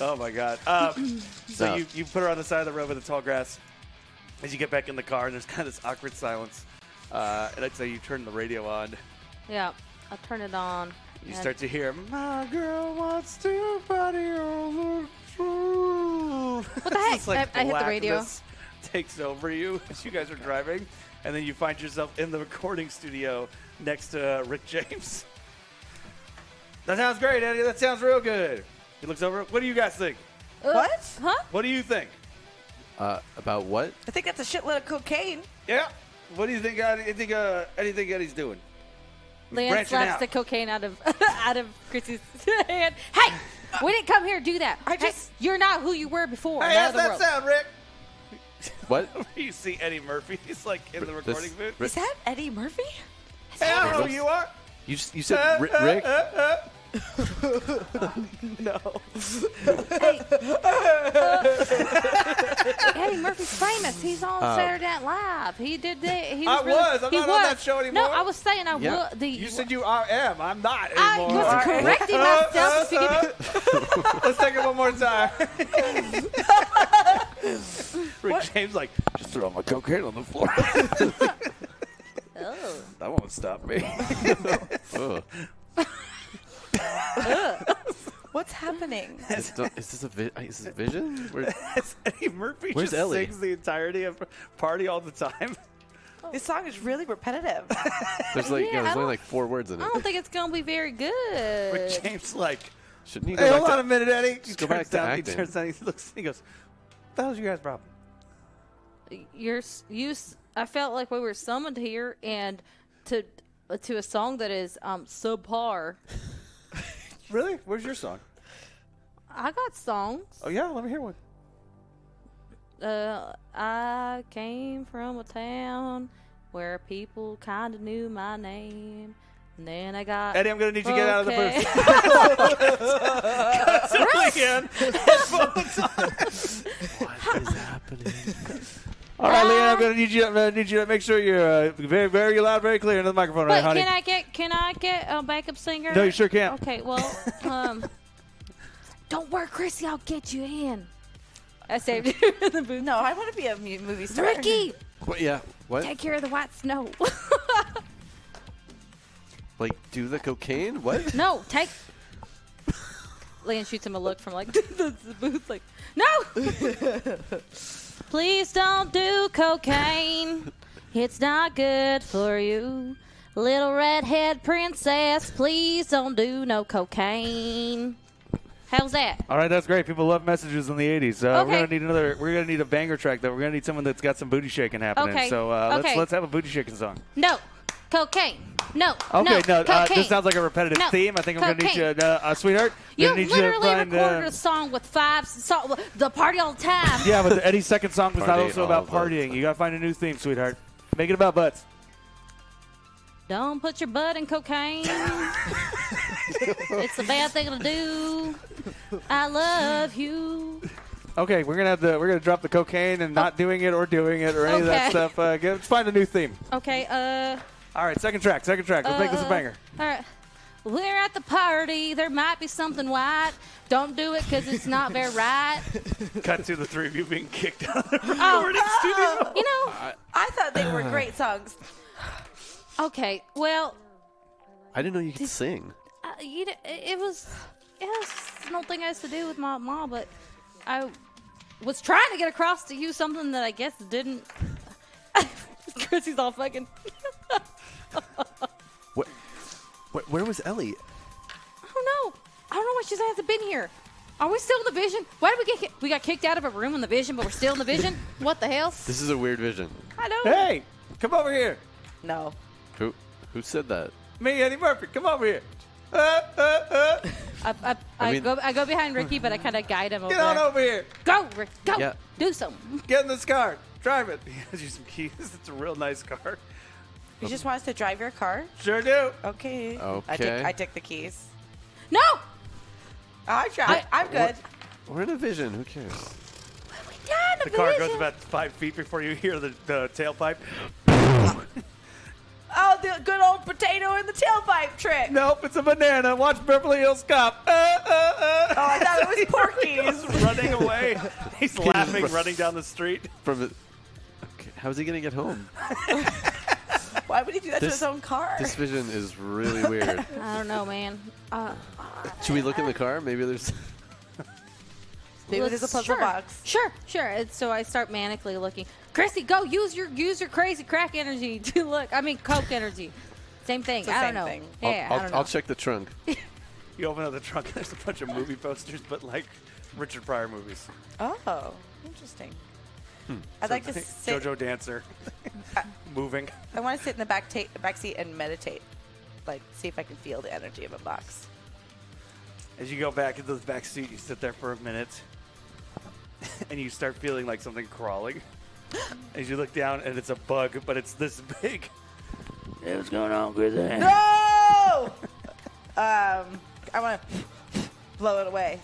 S2: Oh my god! Um, so
S6: No.
S2: you, you put her on the side of the road with the tall grass. As you get back in the car, and there's kind of this awkward silence, uh, and I'd say you turn the radio on.
S3: Yeah, I'll turn it on.
S2: You
S3: and-
S2: start to hear, "My girl wants to party all the time." What
S3: the heck? I- I hit the radio.
S2: Takes over you as you guys are driving, and then you find yourself in the recording studio next to uh, Rick James. That sounds great, Eddie. That sounds real good. He looks over. What do you guys think?
S3: Uh,
S4: What?
S3: Huh?
S2: What do you think?
S6: uh, about what?
S4: I think that's a shitload of cocaine.
S2: Yeah. What do you think? Eddie, you think uh, anything Eddie's doing?
S3: Lance
S2: branching
S3: slaps
S2: out.
S3: the cocaine out of out of Chrissy's hand. Hey, we didn't come here to do that.
S4: I
S3: Hey,
S4: just-
S3: you're not who you were before. in
S2: Hey,
S3: the
S2: how's
S3: other
S2: that
S3: world.
S2: sound, Rick?
S6: What?
S2: You see Eddie Murphy? He's like in the
S6: This-
S2: recording booth.
S6: Rick-
S4: Is that Eddie Murphy?
S2: Hey, I don't know who you are.
S6: you, just, you said Ri- Rick?
S3: Hey, uh, Eddie Murphy's famous. He's on Saturday Night Live. He did that. He was
S2: I
S3: really-
S2: was. I'm
S3: he
S2: not on
S3: was.
S2: that show
S3: No,
S2: anymore.
S3: I was saying I
S6: Yeah.
S3: would. The,
S2: You said you are M. I'm not
S3: I
S2: anymore.
S3: was correcting myself. if you didn't-
S2: Let's take it one more time. Rick James like
S8: Just throw my cocaine on the floor.
S3: Oh.
S8: That won't stop me.
S6: Ugh.
S4: What's happening?
S6: Is, don't- is this a vi- is this a vision? Where-
S2: "That's Eddie Murphy
S6: Where's
S2: just
S6: Ellie?
S2: sings the entirety of Party all the time.
S4: This song is really repetitive.
S6: there's like
S3: Yeah,
S6: yeah, there's
S3: I
S6: only
S3: don't-
S6: like four words in
S3: I don't
S6: it.
S3: think it's gonna be very
S2: Rick
S3: good.
S2: James like,
S6: Shouldn't you
S2: hey,
S6: go
S2: hold on
S6: back
S2: a minute, Eddie. He
S6: go back
S2: turns
S6: to
S2: down, he
S6: acting.
S2: turns down, he looks, he goes, "What the hell's your guys' problem?"
S3: You're s- you. s- I felt like we were summoned here and to to a song that is um subpar.
S2: Really? Where's your song?
S3: I got songs.
S2: Oh yeah, let me hear one.
S3: Uh, I came from a town where people kind of knew my name. And then I got.
S2: Eddie, I'm gonna need you to get out of the
S3: Okay.
S2: booth. Again.
S6: What is happening?
S2: All right, Leanne, I'm gonna need you. I'm gonna need you to make sure you're uh, very, very loud, very clear into the microphone,
S3: Wait,
S2: right, honey?
S3: can I get can I get a backup singer?
S2: No, you sure can.
S3: Okay, well, um, don't worry, Chrissy. I'll get you in. I saved you in the booth.
S4: no, I want to be a mu- movie star.
S3: Ricky,
S6: What? Yeah. What?
S3: take care of the white snow.
S6: Like do the cocaine? What?
S3: no, take. Leon shoots him a look from like the, the booth, like no. Please don't do cocaine. It's not good for you. Little redhead princess, please don't do no cocaine. How's that?
S2: All right, that's great. People love messages in the '80s. Uh, We're
S3: Okay.
S2: gonna need another. We're gonna need a banger track though. We're gonna need someone that's got some booty shaking happening.
S3: Okay.
S2: So uh, let's
S3: Okay.
S2: let's have a booty shaking song.
S3: No. Cocaine. No.
S2: Okay, no, uh,
S3: Cocaine.
S2: this sounds like a repetitive
S3: No.
S2: theme. I think I'm gonna need you,
S3: Cocaine.
S2: uh, uh, sweetheart.
S3: You
S2: gonna need
S3: literally
S2: find, uh,
S3: recorded a song with five so, the party all the time.
S2: yeah, but the- Eddie's second song was not
S6: Party
S2: also
S6: all
S2: about
S6: the
S2: partying.
S6: time.
S2: You gotta find a new theme, sweetheart. Make it about butts.
S3: Don't put your butt in cocaine. it's a bad thing to do. I love you.
S2: Okay, we're gonna have the we're gonna drop the cocaine and not doing it or doing it or any of that
S3: Oh. Okay.
S2: stuff. Uh, get, let's find a new theme.
S3: Okay, uh,
S2: All right, second track, second track. Let's make this a
S3: Uh,
S2: banger.
S3: all right. We're at the party. There might be something white. Don't do it because it's not very right.
S2: Cut to the three of you being kicked out.
S3: Oh, you know.
S4: I thought they were great songs.
S3: Okay. Well,
S6: I didn't know you could sing.
S3: uh, you know, it it was it was an old thing I used to do with my mom, but I was trying to get across to you something that I guess didn't. Chrissy's all fucking.
S6: What? Where, where was Ellie?
S3: I don't know. I don't know why she hasn't been here. Are we still in the vision? Why did we get ki- we got kicked out of a room in the vision, but we're still in the vision? What the hell?
S6: This is a weird vision.
S3: I don't.
S2: Hey, come over here.
S4: No.
S6: Who who said that?
S2: Me, Eddie Murphy. Come over here. Uh, uh, uh,
S3: I, I, I,
S6: mean-
S3: go I go behind Ricky, but I kind of guide him over.
S2: get on
S3: there.
S2: over here.
S3: Go, Rick. Go.
S6: Yeah.
S3: Do something.
S2: Get in this car. Drive it. He has you some keys. It's a real nice car.
S4: You just want us to drive your car?
S2: Sure do.
S4: Okay. I
S6: Okay.
S4: took, I took the keys.
S3: No.
S4: I drive. I'm good.
S6: We're in a vision. Who cares?
S3: We died in
S2: The car goes
S3: vision.
S2: about five feet before you hear the, the tailpipe.
S4: Oh, the good old potato in the tailpipe trick.
S2: Nope, it's a banana. Watch Beverly Hills Cop. Uh, uh,
S4: Oh,
S2: uh.
S4: I thought it was Porky's.
S2: He's running away. He's laughing, running down the street.
S6: From the, okay, how's he gonna get home?
S4: Why would he do that to
S6: This-
S4: his own car?
S6: This vision is really weird.
S3: I don't know, man. Uh,
S6: Should we look in the car? Maybe there's.
S4: Maybe there's a puzzle
S3: sure,
S4: box.
S3: Sure, sure. And so I start manically looking. Chrissy, go use your use your crazy crack energy to look. I mean, coke energy. Same thing.
S4: the
S3: I
S4: same
S3: don't know.
S4: thing.
S3: Yeah,
S6: I'll,
S3: I don't
S6: I'll,
S3: know.
S6: I'll check the trunk.
S2: You open up the trunk, and there's a bunch of movie posters, but like Richard Pryor movies.
S4: Oh, interesting. I'd like to sit.
S2: Hmm. JoJo Dancer. Moving.
S4: I want to sit in the back ta- back seat and meditate, like see if I can feel the energy of a box.
S2: As you go back into the back seat, you sit there for a minute, and you start feeling like something crawling. As you look down, and it's a bug, but it's this big.
S8: Hey, what's going on, Grizzly?
S4: No. um, I want to blow it away.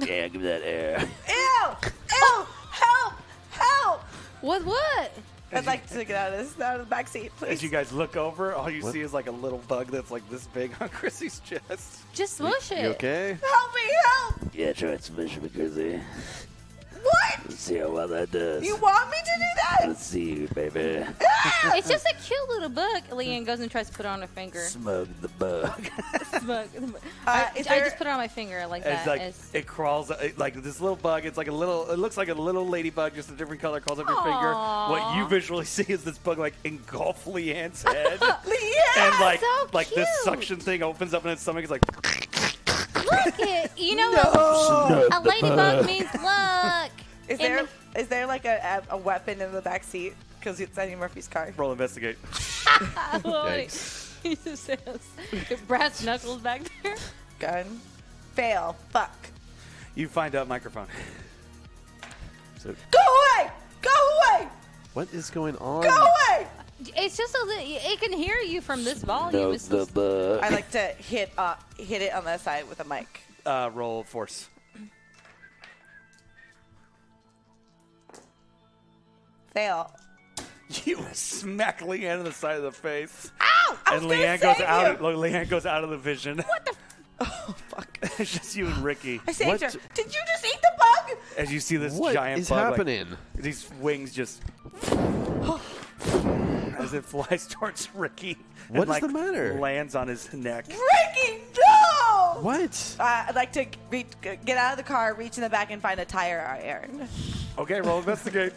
S8: Yeah, give me that air.
S4: Ew! Ew! Help! Help!
S3: What? What?
S4: I'd like to get out of this, out of the back seat, please.
S2: As you guys look over, all you
S6: What?
S2: see is like a little bug that's like this big on Chrissy's chest.
S3: Just smush it.
S6: You okay?
S4: help me! Help!
S8: Yeah, try and smash me, Grizzly.
S4: What?
S8: Let's see how well that does.
S4: You want me to do
S8: Let's see, baby.
S3: It's just a cute little bug. Leanne goes and tries to put it on her finger.
S8: Smug the bug.
S3: Bug.
S4: that? Uh,
S3: I
S4: is there,
S3: just put it on my finger like
S2: It's
S3: that.
S2: like
S3: It's-
S2: it crawls uh, it, like this little bug. It's like a little. It looks like a little ladybug, just a different color. Crawls up your finger. What you
S3: Aw.
S2: visually see is this bug like engulf Leanne's head,
S4: yeah.
S2: and like
S3: so
S2: like this
S3: cute.
S2: suction thing opens up in its stomach. It's like
S3: Look it. You know, a ladybug means look.
S4: Is
S3: It
S4: there
S3: mean-
S4: is there like a, a, a weapon in the back seat? Because it's Eddie Murphy's car.
S2: roll investigate.
S3: I love it.
S6: Yikes.
S3: He just says, Brad's knuckles back there.
S4: Gun. Fail. Fuck.
S2: You find a microphone.
S6: So,
S4: Go away! Go away!
S6: what is going on?
S2: Um,
S4: Go away!
S3: It's just a li- it can hear you from this volume.
S8: Smug
S3: It's
S8: the
S3: just-
S8: bug.
S4: I like to hit uh, hit it on the side with a mic.
S2: Uh, roll force.
S4: Fail.
S2: You smack Leanne in the side of the face,
S4: Ow! I was
S2: and
S4: gonna
S2: Leanne goes
S4: save
S2: out.
S4: you.
S2: Of, Leanne goes out of the vision. What the? Oh fuck! it's just you and Ricky.
S4: I saved
S6: What?
S4: her. Did you just eat the bug?
S2: As you see this
S6: What
S2: giant
S6: is
S2: bug, like,
S6: happening?
S2: These wings just as it flies towards Ricky. and,
S6: What is
S2: like,
S6: the matter?
S2: Lands on his neck.
S4: Ricky, no!
S6: what?
S4: Uh, I'd like to re- get out of the car, reach in the back, and find a tire iron.
S2: Okay, roll investigate.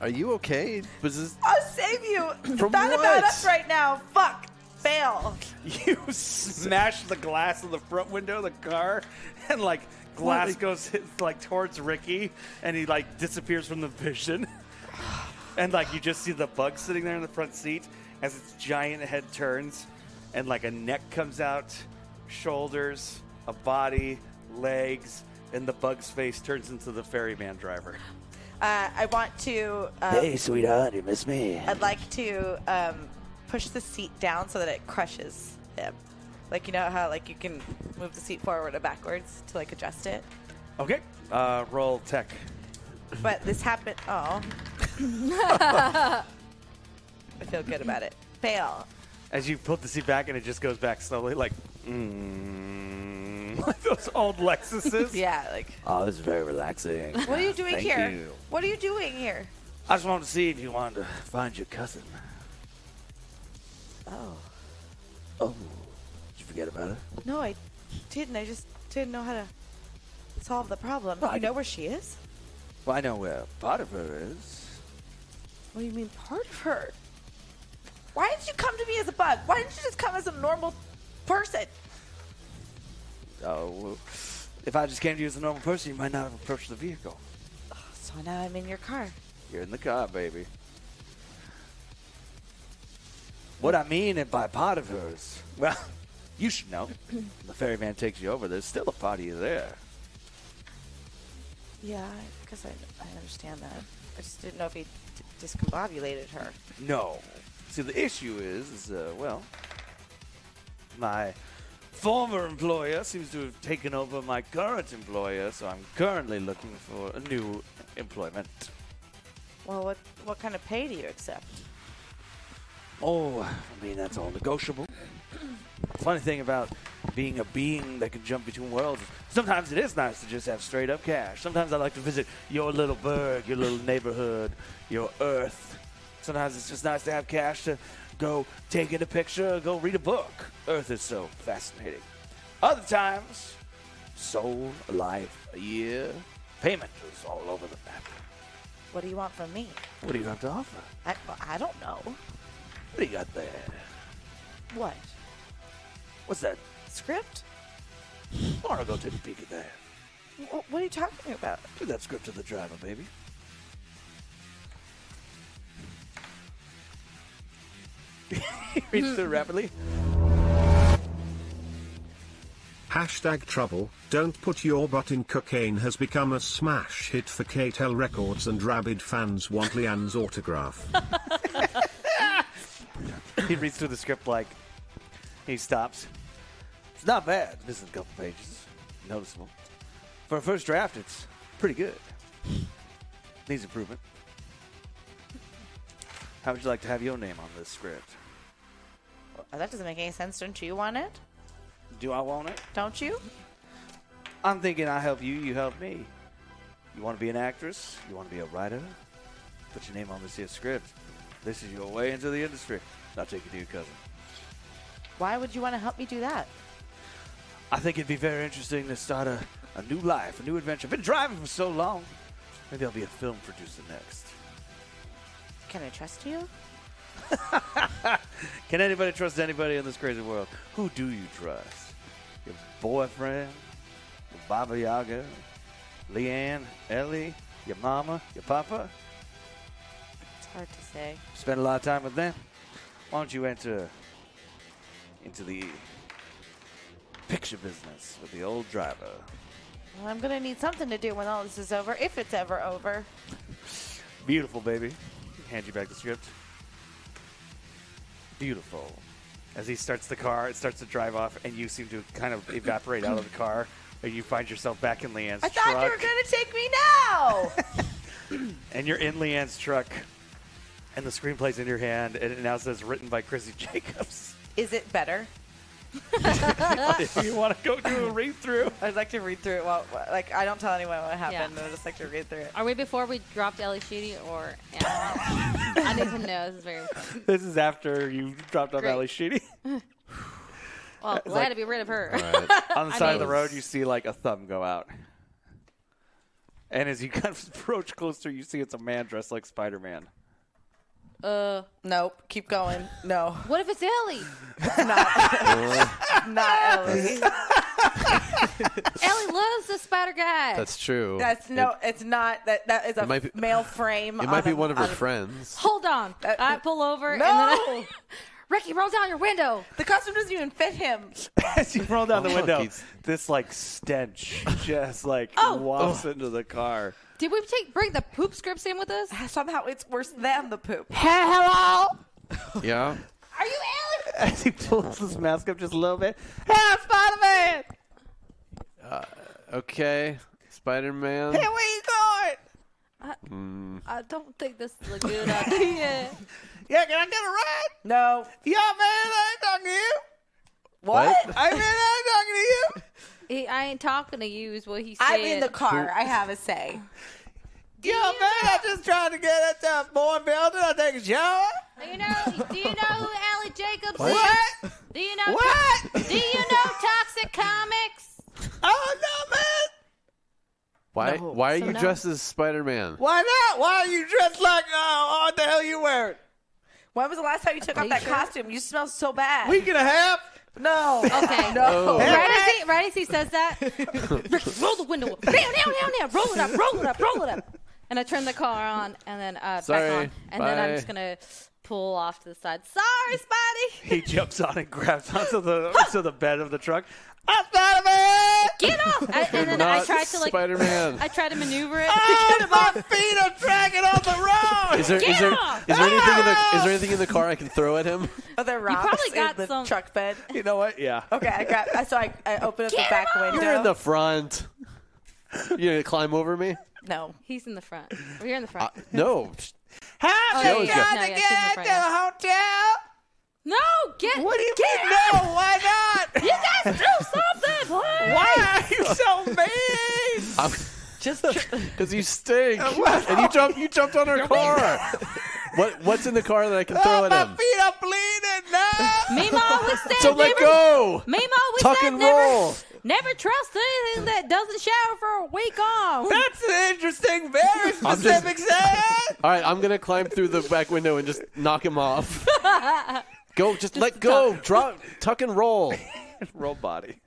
S6: Are you okay? Was this?
S4: I'll save you. It's
S6: From
S4: not
S6: what?
S4: about us right now. Fuck. fail.
S6: You smash the glass of the front window of the car, and like glass goes like towards Ricky, and he like disappears from the vision. And like you just see the bug sitting there in the front seat as its giant head turns, and like a neck comes out, shoulders, a body, legs, and the bug's face turns into the ferryman driver.
S4: Uh, I want to. Uh,
S2: Hey, sweetheart, you miss me?
S4: I'd like to um, push the seat down so that it crushes him. Like you know how like you can move the seat forward or backwards to like adjust it.
S6: Okay, uh, roll tech.
S4: But this happened. Oh, I feel good about it. Fail.
S6: As you put the seat back, and it just goes back slowly, like mm, like those old Lexuses.
S4: Yeah, like
S2: Oh, it's very relaxing.
S4: what are you doing
S2: Ah, Thank
S4: here?
S2: you.
S4: What are you doing here?
S2: I just wanted to see if you wanted to find your cousin. Oh. Oh. Did you forget about her?
S4: No, I didn't. I just didn't know how to solve the problem.
S2: Well, I
S4: you know
S2: didn't-
S4: where she is?
S2: Well, I know where part of her is.
S4: What do you mean part of her? Why did you come to me as a bug? Why didn't you just come as a normal person?
S2: Oh, well, if I just came to you as a normal person, you might not have approached the vehicle.
S4: So now I'm in your car.
S2: You're in the car, baby. What I mean and by part of hers, well, you should know. the ferryman takes you over. There's still a part of you there.
S4: Yeah, I guess I, I understand that. I just didn't know if he d- discombobulated her.
S2: No. See, the issue is, is uh, well, my former employer seems to have taken over my current employer, so I'm currently looking for a new employment.
S4: Well, what what kind of pay do you accept?
S2: Oh, I mean, that's all negotiable. Funny thing about being a being that can jump between worlds, sometimes it is nice to just have straight up cash. Sometimes I like to visit your little burg, your little neighborhood, your earth. Sometimes it's just nice to have cash to go take in a picture, go read a book. Earth is so fascinating. Other times, soul, life, a year, payment is all over the map.
S4: What do you want from me?
S2: What do you have to offer?
S4: I, well, I don't know.
S2: What do you got there?
S4: What?
S2: What's that?
S4: Script?
S2: I want to go take a peek at that.
S4: Wh- what are you talking about?
S2: Give that script to the driver, baby.
S4: Mm-hmm.
S2: Reads through rapidly.
S7: Hashtag trouble, don't put your butt in cocaine has become a smash hit for KTEL Records and rabid fans want Leanne's autograph.
S6: He reads through the script like he stops.
S2: It's not bad. Missing a couple pages. Noticeable. For a first draft, it's pretty good. Needs improvement. How would you like to have your name on this script?
S4: Well, that doesn't make any sense. Don't you want it?
S2: Do I want it?
S4: Don't you?
S2: I'm thinking I help you, you help me. You want to be an actress? You want to be a writer? Put your name on this here script. This is your way into the industry. I'll take you to your cousin.
S4: Why would you want to help me do that?
S2: I think it'd be very interesting to start a, a new life, a new adventure. I've been driving for so long. Maybe I'll be a film producer next.
S4: Can I trust you?
S2: Can anybody trust anybody in this crazy world? Who do you trust? Your boyfriend? Your Baba Yaga? Leanne? Ellie? Your mama? Your papa?
S4: It's hard to say.
S2: Spend a lot of time with them? Why don't you enter into the picture business with the old driver?
S4: Well, I'm gonna need something to do when all this is over, if it's ever over.
S6: Beautiful, baby. Hand you back the script. Beautiful. As he starts the car, it starts to drive off, and you seem to kind of evaporate out of the car, and you find yourself back in Leanne's
S4: I
S6: truck.
S4: thought you were gonna take me now.
S6: and you're in Leanne's truck, and the screenplay's in your hand, and it now says written by Chrissy Jacobs.
S4: is it better?
S6: if you want to go do a read through,
S4: I'd like to read through it. While, like I don't tell anyone what happened.
S3: Yeah.
S4: I just like to read through it.
S3: Are we before we dropped Ellie Sheedy or Anna? I need to know. This is very
S6: this is after you dropped off
S3: Great.
S6: Ali Sheedy.
S3: well. Glad to be rid of her.
S6: On the side of the road, you see like a thumb go out. And as you kind of approach closer, you see it's a man dressed like Spider Man.
S3: Uh,
S4: Nope. Keep going. No.
S3: what if it's Ellie?
S4: Not Ellie.
S3: Ellie loves the spider guy.
S6: That's true.
S4: That's no. It's not. That that is a
S6: might be-
S4: male frame.
S6: It
S4: on
S6: might be
S4: a-
S6: one of her
S4: on a-
S6: friends.
S3: Hold on. I pull over and then
S4: No.
S3: I, Ricky, roll down your window.
S4: The costume doesn't even fit him.
S5: As you roll down the
S6: Oh,
S5: window,
S6: he's-
S5: this like stench just like
S4: Oh.
S5: wafts into the car.
S3: Did we take bring the poop scripts in with us?
S4: Somehow it's worse than the poop.
S5: Hello.
S6: Yeah.
S4: Are you Ellie?
S5: As he pulls his mask up just a little bit. Hey, Spider Man!
S6: Okay. Spider Man.
S5: Hey, where you going?
S3: I don't think this is a good idea.
S5: Yeah, can I get a ride?
S4: No.
S5: Yeah, man, I ain't talking to you.
S4: What?
S5: I mean, I ain't talking
S3: He- uh, I ain't talking to you, is what he said.
S4: I'm in the car. I have a say.
S5: to you. Yeah, man, I'm just trying to get at that boy building. I take a shower.
S3: You know, do you know who Ellie Jacobs is?
S5: What?
S3: Do you know?
S5: What?
S3: Do you know Toxic Comics?
S5: Oh, no, man.
S6: Why? Why are
S3: So
S6: you
S3: no.
S6: dressed as Spider Man?
S5: Why not? Why are you dressed like, oh, what the hell you wearing?
S4: When was the last time you took off that costume? You smell so bad.
S5: Week and a half?
S4: no.
S3: Okay.
S4: No.
S3: Right as, he, right as he says that, Ricky, roll the window up. Down, down, down, down. Roll it up, roll it up, roll it up. And I turn the car on and then uh,
S6: Sorry.
S3: back on. And then I'm
S6: Bye.
S3: just going to pull off to the side. Sorry, Spotty.
S5: He jumps on and grabs onto the, onto the bed of the truck. I'm Spider Man!
S3: Get off. I, and then I
S6: Not
S3: tried to, like,
S6: Spider-Man.
S3: I tried to maneuver it.
S5: My feet are dragging on the road!
S6: Is there is
S3: Get
S6: there,
S3: off!
S6: is there anything in the is there anything in the car I can throw at him?
S4: Other Oh, rocks
S3: probably got
S4: in the
S3: some-
S4: truck bed.
S5: you know what? Yeah.
S4: Okay, I got. I- So I, I open up the
S3: Get
S4: back
S3: him out!
S4: window.
S6: You're in the front. You gonna climb over me?
S4: no.
S3: He's in the front. Or you're in the front.
S6: Uh, No.
S5: How
S3: yeah,
S6: you
S3: yeah.
S6: got
S3: No,
S5: to
S3: yeah, she's
S5: get
S3: in the
S5: out to
S3: front,
S5: the
S3: yeah.
S5: hotel?
S3: No, get
S5: What do you
S3: get
S5: mean?
S3: out.
S5: No, why not?
S3: You guys do something. What?
S5: Why are you so mean?
S6: Just because you stink and you jumped you jumped on our car. what what's in the car that I can throw
S5: Oh,
S6: at
S5: my
S6: him?
S5: feet are bleeding now.
S3: Mima always said
S6: So let
S3: never-
S6: go.
S3: Mima always
S6: Tuck
S3: said
S6: and
S3: never,
S6: roll.
S3: never trust anything that doesn't shower for a week on.
S5: That's an interesting, very
S6: I'm just-
S5: specific sound.
S6: All right, I'm gonna climb through the back window and just knock him off. go, just, let go, drop, tuck and roll.
S5: Roll body.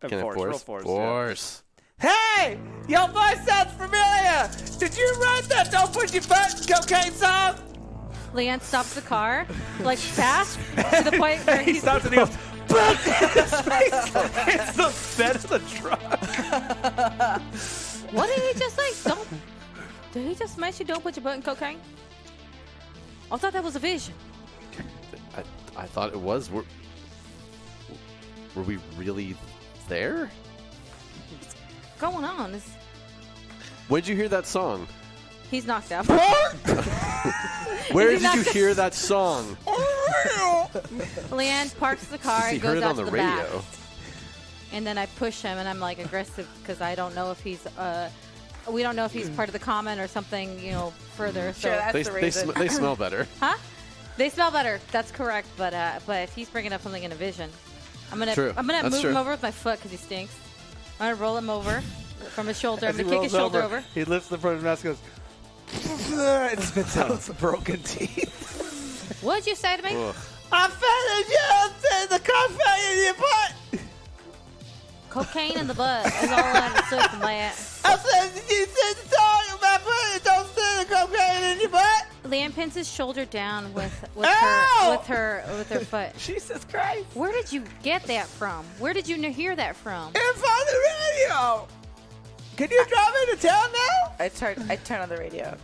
S6: Can I force? Force.
S5: Hey, your voice sounds familiar. Did you write that? Don't put your butt in cocaine song.
S3: Leanne stops the car, like fast, to the point where
S5: He
S3: he's
S5: stops and he goes. "Butt in his face." it's the bed of the truck.
S3: What did he just say? Don't. Did he just mention don't put your butt in cocaine? I thought that was a vision.
S6: I, I thought it was. Were, were we really there?
S3: Going on. It's,
S6: When did you hear that song?
S3: he's knocked out.
S6: Where
S3: Is
S6: did
S3: he
S6: you
S3: not-
S6: hear that song?
S3: Leanne parks the car
S6: he
S3: and
S6: heard
S3: goes
S6: it
S3: out
S6: on the
S3: to the back.
S6: radio.
S3: And then I push him, and I'm like aggressive because I don't know if he's. Uh, we don't know if he's part of the common or something, you know, further.
S4: Mm-hmm.
S3: So
S4: Sure, that's
S6: They,
S4: the
S6: they,
S4: reason.
S6: sm- they smell better.
S3: Huh? They smell better. That's correct. But uh, but if he's bringing up something in a vision, I'm gonna
S6: True.
S3: I'm gonna
S6: That's
S3: move him
S6: true.
S3: over with my foot because he stinks. I'm gonna roll him over from his shoulder. I'm
S5: As he
S3: gonna kick
S5: rolls
S3: his shoulder over.
S5: He lifts the front of his mask and goes. and spits out some broken teeth.
S3: What'd you say to me?
S5: I found it, yeah, the car fell in your butt.
S3: Cocaine in the butt is all I understood from that.
S5: I said, you said sorry, my brother don't send the cocaine in your butt.
S3: Leanne pins his shoulder down with with
S5: Ow!
S3: her with her with her foot.
S5: Jesus Christ.
S3: Where did you get that from? Where did you n- hear that from?
S5: It's on the radio. Can you drive into town now?
S4: I turn. I turn on the radio.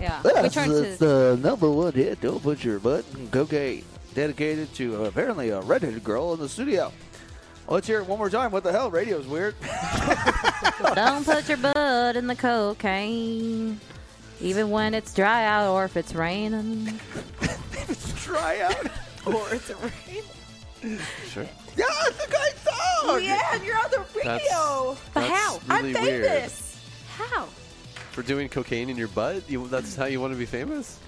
S3: Yeah,
S2: Well,
S3: we turned
S2: it's
S3: to
S2: the number one hit, Don't Put Your Butt in Cocaine, dedicated to uh, apparently a redheaded girl in the studio. Let's hear it one more time. What the hell? Radio's weird.
S3: don't put your butt in the cocaine, even when it's dry out or if it's raining.
S5: Try out.
S3: Oh,
S4: Or it's a rain.
S5: yeah, it's a great song.
S4: Oh, Yeah, you're on the radio.
S3: But
S6: That's
S3: how?
S6: Really
S4: I'm
S6: weird.
S4: famous.
S3: How?
S6: For doing cocaine in your butt? You, that's how you want to be famous?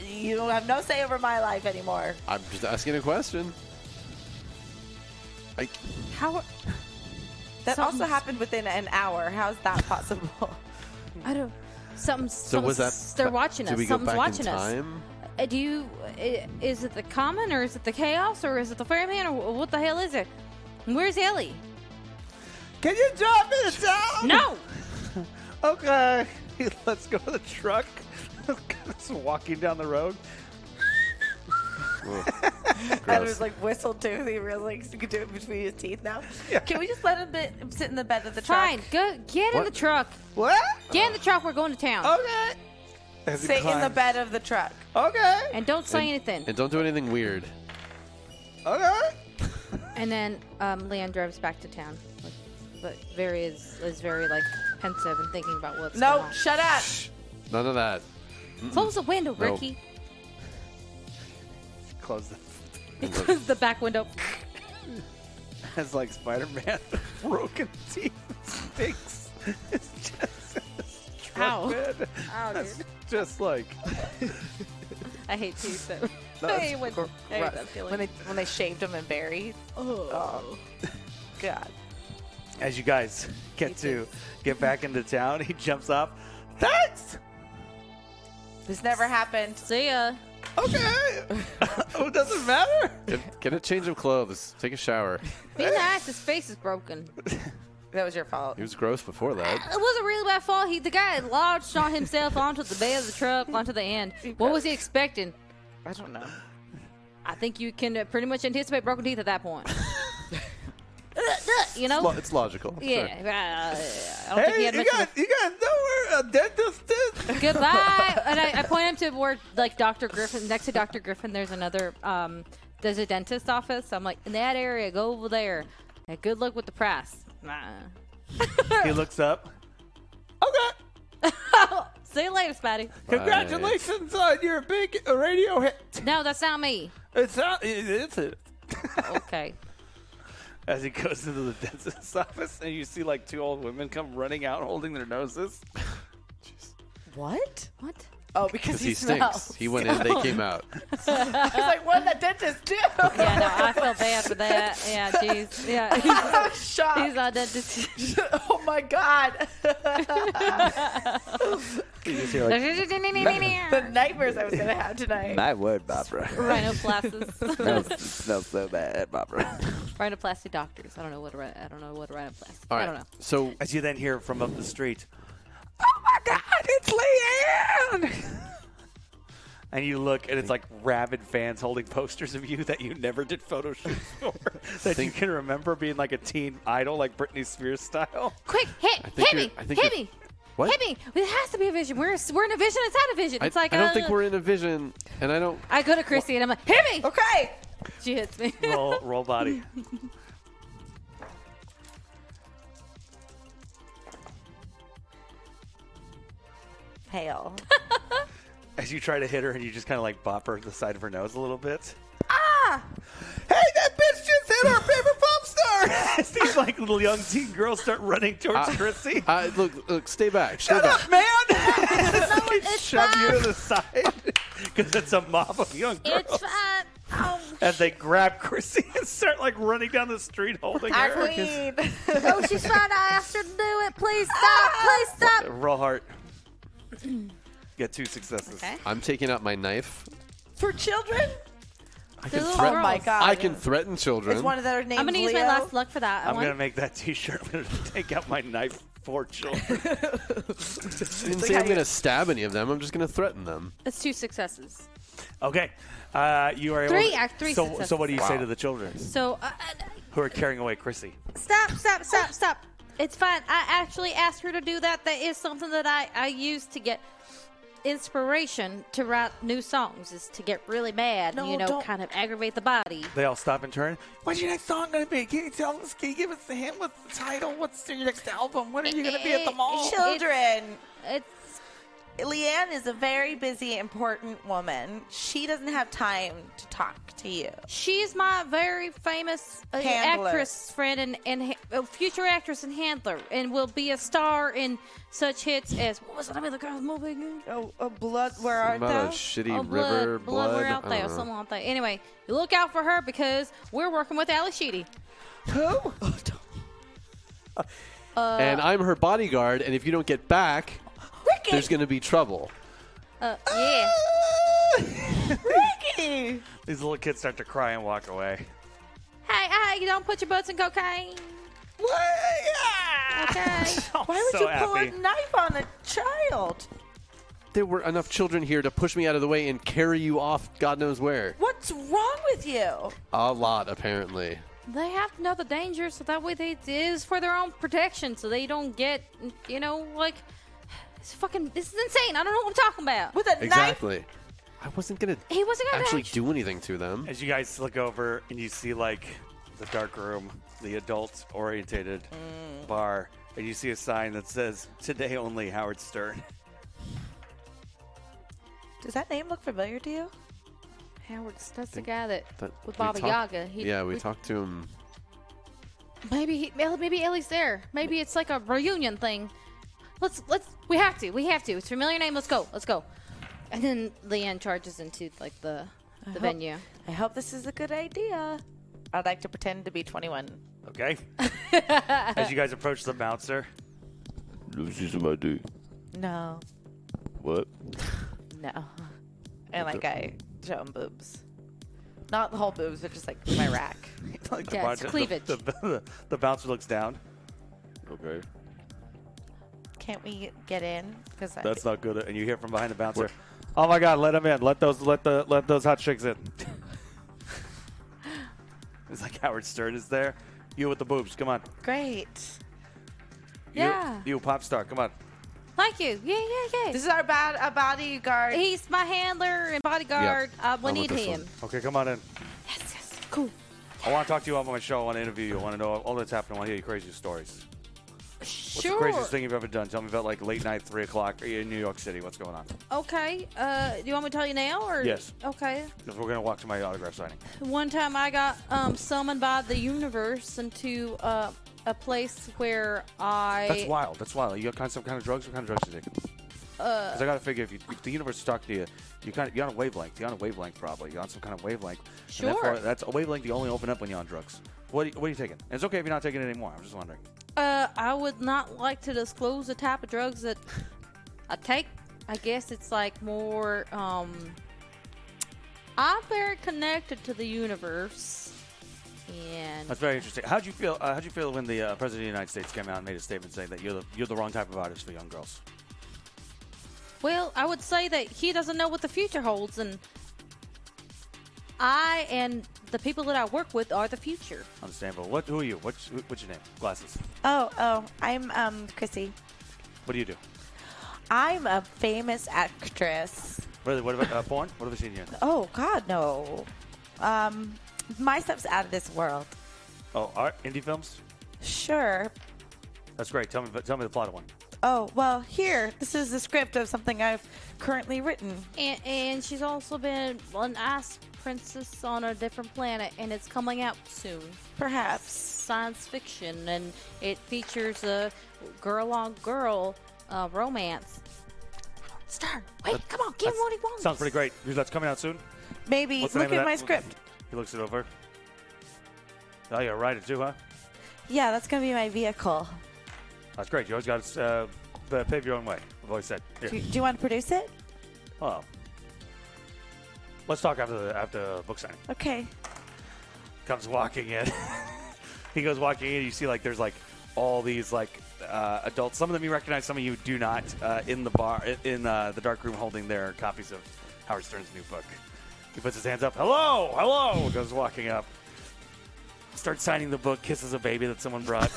S4: You don't have no say over my life anymore.
S6: I'm just asking a question. I,
S3: How?
S4: That
S3: Something's-
S4: also happened within an hour. How's that possible?
S3: I don't. Something's,
S6: So was that?
S3: something's- They're watching us.
S6: Did we go
S3: Something's
S6: back
S3: watching
S6: in
S3: us.
S6: time?
S3: Uh, Do you? i- Is it the common or is it the chaos or is it the fireman or wh- what the hell is it? And Where's Ellie?
S9: Can you drop me the town?
S3: No.
S2: Okay, let's go to the truck. Just walking down the road.
S4: Adam was like whistled too. He was like, you could do it between his teeth now. Can we just let him bit, sit in the bed of the truck?
S3: Fine. Go get in the truck.
S2: What?
S3: Get in the truck. We're going to town.
S4: Oh.
S2: Okay. As he
S4: Sit in the
S2: climbs.
S4: bed of the truck.
S2: Okay.
S3: And don't say anything.
S6: And don't do anything weird.
S2: Okay.
S3: And then um, Leon drives back to town. Like, but Very is, is very like pensive and thinking about what's
S4: No,
S3: going on.
S4: shut up.
S6: None of that.
S3: Close the window,
S6: No.
S3: Ricky.
S2: Close the.
S3: Close the back window.
S2: It's like Spider Man. Broken teeth. Stinks. It's just. It's
S3: Ow.
S2: bed.
S3: Ow, dude.
S2: Just like.
S3: I hate teeth. So.
S2: it's
S3: I hate
S2: gr-
S3: I hate
S2: gross.
S3: that feeling.
S4: When they when they shaved him and buried. Um,
S3: oh.
S4: God.
S2: As you guys get to get back into town, he jumps off. Thanks.
S4: This never happened.
S3: See ya.
S2: Okay. Oh, it doesn't matter.
S6: Get, get a change of clothes. Take a shower.
S3: Be nice. His face is broken.
S4: That was your fault.
S6: He was gross before that.
S3: It wasn't really my fault. He, the guy lodged on himself onto the bed of the truck, onto the end. What was he expecting?
S4: I don't know.
S3: I think you can uh, pretty much anticipate broken teeth at that point. you know?
S6: Lo- It's logical.
S3: Yeah.
S6: Sure.
S3: uh, I don't think he
S2: Hey,
S3: had
S2: you
S3: much of a
S2: guys, you guys know where a dentist is?
S3: Goodbye. and I, I point him to where, like, Dr. Griffin, next to Dr. Griffin, there's another, um, there's a dentist office. I'm like, in that area, go over there. Hey, good luck with the price. Nah.
S2: He looks up. Okay.
S3: See you later, Spotty.
S2: Congratulations on your big radio hit.
S3: No, that's not me.
S2: It's not. it- It's it.
S3: Okay.
S2: As he goes into the dentist's office, and you see like two old women come running out holding their noses.
S4: What?
S3: What?
S4: Oh, because
S6: Uh, He stinks. He went in. They came out.
S4: I was like, what did that dentist do?
S3: Yeah, no, I felt bad for that. Yeah, jeez. Yeah. He's,
S4: I was shocked.
S3: he's on that dis-
S4: oh my god. the nightmares I was gonna have tonight.
S9: My word, Barbara.
S3: rhinoplasts.
S9: Smells- it smells so bad, Barbara.
S3: Rhinoplasty doctors. I don't know what rhi- I don't know what rhinoplasty.
S6: All right.
S3: I don't know.
S6: So
S2: As you then hear from up the street, "Oh my God, it's Leanne!" and you look, and it's like rabid fans holding posters of you that you never did photo shoots for, that you can remember being like a teen idol, like Britney Spears style.
S3: Quick, hit,
S6: think
S3: hit
S6: you're-
S3: me,
S6: I think
S3: hit
S6: you're-
S3: me.
S6: What?
S3: Hit me. It has to be a vision. We're, we're in a vision inside a vision.
S6: I,
S3: It's like
S6: I don't
S3: uh,
S6: think we're in a vision, and I don't.
S3: I go to Chrissy and I'm like, hit me.
S4: Okay.
S3: She hits me.
S2: Roll, roll body.
S4: Hail.
S2: As you try to hit her, and you just kind of like bop her the side of her nose a little bit. Ah!
S9: Hey, that bitch just hit our favorite pop star.
S2: As these like little young teen girls start running towards
S6: Ah.
S2: Chrissy.
S6: Uh, look, look, stay back. Stay back.
S2: man! they shove you to the side because it's a mob of young girls.
S3: it's fine. Oh,
S2: As they grab Chrissy and start like running down the street holding
S4: Our
S2: her.
S4: queen.
S3: oh, she's fine. I asked her to do it. Please stop. Please stop.
S2: Roll heart. Get two successes.
S3: Okay.
S6: I'm taking out my knife.
S4: For children?
S3: They're little
S6: threat-
S4: Oh my
S3: girls.
S4: god.
S6: I can threaten children.
S4: Is one of their names
S3: I'm gonna use my
S4: Leo?
S3: last luck for that. I
S2: I'm
S3: want-
S2: gonna make that T-shirt. I'm gonna take out my knife for children.
S6: I didn't say I'm going to stab any of them. I'm just going to threaten them.
S3: It's two successes.
S2: Okay, uh, you are
S3: Three,
S2: Able
S3: act- three
S2: So,
S3: successes.
S2: so what do you say to the children
S3: So, uh, uh,
S2: who are carrying away Chrissy?
S3: stop, stop, stop, stop. It's fine. I actually asked her to do that. That is something that I, I use to get inspiration to write new songs is to get really mad,
S4: No,
S3: you know,
S4: don't-
S3: kind of aggravate the body.
S2: They all stop and turn. When's your next song gonna be? Can you tell us? Can you give us the hint? What's the title? What's your next album? When are you gonna be at the mall?
S4: Children.
S3: It's
S4: Leanne is a very busy, important woman. She doesn't have time to talk to you.
S3: she's my very famous uh,
S4: Handler.
S3: actress friend and and ha- uh, future actress and handler, and will be a star in such hits as what was the name of the girl's movie? again?
S4: Oh, a blood. Where art
S6: About
S4: thou?
S6: a shitty
S3: Oh,
S6: river Uh, Uh-huh.
S3: blood, blood, we're out
S6: I
S3: there,
S6: don't
S3: or
S6: know.
S3: something like that. Anyway, look out for her because we're working with Ally Sheedy. uh,
S6: and I'm her bodyguard, and if you don't get back,
S4: Ricky!
S6: there's going to be trouble.
S3: Uh, yeah.
S2: These little kids start to cry and walk away.
S3: Hey, hey, you don't put your butts in cocaine. Okay.
S4: Why would
S2: so
S4: you pull
S2: happy.
S4: a knife on a child?
S6: There were enough children here to push me out of the way and carry you off God knows where.
S4: What's wrong with you?
S6: A lot, apparently.
S3: They have to know the danger so that way they it is for their own protection so they don't get you know, like it's fucking this is insane. I don't know what I'm talking about.
S4: With a knife?
S6: Exactly. I wasn't going to
S3: He wasn't gonna
S6: actually
S3: act-
S6: do anything to them.
S2: As you guys look over and you see like the dark room, the adult orientated
S4: Mm.
S2: bar, and you see a sign that says "Today only Howard Stern."
S4: Does that name look familiar to you?
S3: Howard that's the guy that,
S6: But
S3: with
S6: we
S3: Baba
S6: talked-
S3: Yaga. He-
S6: yeah, we talked to him.
S3: Maybe he, well, maybe Ellie's there. Maybe it's like a reunion thing. Let's let's we have to. We have to. It's familiar name. Let's go. Let's go. And then Leanne charges into like the the venue.
S4: I hope this is a good idea. I'd like to pretend to be 21.
S2: Okay. As you guys approach the bouncer,
S9: Lucy's my dude.
S4: No,
S9: What?
S4: no. And like I show him boobs. Not the whole boobs, but just like my rack.
S2: like the
S3: Yeah, it's
S2: bartender-
S3: cleavage.
S2: The, the- the bouncer looks down.
S9: Okay.
S4: Can't we get in? Because
S2: That's not good. And you hear from behind the bouncer, "Oh my God, let him in! Let those let the let those hot chicks in." it's like Howard Stern is there. You with the boobs, come on.
S4: great.
S2: You-
S3: Yeah.
S2: You, pop star, come on.
S3: Thank you. Yeah, yeah, yeah.
S4: This is our, bad, our bodyguard.
S3: He's my handler and bodyguard.
S6: Yeah,
S3: Uh, we
S6: I'm with
S3: need
S6: this
S3: him.
S6: one.
S2: Okay, come on in.
S3: Yes, yes. Cool.
S2: I want to talk to you on my show. I want to interview you. I want to know all that's happening. I want to hear your craziest stories. What's
S3: sure.
S2: the craziest thing you've ever done? Tell me about like late night, three o'clock are you in New York City. What's going on?
S3: Okay. Uh, do you want me to tell you now or?
S2: Yes.
S3: Okay.
S2: Because we're gonna walk to my autograph signing.
S3: One time I got um, summoned by the universe into uh, a place where I.
S2: That's wild. That's wild. You got kind of, some kind of drugs. What kind of drugs you taking?
S3: Uh,
S2: Because I gotta figure if, you, if the universe is talking to you, you kind of you're on a wavelength. You're on a wavelength probably. You're on some kind of wavelength.
S3: Sure.
S2: And therefore, that's a wavelength you only open up when you're on drugs. What are you, what are you taking? And it's okay if you're not taking it anymore. I'm just wondering.
S3: Uh, I would not like to disclose the type of drugs that I take. I guess it's like more. Um, I'm very connected to the universe, and
S2: That's very interesting. How'd you feel? Uh, how'd you feel when the uh, president of the United States came out and made a statement saying that you're the you're the wrong type of artist for young girls?
S3: Well, I would say that he doesn't know what the future holds, and I and the people that I work with are the future.
S2: Understandable. What? Who are you? What's who- what's your name? Glasses.
S4: oh, oh, I'm um Chrissy.
S2: What do you do?
S4: I'm a famous actress.
S2: Really? What about uh, porn? What have I seen you? in?
S4: Oh God, no. Um, my stuff's out of this world.
S2: Oh, art, indie films.
S4: Sure.
S2: That's great. Tell me tell me the plot of one.
S4: Oh well, here. This is the script of something I've currently written.
S3: And, and she's also been an ice princess on a different planet, and it's coming out soon.
S4: Perhaps.
S3: Science fiction, and it features a girl on girl uh, romance. Stern, wait, come on, give him what he wants.
S2: Sounds pretty great. That's coming out soon.
S4: Maybe.
S2: What's the
S4: Look
S2: name
S4: at
S2: of
S4: my
S2: that?
S4: script.
S2: He looks it over. Oh, you're a writer too, huh?
S4: Yeah, that's gonna be my vehicle.
S2: That's great. You always got to uh, uh, pave your own way. I've always said. Here.
S4: Do, do you want to produce it?
S2: Oh. Let's talk after the after book signing.
S4: Okay.
S2: comes walking in. he goes walking in. You see, like, there's like all these like uh, adults. Some of them you recognize, some of you do not. Uh, in the bar, in uh, the dark room, holding their copies of Howard Stern's new book. He puts his hands up. Hello, hello. Goes walking up. Starts signing the book. Kisses a baby that someone brought.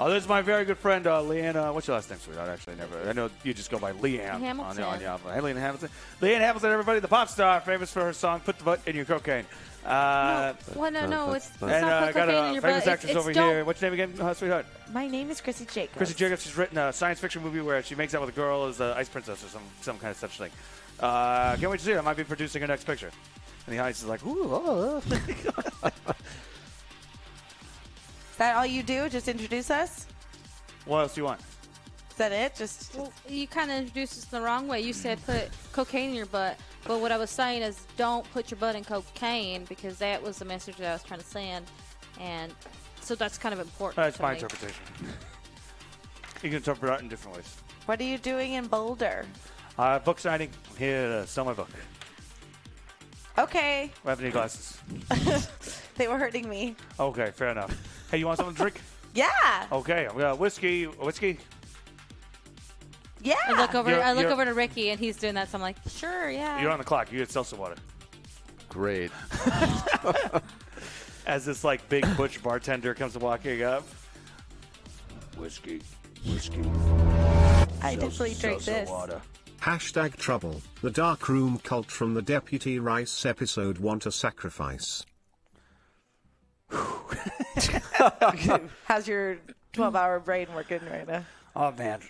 S2: Oh, this is my very good friend, uh, Leanne. Uh, what's your last name, sweetheart? Actually, never. I know you just go by Leanne.
S3: Hamilton.
S2: On, on, yeah, but Leanne Hamilton. Leanne Hamilton, everybody, the pop star, famous for her song "Put the Butt in Your Cocaine." Uh,
S3: well, no, no,
S6: that's-
S3: it's, it's
S6: that's-
S2: and
S3: not
S2: uh,
S3: put
S2: got
S3: cocaine
S2: a
S3: in your
S2: famous
S3: butt. It's,
S2: actress
S3: it's
S2: over
S3: don't-
S2: here. What's your name again, uh, sweetheart?
S4: My name is Chrissy Jacobs.
S2: Chrissy Jacobs. She's written a science fiction movie where she makes out with a girl as the ice princess or some some kind of such thing. Uh, can't wait to see it. I might be producing her next picture. And the audience is like, "Ooh, oh, oh."
S4: Is that all you do? Just introduce us?
S2: what else do you want?"
S4: Is that it? Just
S3: Well, you kind of introduced us the wrong way. You said put cocaine in your butt, but what I was saying is don't put your butt in cocaine because that was the message that I was trying to send, and so that's kind of important.
S2: That's
S3: to
S2: Uh, my
S3: me.
S2: interpretation. You can interpret art in different ways.
S4: What are you doing in Boulder?
S2: Uh, book signing. Here, uh, sell my book.
S4: Okay,
S2: I have any glasses.
S4: they were hurting me.
S2: Okay, fair enough. Hey, you want something to drink?
S4: Yeah,
S2: Okay, I'm gonna whiskey, whiskey.
S4: yeah.
S3: I look over.
S2: You're-
S3: I look
S2: you're-
S3: over to Ricky, and he's doing that. So I'm like, sure, yeah.
S2: You're on the clock. You get seltzer water.
S6: Great.
S2: As this like big butch bartender comes walking up.
S8: Whiskey, whiskey,
S4: I definitely drink
S8: seltzer
S4: this.
S8: water.
S7: Hashtag trouble. The dark room cult from the Deputy Rice episode want a sacrifice.
S4: How's your 12-hour brain working right now?
S8: Oh man.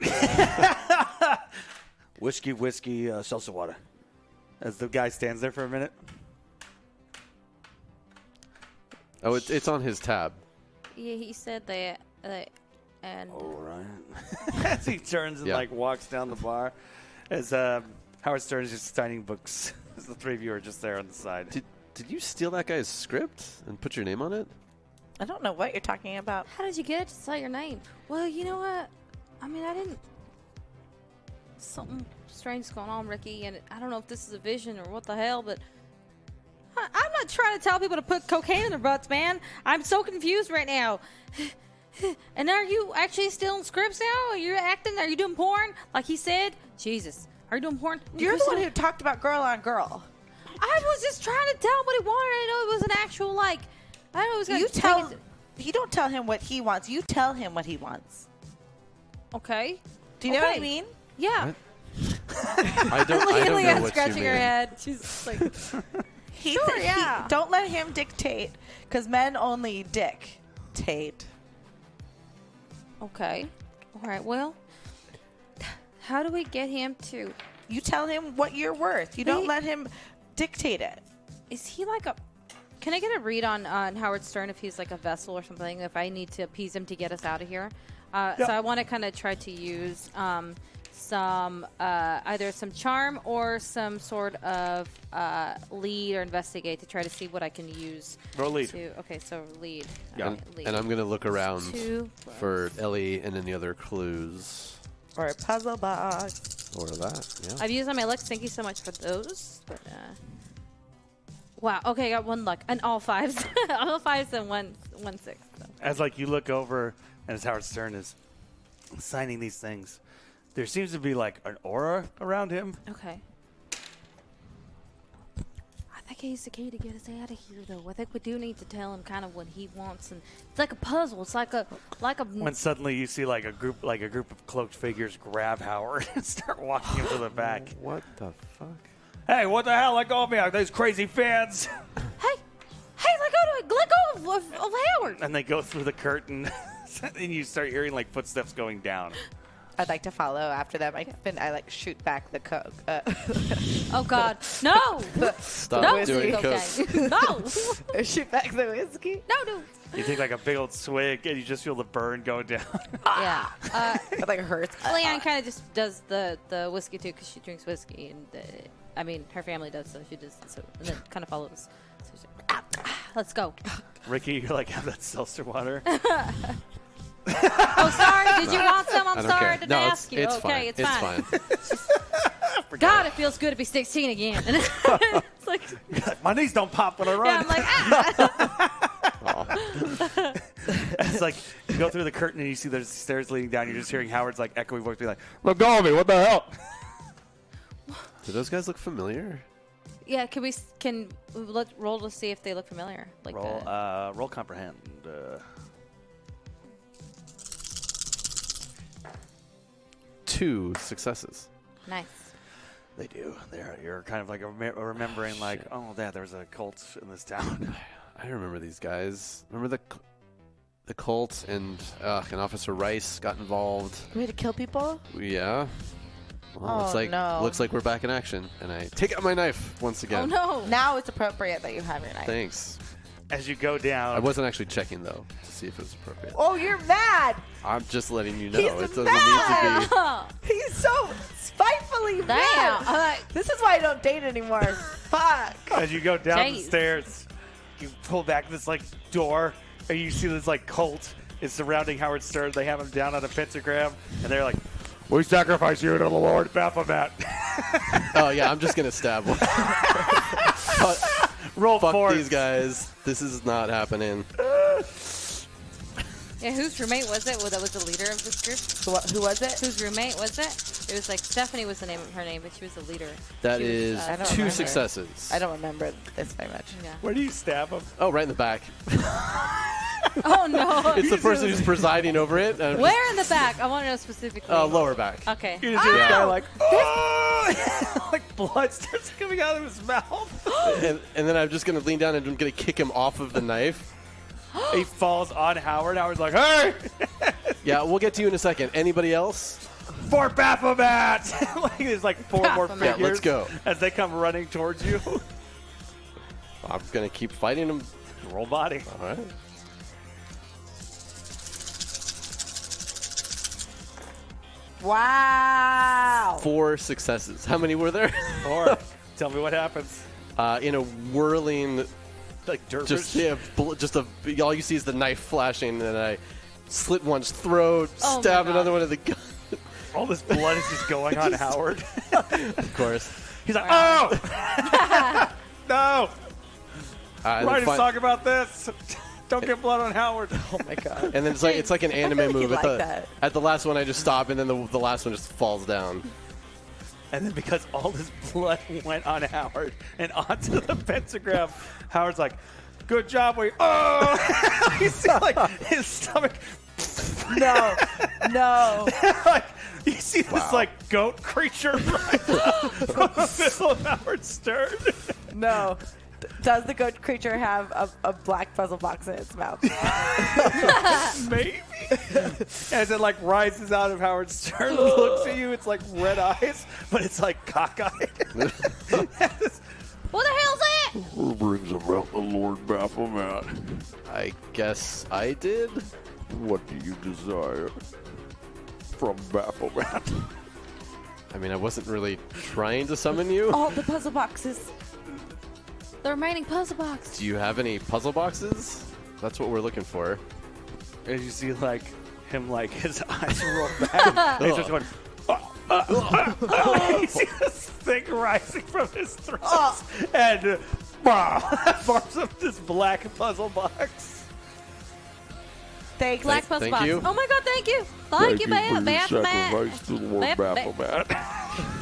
S8: whiskey, whiskey, uh, seltzer water.
S2: As the guy stands there for a minute.
S6: Oh, it's it's on his tab.
S3: Yeah, he said that. that and
S8: All right.
S2: As he turns and
S6: Yeah.
S2: like walks down the bar. As uh, Howard Stern is just signing books. As the three of you are just there on the side.
S6: Did did you steal that guy's script and put your name on it?
S4: I don't know what you're talking about.
S3: how did you get it to say your name? Well, you know what? I mean, I didn't. Something strange's going on, Ricky, and I don't know if this is a vision or what the hell, but I, I'm not trying to tell people to put cocaine in their butts, man. I'm so confused right now. and are you actually stealing scripts now? Are you acting? Are you doing porn? Like he said, Jesus, are you doing porn?
S4: You're the one who talked about girl on girl.
S3: I was just trying to tell him what he wanted. I know it was an actual like. I know it was gonna
S4: You
S3: take
S4: tell.
S3: it-
S4: You don't tell him what he wants. You tell him what he wants.
S3: Okay.
S4: Do you know what I
S3: Okay.
S4: mean?
S3: Yeah.
S6: What? I don't, I don't
S3: Leanne's
S6: know what you
S3: scratching
S6: mean.
S3: her head. She's like,
S4: He
S3: Sure,
S4: he-
S3: yeah.
S4: don't let him dictate, because men only dictate.
S3: okay. All right. Well, how do we get him to?
S4: You tell him what you're worth. You don't
S3: He-
S4: let him dictate it.
S3: Is he like a? Can I get a read on on Howard Stern if he's like a vessel or something? If I need to appease him to get us out of here, uh, so I want to kind of try to use um, some uh, either some charm or some sort of uh, lead or investigate to try to see what I can use.
S2: Roll lead.
S3: To, okay, so lead.
S6: Yeah.
S3: Okay, lead.
S6: And I'm gonna look around
S3: Two
S6: for Ellie and any other clues
S4: Or a puzzle box.
S6: or that. Yeah.
S3: I've used on my luck. Thank you so much for those. But, uh, wow. Okay, I got one luck and all fives, all fives and one one six. So.
S2: As like you look over and as Howard Stern is signing these things, there seems to be like an aura around him.
S3: Okay. I think he's the key to get us out of here, though. I think we do need to tell him kind of what he wants, and it's like a puzzle. It's like a like a.
S2: When suddenly you see like a group like a group of cloaked figures grab Howard and start walking him to the back.
S6: What the fuck?
S2: Hey, what the hell? Let go of me! Are these crazy fans?
S3: hey, hey, let go to let go of, of, of Howard.
S2: And they go through the curtain, and you start hearing like footsteps going down.
S4: I'd like to follow after them. I then I like shoot back the coke. Uh,
S3: Oh God, no,
S6: Stop
S3: no,
S6: doing
S3: okay.
S6: coke.
S3: no,
S4: shoot back the whiskey.
S3: no, no.
S2: You take like a big old swig, and you just feel the burn going down.
S3: Yeah. Uh,
S4: It like hurts.
S3: Leanne kind of just does the, the whiskey too because she drinks whiskey, and uh I mean her family does, so she does. So and then kind of follows. So she's like, "Ah, ah, let's go.
S2: Ricky, you're like, have that seltzer water.
S3: Oh, sorry. Did you want some? I'm
S6: I don't
S3: sorry. I
S6: care.
S3: didn't
S6: no, it's,
S3: ask you.
S6: it's
S3: okay,
S6: fine.
S3: it's fine.
S6: fine.
S3: God, it feels good to be 16 again. And it's like, yeah,
S2: My knees don't pop when I run.
S3: I'm like, ah.
S2: it's like you go through the curtain, and you see there's stairs leading down. You're just hearing Howard's like echoing voice, be like, "Let go of me! What the hell?"
S6: Do those guys look familiar?
S3: yeah. Can we? s- Can we let, roll to see if they look familiar? Like
S2: Roll,
S3: the,
S2: uh, roll comprehend. Uh,
S6: Two successes.
S3: nice.
S2: They do. They're, you're kind of like rem- remembering, like, oh, yeah, there was a cult in this
S8: Oh,
S2: town.
S6: I remember these guys. Remember the c- the cult and uh, and Officer Rice got involved.
S4: Way to kill people.
S6: Yeah. Well,
S4: Oh,
S6: looks like
S4: no.
S6: looks like we're back in action, and I take out my knife once
S3: Oh
S6: again.
S3: no.
S4: Now it's appropriate that you have your knife.
S6: Thanks.
S2: As you go down,
S6: I wasn't actually checking though to see if it was appropriate.
S4: Oh, you're mad.
S6: I'm just letting you know.
S4: He's
S6: it doesn't
S4: mad.
S6: need to
S4: He's so spitefully
S3: Damn.
S4: mad.
S3: I'm like,
S4: This is why I don't date anymore. Fuck.
S2: as you go down the
S3: Jeez.
S2: stairs, you pull back this like door, and you see this like cult is surrounding Howard Stern. They have him down on a pentagram, and they're like,
S8: We sacrifice you to the Lord.
S2: Baphomet,
S6: Oh yeah, I'm just gonna stab one. fuck
S2: roll
S6: fuck
S2: forward.
S6: these guys. This is not happening.
S3: Yeah, whose roommate was it? Well, that was the leader of this group.
S4: Who, who was it?
S3: Whose roommate was it? It was like Stephanie was the name of her name, but she was the leader.
S6: That
S3: She was,
S6: is
S3: uh,
S4: I don't
S6: two
S4: remember.
S6: successes.
S4: I don't remember this very much.
S3: Yeah.
S2: Where do you stab him?
S6: Oh, right in the back.
S3: Oh no!
S6: It's the person who's presiding over it. and I'm just-
S3: Where in the back? I want to know specifically.
S6: Uh, lower back.
S3: Okay.
S2: You just hear this
S6: Ow!
S2: guy like, oh, like blood starts coming out of his mouth.
S6: And, and then I'm just gonna lean down and I'm gonna kick him off of the knife.
S2: he falls on Howard. Howard's like, hey,
S6: Yeah, we'll get to you in a second. Anybody else?
S2: for Baphomet! like there's like four more
S3: Baphomet. Yeah,
S2: figures.
S6: let's go.
S2: As they come running towards you,
S6: I'm gonna keep fighting him.
S2: roll body.
S6: All right.
S4: Wow.
S6: Four successes. How many were there?
S2: Or tell me what happens.
S6: Uh, in a whirling,
S2: Like dervish.
S6: just yeah, bl- just a all you see is the knife flashing, and I slit one's throat,
S3: Oh my
S6: stab
S3: God.
S6: another one in the gut.
S2: All this blood is just going on Howard.
S6: Of course.
S2: He's like,
S3: Wow.
S2: oh, no.
S6: Uh, and,
S2: Write
S6: then
S2: a
S6: fi-
S2: song about this. Don't get blood on Howard. Oh my god.
S6: and then it's like it's like an anime
S4: like you'd
S6: move. At,
S4: like
S6: the,
S4: that.
S6: at the last one, I just stop, and then the, the last one just falls down.
S2: And then because all this blood went on Howard and onto the pentagram, Howard's like, good job, we oh you see like his stomach
S4: No. no.
S2: like you see this like goat creature rise up from the middle of Howard Stern.
S4: No. D- Does the goat creature have a, a black puzzle box in its mouth?
S2: Maybe. As it like rises out of Howard Stern looks at you, it's like red eyes, but it's like cockeyed.
S3: What the hell's it?
S9: Who brings about the Lord Baphomet?
S6: I guess I did.
S9: What do you desire from Baphomet?
S6: I mean, I wasn't really trying to summon you.
S3: Oh.
S4: All the puzzle boxes.
S3: The remaining puzzle box.
S6: Do you have any puzzle boxes? That's what we're looking for.
S2: As you see like him like his eyes roll back. He's just going "Ah, You see this thing rising from his throat and uh, forms up this black puzzle box.
S4: Thanks.
S3: Black
S6: Thank-
S3: puzzle
S6: thank
S3: box.
S6: you.
S3: Oh my god! Thank you. Thank, you, man. Bathman.
S9: sacrifice to the Lord
S3: Bap- ba-
S9: Baphomet.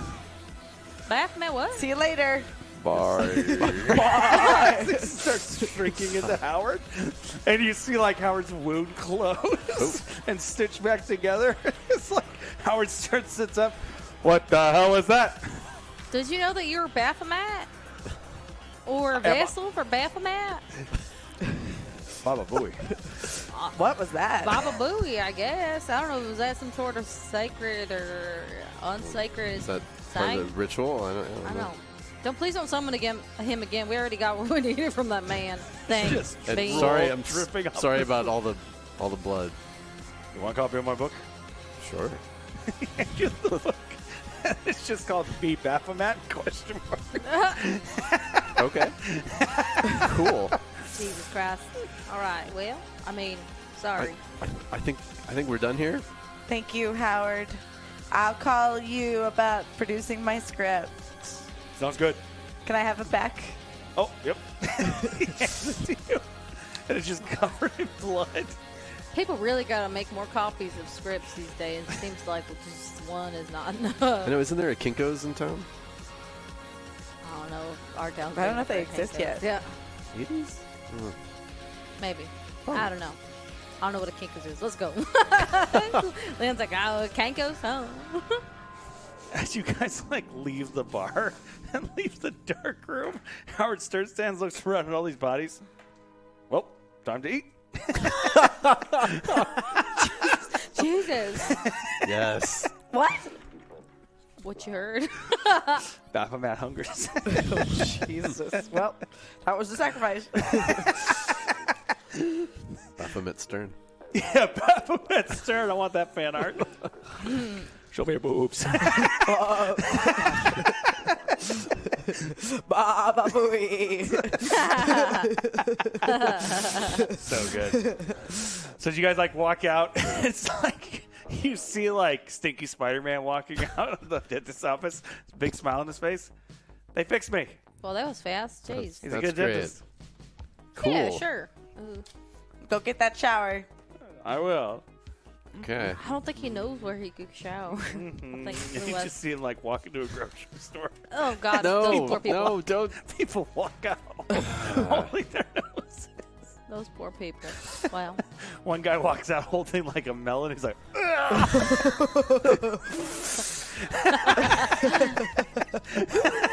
S3: Bathman. What?
S4: See you later.
S9: Bye.
S2: He starts shrinking into Howard, and you see like Howard's wound close and stitch back together. It's like Howard starts sits up. What the hell is that?
S3: Did you know that you were Baphomet? Or vessel for Baphomet?
S2: Baba Booey.
S4: What was that?
S3: Baba Booey, I guess. I don't know. Was that some sort of sacred or unsacred
S6: Is that part
S3: thing?
S6: of the ritual? I don't, I don't
S3: I
S6: know.
S3: know. Don't please don't summon again, him again. We already got what we needed from that man. Thanks.
S6: And
S3: Bean.
S6: sorry, I'm s-
S2: dripping off
S6: sorry
S2: the
S6: about all the all the blood.
S2: You want a copy of my book?
S6: Sure.
S2: Just the book. it's just called Be Baphomet? Question mark.
S6: Okay. cool.
S3: Jesus Christ. All right. Well, I mean, sorry.
S6: I think I think we're done here.
S4: Thank you, Howard. I'll call you about producing my script.
S2: Sounds good.
S4: Can I have it back?
S2: Oh, yep. Yes, it do. and it's just covered in blood.
S3: People really got to make more copies of scripts these days. It seems like just one is not enough.
S6: I know. Isn't there a Kinkos in town?
S3: I don't know. if Our down.
S4: I don't know if they exist yet.
S3: Yeah,
S6: Eighties.
S3: maybe. I don't know. I don't know what a kinkos is. Let's go. Lynn's like, oh, kinkos, huh?
S2: As you guys like leave the bar and leave the dark room, Howard Stern stands, looks around at all these bodies. Well, time to eat.
S3: Jesus,
S6: Yes.
S4: What?
S3: what you heard?
S2: Baphomet hungers.
S4: Jesus. Well, that was the sacrifice.
S6: Baphomet Stern.
S2: yeah, Baphomet Stern. I want that fan art. Show me your boobs.
S5: Baba Booey.
S2: so good. so as you guys like walk out, it's like you see like Stinky Spider-Man walking out of the dentist's office, big smile on his face. They fixed me.
S3: Well, that was fast. Jeez.
S2: He's
S6: That's
S2: a good
S6: great.
S2: dentist.
S6: Cool.
S3: Yeah, sure. Ooh.
S4: Go get that shower.
S2: I will.
S6: Okay.
S3: I don't think he knows where he could shower. I think it
S2: you just
S3: was.
S2: see him like walk into a grocery store.
S3: Oh God, those
S6: No,
S3: poor people.
S6: no, don't.
S2: People walk out holding their nose.
S3: Those poor people. Wow.
S2: One guy walks out holding like a melon. He's like,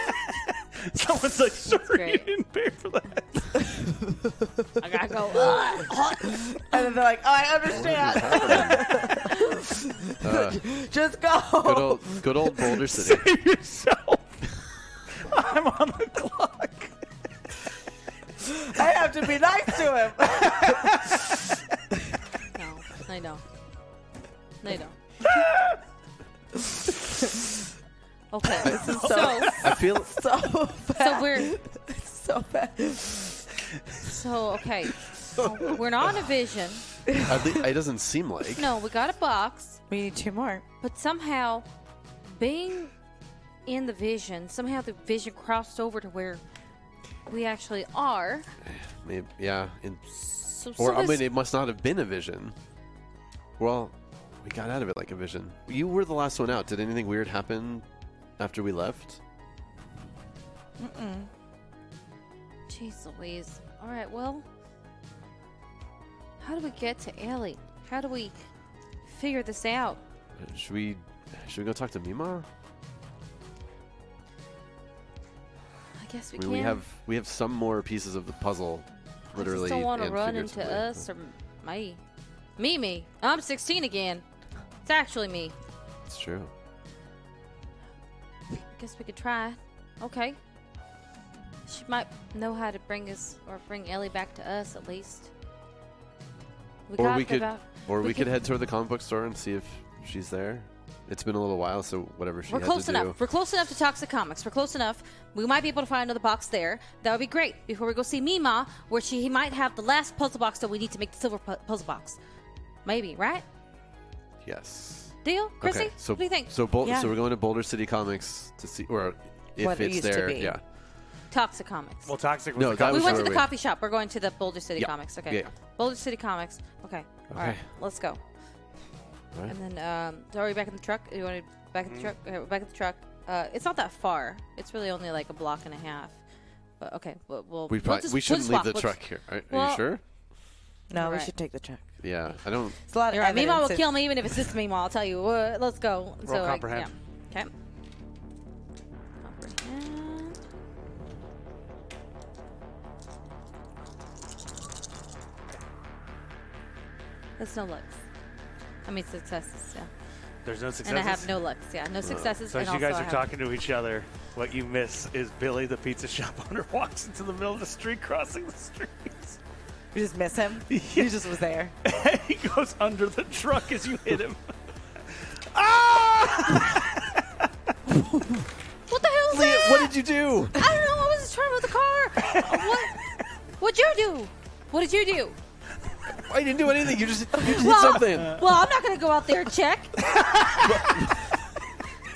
S2: someone's like, sorry, you
S3: great.
S2: didn't pay for that.
S3: I gotta go. "Ugh."
S4: And then they're like, oh, I understand.
S6: Uh,
S4: Just go.
S6: good old, good old Boulder City.
S2: Save yourself. I'm on the clock.
S4: I have to be nice to him.
S3: no, I know. They don't. Okay. so, so,
S6: I feel
S4: so bad.
S3: we're
S4: so bad.
S3: so okay. We're not on a vision.
S6: at le- it doesn't seem like.
S3: No, we got a box,
S4: We need two more.
S3: but somehow, being in the vision, somehow the vision crossed over to where we actually are.
S6: Maybe, yeah, in,
S3: So,
S6: or
S3: so
S6: I
S3: this-
S6: mean, it must not have been a vision. Well, we got out of it like a vision. You were the last one out. Did anything weird happen after we left?
S3: Jeez Louise. All right, well, how do we get to Ellie? How do we figure this out?
S6: Uh, Should we? Should we go talk to Mima?
S3: I guess we
S6: I mean,
S3: can.
S6: we have we have some more pieces of the puzzle,
S3: I just
S6: literally.
S3: don't want to
S6: and
S3: run into
S6: figuratively.
S3: us or me. Me, me. I'm 16 again. It's actually me.
S6: It's true.
S3: I guess we could try. Okay. She might know how to bring us or bring Ellie back to us at least. We
S6: Or
S3: gotta
S6: we could,
S3: figure out-
S6: or we,
S3: we
S6: could
S3: could-
S6: head toward the comic book store and see if she's there. It's been a little while, so whatever she
S3: We're
S6: had
S3: close
S6: to
S3: enough.
S6: do.
S3: We're close enough to Toxic Comics. We're close enough. We might be able to find another box there. That would be great. Before we go see Mima, where she might have the last puzzle box that we need to make the silver pu- puzzle box. Maybe, right?
S6: Yes.
S3: Deal? Chrissy?
S6: Okay, so
S3: what do you think?
S6: So, Bol-
S4: Yeah.
S6: so we're going to Boulder City Comics to see, or if
S4: What it
S6: it's
S4: used to
S6: there.
S4: be.
S6: Yeah.
S3: Toxic Comics.
S2: Well, toxic.
S6: No,
S2: the
S6: that
S3: we
S6: was
S3: went
S6: where
S3: to the
S6: we-
S3: coffee shop. We're going to the Boulder City
S6: Yeah.
S3: Comics. Okay.
S6: Yeah, yeah.
S3: Boulder City Comics. Okay. All right.
S6: Okay.
S3: Let's go.
S6: All right. Mm.
S3: And then, um, so are we back in the truck? You want to back in the truck? Okay, we're back in the truck. Uh, it's not that far. It's really only like a block and a half. But okay, we'll we'll,
S6: We,
S3: we'll
S6: probably,
S3: just-
S6: we
S3: we'll
S6: shouldn't
S3: just
S6: leave
S3: walk.
S6: the
S3: We'll
S6: truck
S3: just-
S6: here. Are, are
S3: Well-
S6: you sure?
S4: No,
S3: Right.
S4: we should take the check.
S6: Yeah. I don't.
S4: It's a lot of
S3: You're right.
S4: evidence.
S3: Meemaw will
S4: It-
S3: kill me even if it's just Meemaw. I'll tell you what. Let's go. so, like,
S2: comprehend.
S3: yeah. Okay. Comprehend. That's no lucks. I mean successes, yeah.
S2: There's no
S3: And
S2: successes.
S3: I have no lucks, yeah. No successes.
S2: So
S3: and
S2: as you
S3: also
S2: guys
S3: I
S2: are
S3: have-
S2: talking to each other, what you miss is Billy, the pizza shop owner, walks into the middle of the street, crossing the streets.
S4: You just miss him. He just was there.
S2: And he goes under the truck as you hit him. ah!
S3: What the hell is that?
S6: What did you do?
S3: I don't know. I was just trying with the car. what? What'd you do? What did you do?
S6: I didn't do anything. You just, you just did
S3: Well-
S6: something.
S3: Well, I'm not gonna go out there and check.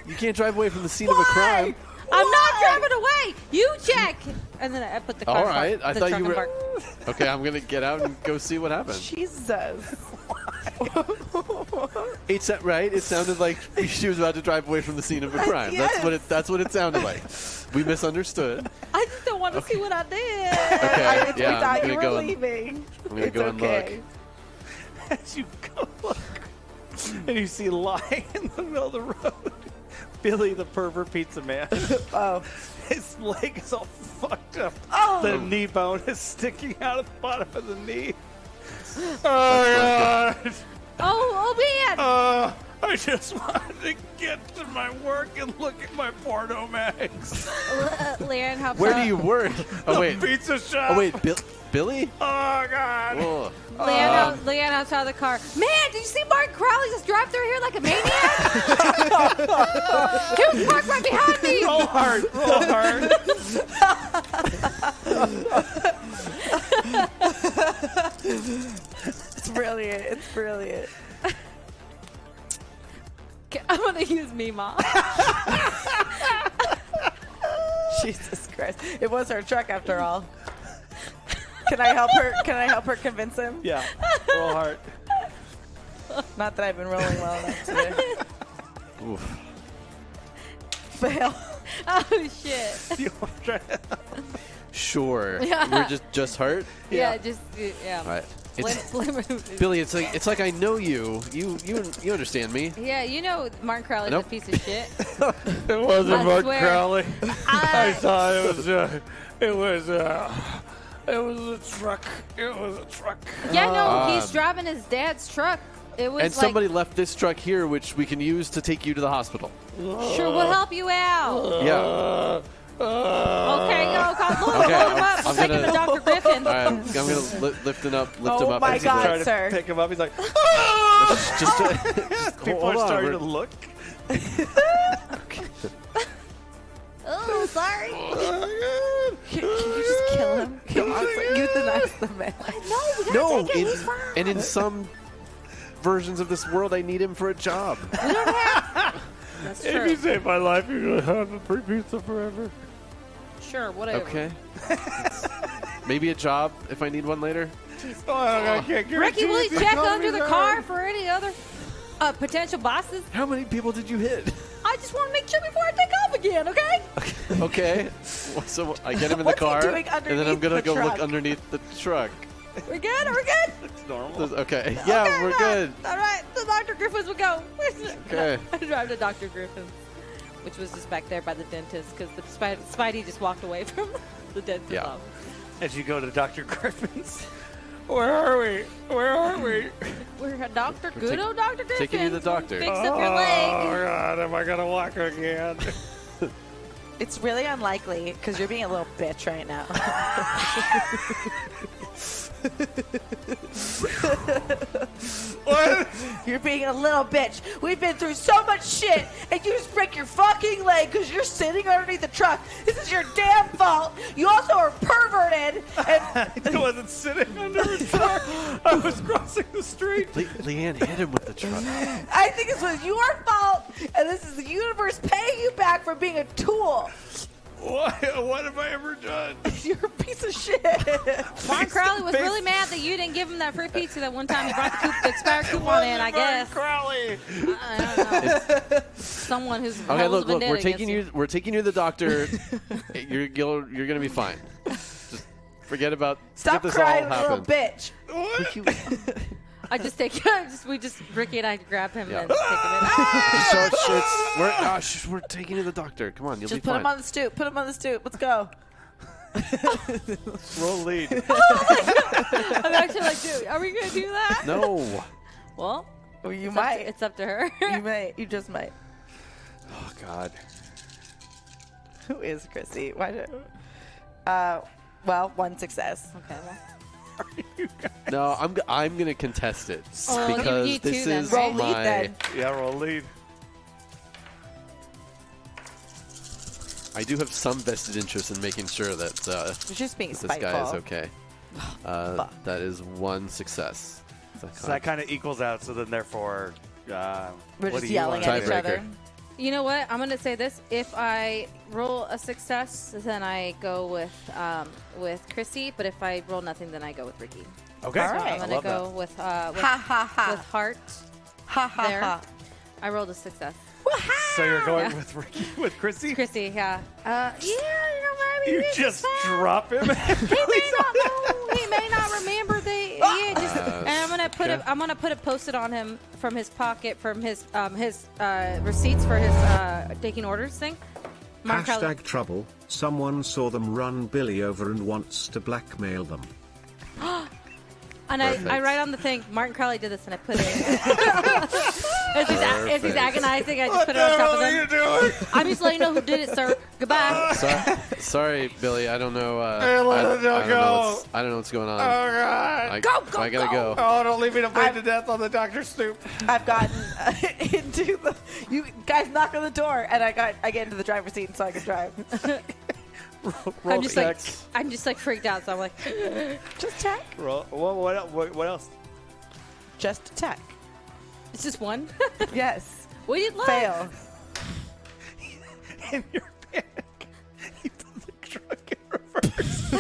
S6: You can't drive away from the scene of a crime.
S3: I'm not driving away. You check. And then I put the car.
S6: All
S3: in park-
S6: right. I
S3: the
S6: thought
S3: truck
S6: you
S3: in
S6: were.
S3: park.
S6: Okay, I'm gonna get out and go see what happened.
S4: Jesus.
S6: It's that right. It sounded like she was about to drive away from the scene of a crime. That's what it. That's what it sounded like. We misunderstood.
S3: I just don't want to see what I did.
S6: Okay.
S4: I, we
S6: yeah.
S4: thought
S6: I'm gonna
S4: you were
S6: go. and-
S4: leaving.
S6: I'm gonna
S4: it's
S6: go and
S4: okay.
S6: look.
S2: as you go look, and you see lying in the middle of the road, Billy the pervert pizza man.
S4: Oh.
S2: His leg is all fucked up. Oh. The knee bone is sticking out of the bottom of the knee. Oh, God.
S3: Oh, oh man!
S8: Uh, I just wanted to get to my work and look at my porno mags.
S3: Uh, Leon hops
S6: Where
S3: up.
S6: do you work? Oh wait.
S8: Pizza shop.
S6: Oh wait, Bill- Billy? Oh,
S8: Oh God.
S6: Whoa.
S3: Leanne,
S6: Uh,
S3: out, Leanne hops out of the car. Man, did you see Martin Crowley just drive through here like a maniac? he was parked right behind me.
S8: Roll
S6: Oh.
S8: hard.
S2: oh,
S8: Roll hard.
S4: It's brilliant. It's brilliant.
S3: Okay, I'm gonna use Mima.
S4: Jesus Christ. It was her truck after all. Can I help her? Can I help her convince him?
S8: yeah. Roll hard.
S4: Not that I've been rolling well enough today. Fail.
S3: oh shit!
S8: You wanna try it?
S6: Sure.
S3: Yeah.
S6: We're just just hurt.
S3: Yeah, just uh, yeah.
S6: All right.
S3: Slim,
S6: It's,
S3: slim move.
S6: Billy, it's like it's like I know you. You you you understand me.
S3: Yeah, you know Martin Crowley's
S6: Nope.
S3: a piece of shit.
S8: It wasn't
S3: I
S8: Mark
S3: swear.
S8: Crowley. I
S3: I,
S8: thought it was. Uh, it was. Uh, it was a truck. It was a truck.
S3: yeah, no, he's driving his dad's truck. It was
S6: Oh, And
S3: like,
S6: somebody left this truck here, which we can use to take you to the hospital.
S3: sure, we'll help you out.
S6: Yeah.
S8: Uh, uh,
S3: Okay, go, call Lord,
S6: Okay,
S3: hold him up.
S6: I'm- I'm
S3: We'll take him to
S6: gonna-
S3: Dr. Griffin.
S6: All right, I'm I'm gonna li- lift him up. Lift him
S4: Oh
S6: up.
S4: my
S6: into
S4: God.
S8: Trying to
S4: sir.
S8: pick him up. He's like,
S6: the- just, just
S8: people
S6: hold
S8: are
S6: on.
S8: starting
S6: we're-
S8: to look.
S3: Oh, sorry.
S4: Can, can you just kill him? Can you just like, euthanize the man?
S6: No, in, and in some versions of this world, I need him for a job.
S3: That's
S8: If you
S3: true.
S8: save my life, you're gonna have a free pizza forever.
S3: Sure, whatever.
S6: Okay. Maybe a job if I need one later.
S8: Oh, I can't guarantee
S3: Ricky, will
S8: what
S3: you
S8: the
S3: check
S8: economy's
S3: under the
S8: at.
S3: car for any other uh, potential bosses?
S6: How many people did you hit?
S3: I just want to make sure before I take off again, okay?
S6: Okay. So I get him in the
S4: What's he
S6: car,
S4: doing
S6: and then I'm
S4: underneath
S6: gonna
S4: the
S6: go
S4: truck?
S6: look underneath the truck.
S3: We're good? We're good?
S6: This-
S4: Oh
S6: Okay. Yeah,
S3: Okay,
S6: we're
S3: right.
S6: good.
S3: All right, the Dr. Griffins will go.
S6: Okay.
S3: I drive to Dr. Griffin's, which was just back there by the dentist because the Spide- Spidey just walked away from the dentist
S6: Yeah.
S3: office.
S8: As you go to Dr. Griffin's, where are we? Where are we?
S3: We're a doctor, good
S6: taking-
S3: old Dr. Griffin.
S6: taking you to the doctor.
S3: Fix up your leg.
S8: Oh, God, am I going to walk again?
S4: It's really unlikely because you're being a little bitch right now.
S8: what?
S4: You're being a little bitch. We've been through so much shit, and you just break your fucking leg because you're sitting underneath the truck. This is your damn fault. You also are perverted. And
S8: I wasn't sitting under a truck. I was crossing the street.
S6: Le- Leanne hit him with the truck.
S4: I think this was your fault, and this is the universe paying you back for being a tool.
S8: What, what have I ever done?
S4: You're a piece of shit.
S3: Martin Crowley was really mad that you didn't give him that free pizza that one time you brought the, coup- the expired coupon in, I guess. Uh,
S8: Crowley.
S3: I don't know. Someone who's
S6: Okay,
S3: holds
S6: look,
S3: a
S6: look.
S3: vendetta
S6: We're taking
S3: against
S6: you. We're taking you to the doctor. you're you're, you're gonna be fine. Just forget about.
S4: Stop
S6: forget this
S4: crying,
S6: all
S4: little
S6: happened.
S4: bitch.
S3: I just take I just we just Ricky and I grab him
S6: Yeah.
S3: and take him in.
S6: So it's- it's- we're, ah, sh- we're taking you to the doctor. Come on, you'll
S4: Just
S6: be
S4: put
S6: fine.
S4: him on the stoop. Put him on the stoop. Let's go.
S8: Roll lead.
S3: I'm actually like, dude, are we gonna do that?
S6: no.
S3: Well,
S4: Well, you
S3: it's up, to,
S4: might.
S3: it's up to her.
S4: You might. You just might.
S6: Oh God.
S4: Who is Chrissy? Why? Do, uh, well, one success.
S6: Oh
S3: okay. Well.
S6: No, I'm g- I'm gonna contest it
S3: Oh, you-
S6: because
S3: you
S6: this
S3: too then,
S6: is
S3: right? Roll
S4: lead
S6: my.
S4: then.
S8: Yeah, roll lead.
S6: I do have some vested interest in making sure that uh,
S4: You're just being
S6: this
S4: spiteful.
S6: guy is okay. Uh,
S4: Fuck.
S6: that is one success. Is that
S2: So that kind of equals out. So then, therefore, uh, what do
S4: We're just
S2: you
S4: yelling
S2: want?
S4: at each other.
S6: Tiebreaker.
S3: You know what? I'm gonna say this. If I roll a success, then I go with um, with Chrissy. But if I roll nothing, then I go with Ricky.
S2: Okay,
S4: All right.
S3: I'm
S4: I
S3: gonna go with uh, with,
S4: Ha ha
S3: with
S4: ha.
S3: heart.
S4: Ha ha
S3: there.
S4: ha.
S3: I rolled a success.
S2: So you're going with Ricky with Chrissy.
S3: Chrissy, yeah. Uh, yeah, you know what I mean?
S8: You
S3: This is
S8: just
S3: fine.
S8: drop him.
S3: He may not know. He may not remember the. Yeah, just, and I'm gonna put a. I'm gonna put a post-it on him from his pocket from his um his uh receipts for his uh taking orders thing. Mark Crowley-
S7: Hashtag trouble. Someone saw them run Billy over and wants to blackmail them.
S3: and I, I
S6: Perfect.
S3: write on the thing. Martin Crowley did this, and I put it. in. if, he's, a- if he's
S6: Perfect.
S3: agonizing, I just put it on top of him. I'm just letting you know who did it, sir. Goodbye.
S6: Sorry, sorry, Billy. I don't know. Uh, I, I don't know what's, I don't know what's going on.
S5: Uh,
S8: Oh, God.
S6: I,
S4: Go, go,
S6: I gotta
S4: go.
S6: go.
S8: Oh, don't leave me to bleed to death on the Dr. Snoop.
S4: I've gotten uh, into the. You guys knock on the door, and I got I get into the driver's seat so I can drive.
S3: I'm just like I'm just like freaked out. So I'm like,
S4: Just check.
S2: Roll, what, what, el- what, what else?
S4: Just check.
S3: it's just one.
S4: Yes.
S3: we did love.
S4: Fail.
S2: In your panic, you put the truck in reverse.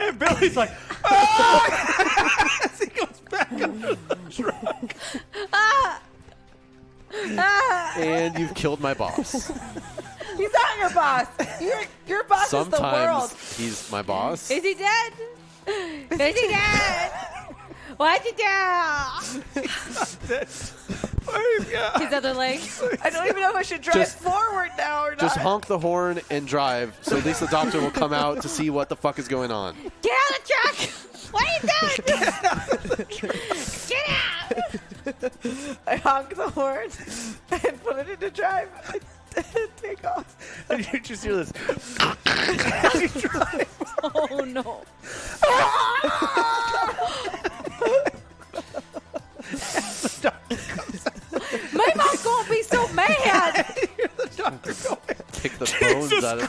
S2: and Billy's like, ah! As he goes back under the truck.
S6: And you've killed my boss.
S4: He's not your boss. Your your boss is the world.
S6: Sometimes he's my boss.
S3: Is he dead? Is he dead? Why'd you down? His other leg.
S4: I don't even know if I should drive
S6: Just-
S4: forward now or not.
S6: Just honk the horn and drive, so at least the doctor will come out to see what the fuck is going on.
S3: Get out of the truck! What are you doing? Get out!
S4: I honk the horn and put it into drive. and Take off.
S2: And you just hear this.
S3: Oh no! My mom's gonna be so mad.
S6: Kick the bones out of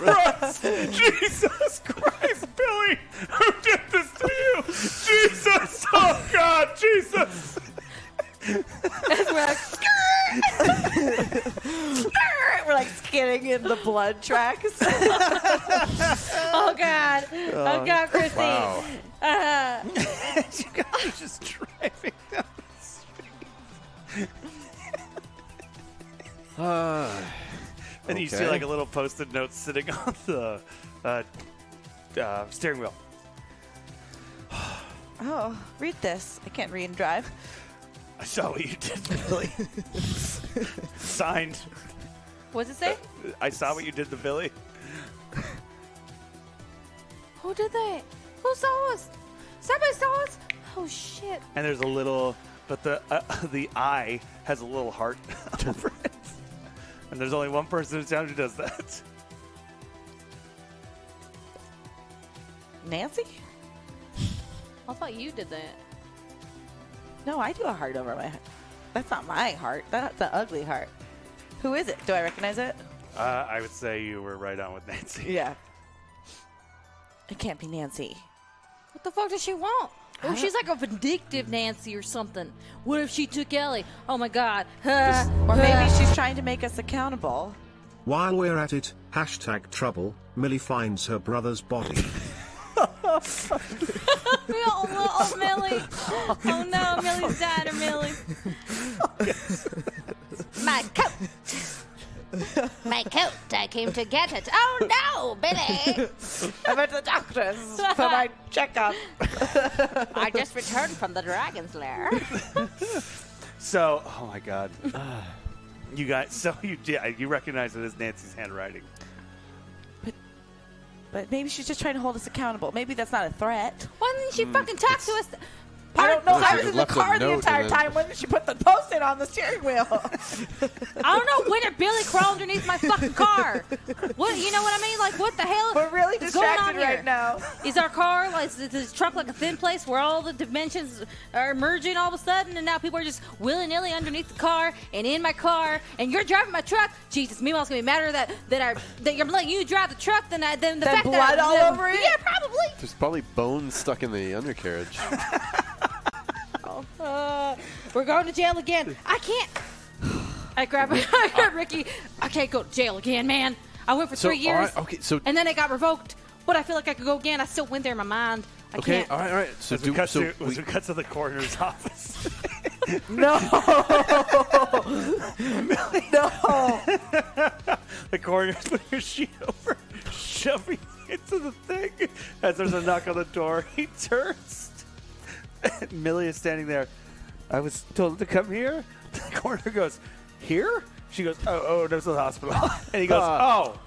S2: Jesus Christ, Billy! Who did this to you? Jesus! Oh God, Jesus!
S3: We're like,
S4: We're like skidding in the blood tracks.
S3: oh God, oh God, Chrissy.
S6: Wow.
S3: Uh,
S2: You guys are just driving down the street. and you see
S6: okay.
S2: like a little post-it note sitting on the uh, uh, steering wheel.
S4: oh, read this. I can't read and drive.
S2: I saw what you did, Billy. Signed.
S3: what's it say?
S2: I saw what you did to Billy.
S3: Who did that? Who saw us? Somebody saw us. Oh shit!
S2: And there's a little, but the uh, the eye has a little heart over it. And there's only one person in town who does that.
S4: Nancy?
S3: I thought you did that.
S4: No, I do a heart over my heart. That's not my heart. That's the ugly heart. Who is it? Do I recognize it?
S2: Uh, I would say you were right on with Nancy.
S4: Yeah. It can't be Nancy.
S3: What the fuck does she want? Or she's like a vindictive Nancy or something. What if she took Ellie? Oh my God. Huh,
S4: Or
S3: huh.
S4: maybe she's trying to make us accountable.
S7: While we're at it, hashtag trouble, Millie finds her brother's body.
S3: Oh, oh, oh, Millie. Oh no, Millie's dead or Millie.
S10: My coat. My coat. I came to get it. Oh no, Billy!
S4: I went to the doctor's for my checkup.
S10: I just returned from the dragon's lair.
S2: So, oh my God, you guys. So you did. You recognize it as Nancy's handwriting.
S4: But maybe she's just trying to hold us accountable. Maybe that's not a threat.
S3: Why didn't she fucking talk to us?
S4: I don't know.
S6: Unless
S4: I
S6: she
S4: was in
S6: just
S4: the
S6: left a
S4: car the
S6: note
S4: entire
S6: and then-
S4: time. When did she put the post-it on the steering wheel?
S3: I don't know. When did Billy crawl underneath my fucking car? What you know what I mean? Like what the hell?
S4: We're really
S3: is going on
S4: distracted right
S3: here?
S4: now.
S3: Is our car like is this truck like a thin place where all the dimensions are merging all of a sudden, and now people are just willy nilly underneath the car and in my car, and you're driving my truck? Jesus, meanwhile it's gonna be madder that that our that you're letting you drive the truck than I than the
S4: Then
S3: fact
S4: blood
S3: that
S4: all
S3: that-
S4: over it?
S3: Yeah, probably.
S6: There's probably bones stuck in the undercarriage.
S3: Uh, we're going to jail again. I can't. I grab I grab Ricky. I can't go to jail again, man. I went for
S6: So,
S3: three
S6: all
S3: years.
S6: right, okay, so-
S3: and then it got revoked. But I feel like I could go again. I still went there in my mind. I
S6: Okay,
S3: can't.
S6: all right, all right. So
S2: As we
S6: do
S2: cut
S6: so.
S2: to, as
S6: we-
S2: we cut to the coroner's office.
S4: no.
S2: the coroner's putting her sheet over, shoving it into the thing. As there's a knock on the door, he turns. Millie is standing there. I was told to come here. The coroner goes, "Here?" She goes, "Oh, oh, there's the hospital." And he goes, "Oh,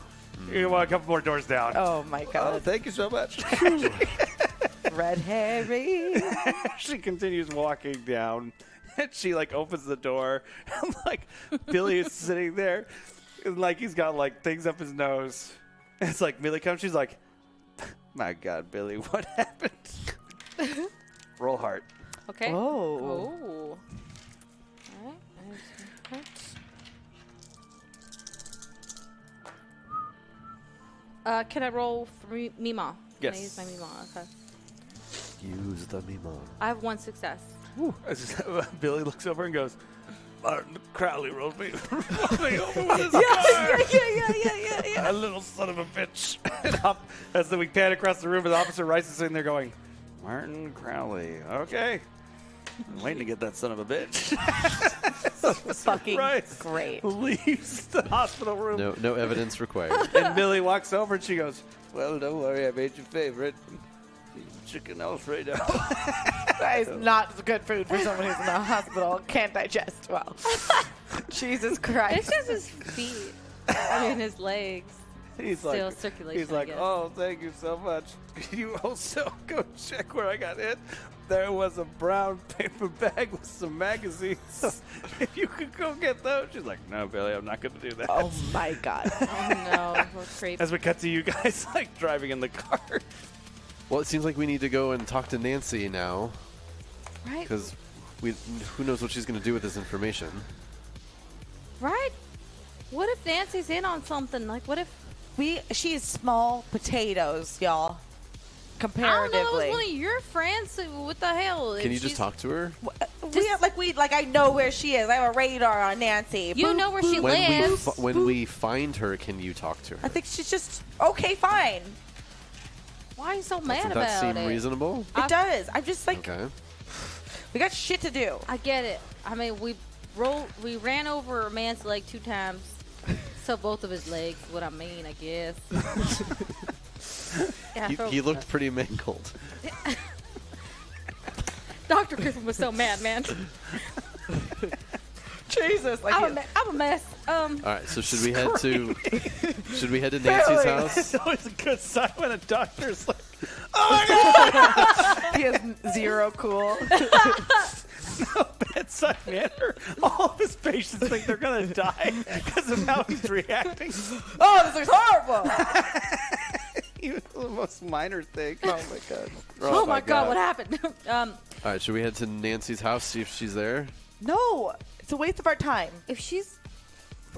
S2: you want a couple more doors down?"
S4: Oh my
S9: Oh,
S4: god.
S9: thank you so much.
S4: Red herring.
S2: she continues walking down and she like opens the door and like Billy is sitting there and like he's got like things up his nose. It's like Millie comes, she's like, My God, Billy, what happened? Roll heart.
S3: Okay.
S5: Oh.
S3: Oh. Alright. Okay. Uh, can I roll for me- Mima? Can I
S2: Yes.
S3: use my Mima? Okay.
S6: Use the memo.
S3: I have one success.
S2: Billy looks over and goes, Martin Crowley rolled me, rolled me over with his car.
S4: yeah, yeah, yeah, yeah, yeah.
S2: A little son of a bitch. And up- As the we pan across the room, and Officer Rice is sitting there going, Martin Crowley, okay. I'm waiting to get that son of a bitch.
S4: Fucking
S2: Rice
S4: great.
S2: leaves the hospital room.
S6: No, no evidence required.
S2: And Billy walks over and she goes,
S9: Well, don't worry, I made your favorite. Chicken Alfredo.
S4: That is not good food for someone who's in the hospital. Can't digest well. Jesus
S3: It's
S4: Christ.
S3: just his feet. I mean, his legs.
S2: he's
S3: Still
S2: like,
S3: circulation.
S2: he's
S3: I
S2: like,
S3: guess.
S2: oh, thank you so much. Can you also go check where I got hit? There was a brown paper bag with some magazines. if you could go get those. She's like, no, Billy, I'm not going to do that.
S4: Oh my God.
S3: Oh no, we're creepy.
S2: As we cut to you guys, like, driving in the car.
S6: Well, it seems like we need to go and talk to Nancy now
S3: Right?
S6: because we who knows what she's going to do with this information.
S3: Right? What if Nancy's in on something? Like, what if
S4: We she is small potatoes, y'all.
S3: I don't
S4: Comparatively,
S3: know? It was one of your friends. so What the hell?
S6: Can
S3: If
S6: you just
S3: she's-
S6: talk to her?
S4: Uh, we have, like we like I know where she is. I have a radar on Nancy.
S3: You
S4: Boop,
S3: know where
S4: boop.
S3: she
S6: When we
S3: lives.
S6: fi- when we find her, can you talk to
S4: I
S6: her?
S4: think she's just okay. Fine,
S3: Why are you so mad
S6: Doesn't
S3: about
S6: that seem
S3: it?
S6: reasonable?
S4: it does. I'm just like
S6: Okay.
S4: we got shit to do.
S3: I get it. I mean, we rolled, we ran over a man's leg two times, so both of his legs. What I mean, I guess. yeah,
S6: He,
S3: so-
S6: he looked pretty mangled.
S3: Dr. Griffin was so mad, man.
S4: Jesus, like
S3: I'm a, me- I'm a mess. Um,
S6: All right. So should we head to should we head to Nancy's house?
S2: It's always a good sign when a doctor's like,
S4: he is zero cool.
S2: bedside manner. All of his patients think they're gonna die because of how he's reacting.
S4: oh, this looks horrible.
S2: Even the most minor thing. Oh my god.
S3: oh, my god, what happened? um,
S6: All right. Should we head to Nancy's house see if she's there?
S4: No, it's a waste of our time.
S3: if she's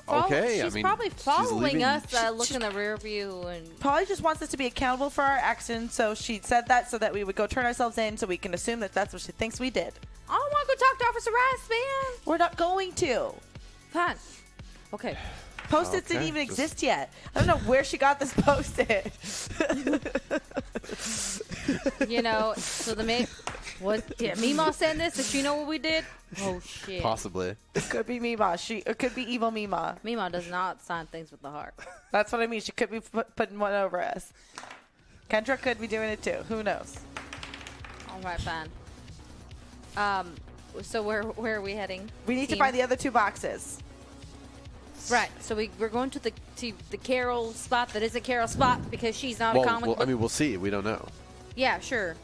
S3: follow-
S6: okay.
S3: she's
S6: I mean,
S3: probably
S6: she's
S3: following
S6: leaving.
S3: us. Uh, look in the rear view and
S4: Polly just wants us to be accountable for our actions, so she said that so that we would go turn ourselves in, so we can assume that that's what she thinks we did.
S3: I don't want to go talk to Officer Rice, man.
S4: We're not going to.
S3: Fine. Okay.
S4: Post-its didn't
S6: Okay,
S4: even
S6: just-
S4: exist yet. I don't know where she got this post-it.
S3: You know, so the man was did Mima send this? Does she know what we did? Oh shit.
S6: Possibly.
S4: could be Mima. She it could be evil Mima.
S3: Mima does not sign things with the heart.
S4: That's what I mean. She could be put, putting one over us. Kendra could be doing it too. Who knows?
S3: All right, fine. Um, so where where are we heading?
S4: We need
S3: Team?
S4: to find the other two boxes.
S3: right. So we we're going to the to the Carol spot that is a Carol spot because she's not
S6: Well,
S3: a comic.
S6: well, I
S3: book-
S6: mean, we'll see. We don't know.
S3: yeah, sure,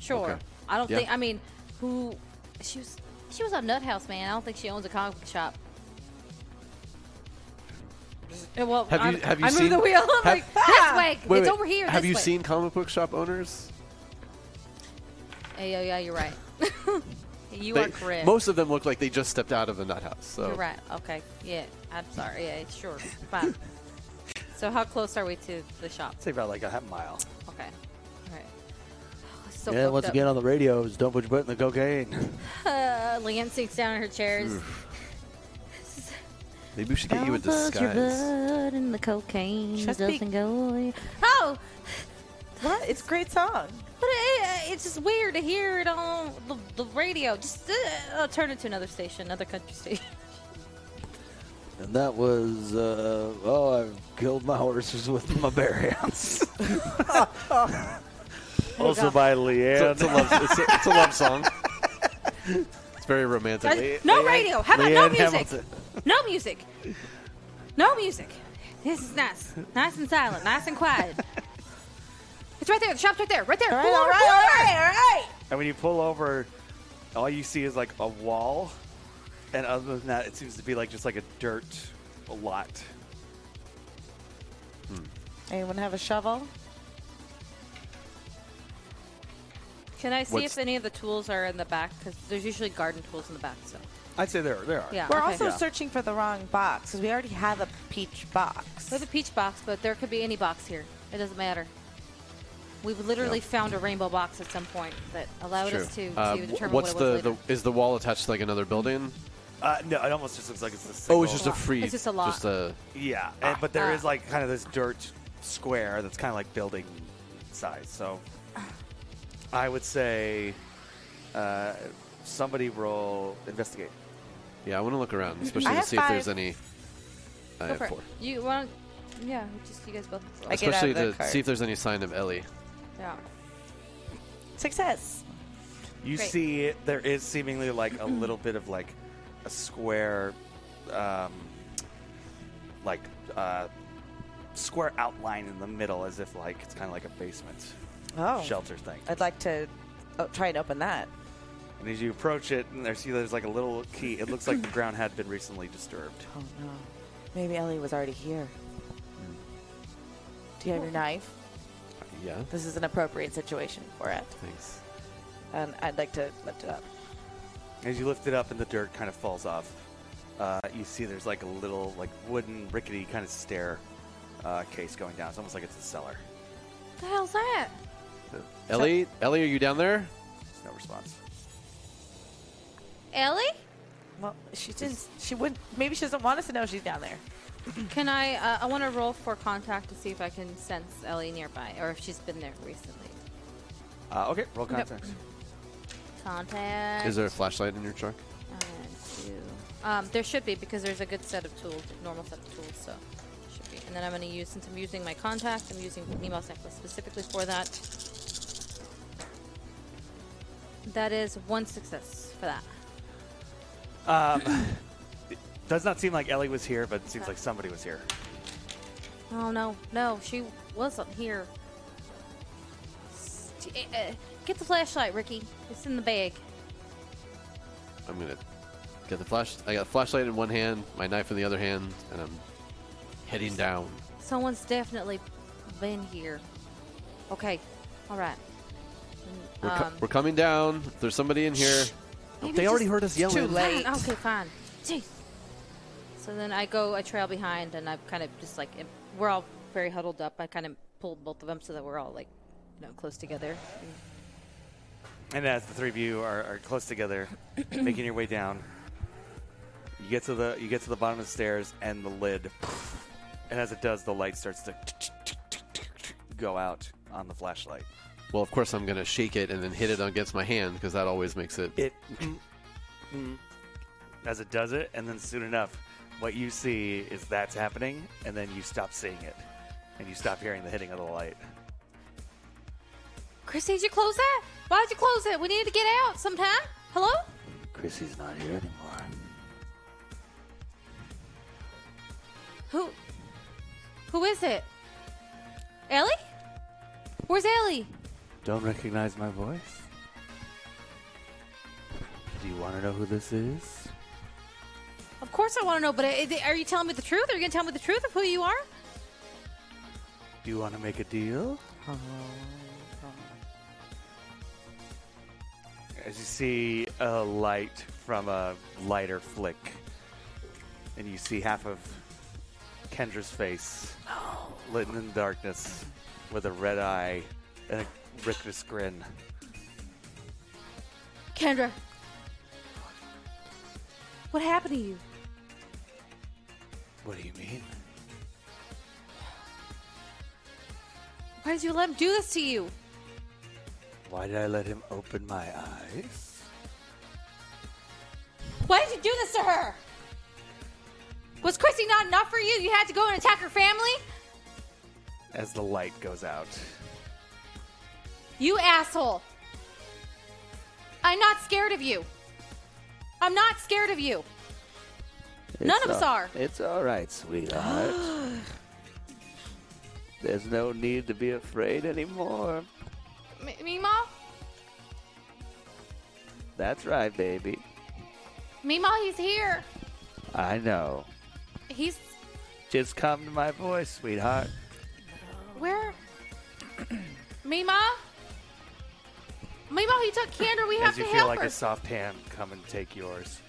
S3: sure.
S6: Okay.
S3: I don't
S6: Yeah.
S3: think. I mean, who? She was she was a nut house man. I don't think she owns a comic book shop. Eh, Well,
S6: Have
S3: I,
S6: you- have you
S3: I moved
S6: seen-
S3: the wheel. I'm
S6: have-
S3: like, this way.
S6: Wait,
S3: it's
S6: wait,
S3: over here.
S6: Have
S3: this
S6: you
S3: way.
S6: seen comic book shop owners?
S3: Yeah, yeah, yeah, you're right. you are
S6: They-
S3: correct.
S6: Most of them look like they just stepped out of the nut house. So
S3: You're right. Okay. Yeah. I'm sorry. Yeah. Sure. Fine. so how close are we to the shop?
S2: Say about like a half mile.
S3: Okay. All right. So
S9: yeah, once
S3: up.
S9: again on the radio is don't put your butt in the cocaine.
S3: Uh, Leanne sinks down in her
S6: Hmm.
S3: chairs.
S6: maybe we should get you a disguise.
S10: and the cocaine
S4: Just be- doesn't
S10: go.
S3: Oh,
S4: What? It's a great song.
S3: but it, it's just weird to hear it on the, the radio. Just uh, I'll turn it to another station, another country station.
S9: And that was, uh, oh, I've killed my horses with my bare hands.
S2: Also by Leanne.
S6: It's a love. It's a, it's a love song. It's very romantic.
S3: no radio. How about no
S9: Leanne
S3: music?
S9: Hamilton.
S3: No music. No music. This is nice. Nice and silent. Nice and quiet. It's It's right there. The shop's right there. Right there.
S4: All right,
S3: Pull
S4: all
S3: over,
S4: right,
S3: pull
S4: all
S3: over.
S4: right, all right.
S2: And when you pull over, all you see is like a wall, and other than that, it seems to be like just like a dirt lot.
S4: Anyone have a shovel?
S3: Can I see
S6: What's-
S3: if any of the tools are in the back? Because there's usually garden tools in the back. So
S2: I'd say there there are.
S3: yeah,
S4: We're
S3: okay.
S4: also searching for the wrong box because we already have a peach box.
S3: We have a peach box, but there could be any box here. It doesn't matter. We've literally found a rainbow box at some point that allowed us to,
S6: True.
S3: to
S6: Uh,
S3: determine
S6: what's
S3: what it was
S6: the,
S3: later.
S6: the is the wall attached to like another building?
S2: Uh, no, it almost just looks like it's the same.
S6: Oh, it's just a free.
S3: It's just a lot.
S6: Just a
S2: yeah, and, but there
S3: Ah.
S2: is like kind of this dirt square that's kind of like building size. So I would say uh, somebody roll investigate.
S6: yeah. I want to look around, especially
S4: I
S6: to
S4: have
S6: see if there's
S4: five.
S6: any.
S3: Go
S6: I have
S3: for it.
S6: uh, four.
S3: You want? Yeah, just you guys both.
S4: I get out
S6: Especially
S4: of the
S6: to
S4: cart.
S6: see if there's any sign of Ellie.
S3: yeah.
S4: Success.
S2: You
S3: Great.
S2: see, there is seemingly like a little bit of like a square, um, like uh, square outline in the middle, as if like it's kind of like a basement
S4: Oh,
S2: shelter thing.
S4: I'd like to oh, try and open that.
S2: And as you approach it, and there see there's like a little key. It looks like the ground had been recently disturbed.
S4: Oh no, maybe Ellie was already here. Do you have your knife?
S6: Yeah.
S4: This is an appropriate situation for it,
S6: Thanks.
S4: and I'd like to lift it up.
S2: As you lift it up, and the dirt kind of falls off. Uh, you see there's like a little like wooden rickety kind of stair uh, case going down. It's almost like it's a cellar.
S3: The hell's that?
S6: Ellie, Ellie, are you down there?
S2: There's no response.
S3: Ellie?
S4: Well, she didn't. She would. Maybe she doesn't want us to know she's down there.
S3: Can I? Uh, I want to roll for contact to see if I can sense Ellie nearby, or if she's been there recently.
S2: Uh, okay, roll contact.
S3: Contact.
S6: Is there a flashlight in your truck?
S3: And Uh, two. Um, there should be because there's a good set of tools, normal set of tools, so should be. And then I'm going to use since I'm using my contact, I'm using Nemo's necklace specifically for that. That is one success for that.
S2: Does not seem like Ellie was here, but it seems like somebody was here.
S3: Oh no, no, she wasn't here. S- t- uh, uh, Get the flashlight, Ricky. It's in the bag.
S6: I'm gonna get the flash. I got a flashlight in one hand, my knife in the other hand, and I'm heading down.
S3: Someone's definitely been here. Okay, all right.
S6: We're, co-
S3: Um,
S6: we're coming down. If there's somebody in here.
S3: Maybe
S6: They already
S3: just-
S6: heard us yelling.
S4: Too late.
S3: Fine, Okay, fine. Jeez. So then I go, I trail behind, and I'm kind of just like, im- we're all very huddled up. I kind of pulled both of them so that we're all like, you know, close together.
S2: And as the three of you are, are close together, making your way down, you get to the you get to the bottom of the stairs and the lid, and as it does, the light starts to go out on the flashlight.
S6: Well, of course I'm gonna shake it and then hit it against my hand because that always makes it.
S2: It as it does it, and then soon enough, what you see is that's happening, and then you stop seeing it, and you stop hearing the hitting of the light.
S3: Chris, did you close that? Why'd you close it? We need to get out sometime. Hello?
S9: Chrissy's not here anymore.
S3: Who? Who is it? Ellie? Where's Ellie?
S9: Don't recognize my voice? Do you want to know who this is?
S3: Of course I want to know, but uh, are you telling me the truth? Are you going to tell me the truth of who you are?
S9: Do you want to make a deal?
S2: As you see a light from a lighter flick, and you see half of Kendra's face lit in the darkness with a red eye and a rictus grin.
S3: Kendra. What happened to you?
S9: What do you mean?
S3: Why did you let him do this to you?
S9: Why did I let him open my eyes?
S3: Why did you do this to her? Was Chrissy not enough for you? You had to go and attack her family?
S2: As the light goes out,
S3: You asshole. I'm not scared of you. I'm not scared of you. None
S9: It's
S3: of us
S9: a-
S3: are.
S9: It's all right, sweetheart. There's no need to be afraid anymore.
S3: M- Meemaw?
S9: That's right, baby.
S3: Meemaw, he's here.
S9: I know.
S3: He's
S9: Just come to my voice, sweetheart.
S3: where? Meemaw? Meemaw, he took Candor. We have
S2: As
S3: to
S2: you feel
S3: help
S2: like
S3: her.
S2: a soft hand come and take yours.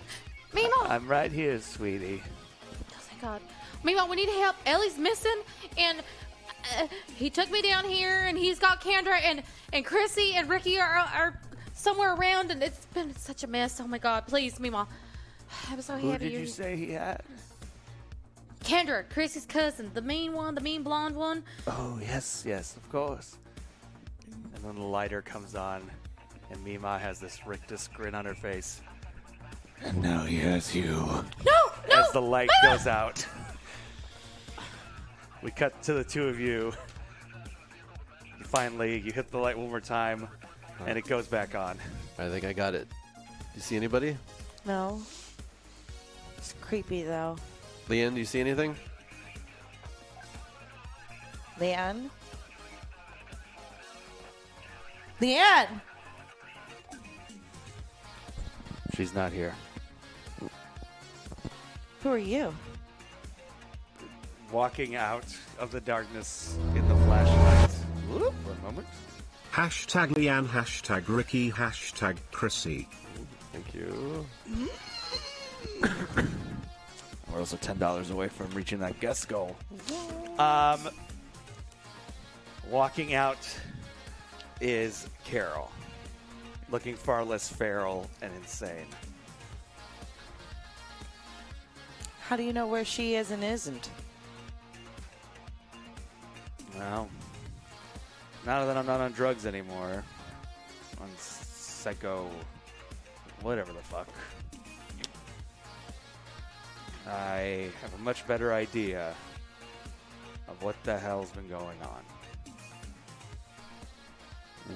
S3: Meemaw.
S9: I'm right here, sweetie.
S3: Oh, thank God. Meanwhile, we need help. Ellie's missing, and uh, he took me down here, and he's got Kendra, and and Chrissy and Ricky are, are somewhere around, and it's been such a mess. Oh my God, please, Meemaw. I'm so
S9: Who
S3: happy
S9: did you say he had?
S3: Kendra, Chrissy's cousin, the mean one, the mean blonde one.
S9: Oh, yes, yes, of course.
S2: And then the lighter comes on, and Mima has this rictus grin on her face
S9: And now he has you.
S3: No, no.
S2: as the light
S3: Meemaw!
S2: goes out. we cut to the two of you. And Finally, you hit the light one more time, and it goes back on.
S6: I think I got it. You see anybody?
S4: No. It's creepy though.
S6: Leanne, do you see anything?
S4: Leanne. Leanne.
S2: She's not here.
S4: Who are you?
S2: Walking out of the darkness in the flashlight. Whoop, one moment.
S7: Hashtag Leanne, hashtag Ricky, hashtag Chrissy.
S6: Thank you.
S9: We're also $10 away from reaching that guest goal.
S2: Um, walking out is Carol, looking far less feral and insane.
S5: How do you know where she is and isn't?
S2: Well, now that I'm not on drugs anymore, on psycho, whatever the fuck, I have a much better idea of what the hell's been going on.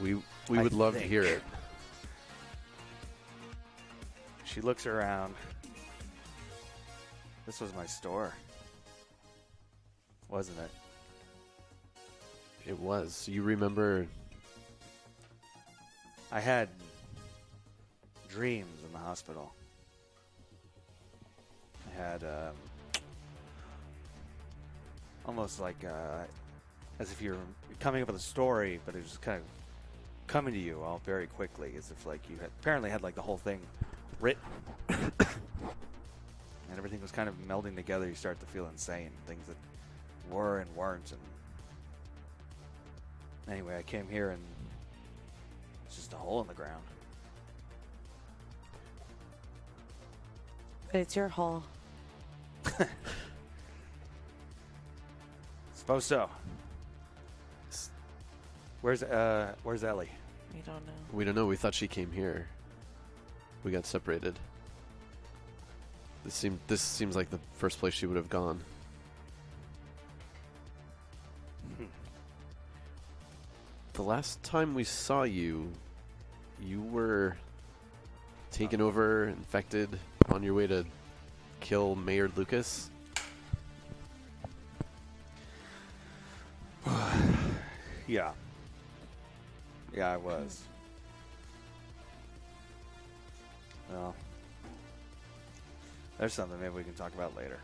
S6: We we
S2: I
S6: would love to
S2: think.
S6: hear it.
S2: She looks around. This was my store, wasn't it?
S6: It was. You remember?
S2: I had dreams in the hospital. I had um, almost like uh, as if you're coming up with a story, but it was kind of coming to you all very quickly, as if like you had apparently had like the whole thing written, and everything was kind of melding together. You start to feel insane, things that were and weren't, and anyway, I came here and it's just a hole in the ground.
S5: But it's your hole.
S2: Suppose so. Where's uh where's Ellie?
S5: We don't know.
S6: We don't know. We thought she came here. We got separated. This seemed. This seems like the first place she would have gone. The last time we saw you, you were taken
S2: Uh-huh.
S6: over, infected, on your way to kill Mayor Lucas.
S2: Yeah. Yeah, I was. Well, there's something maybe we can talk about later.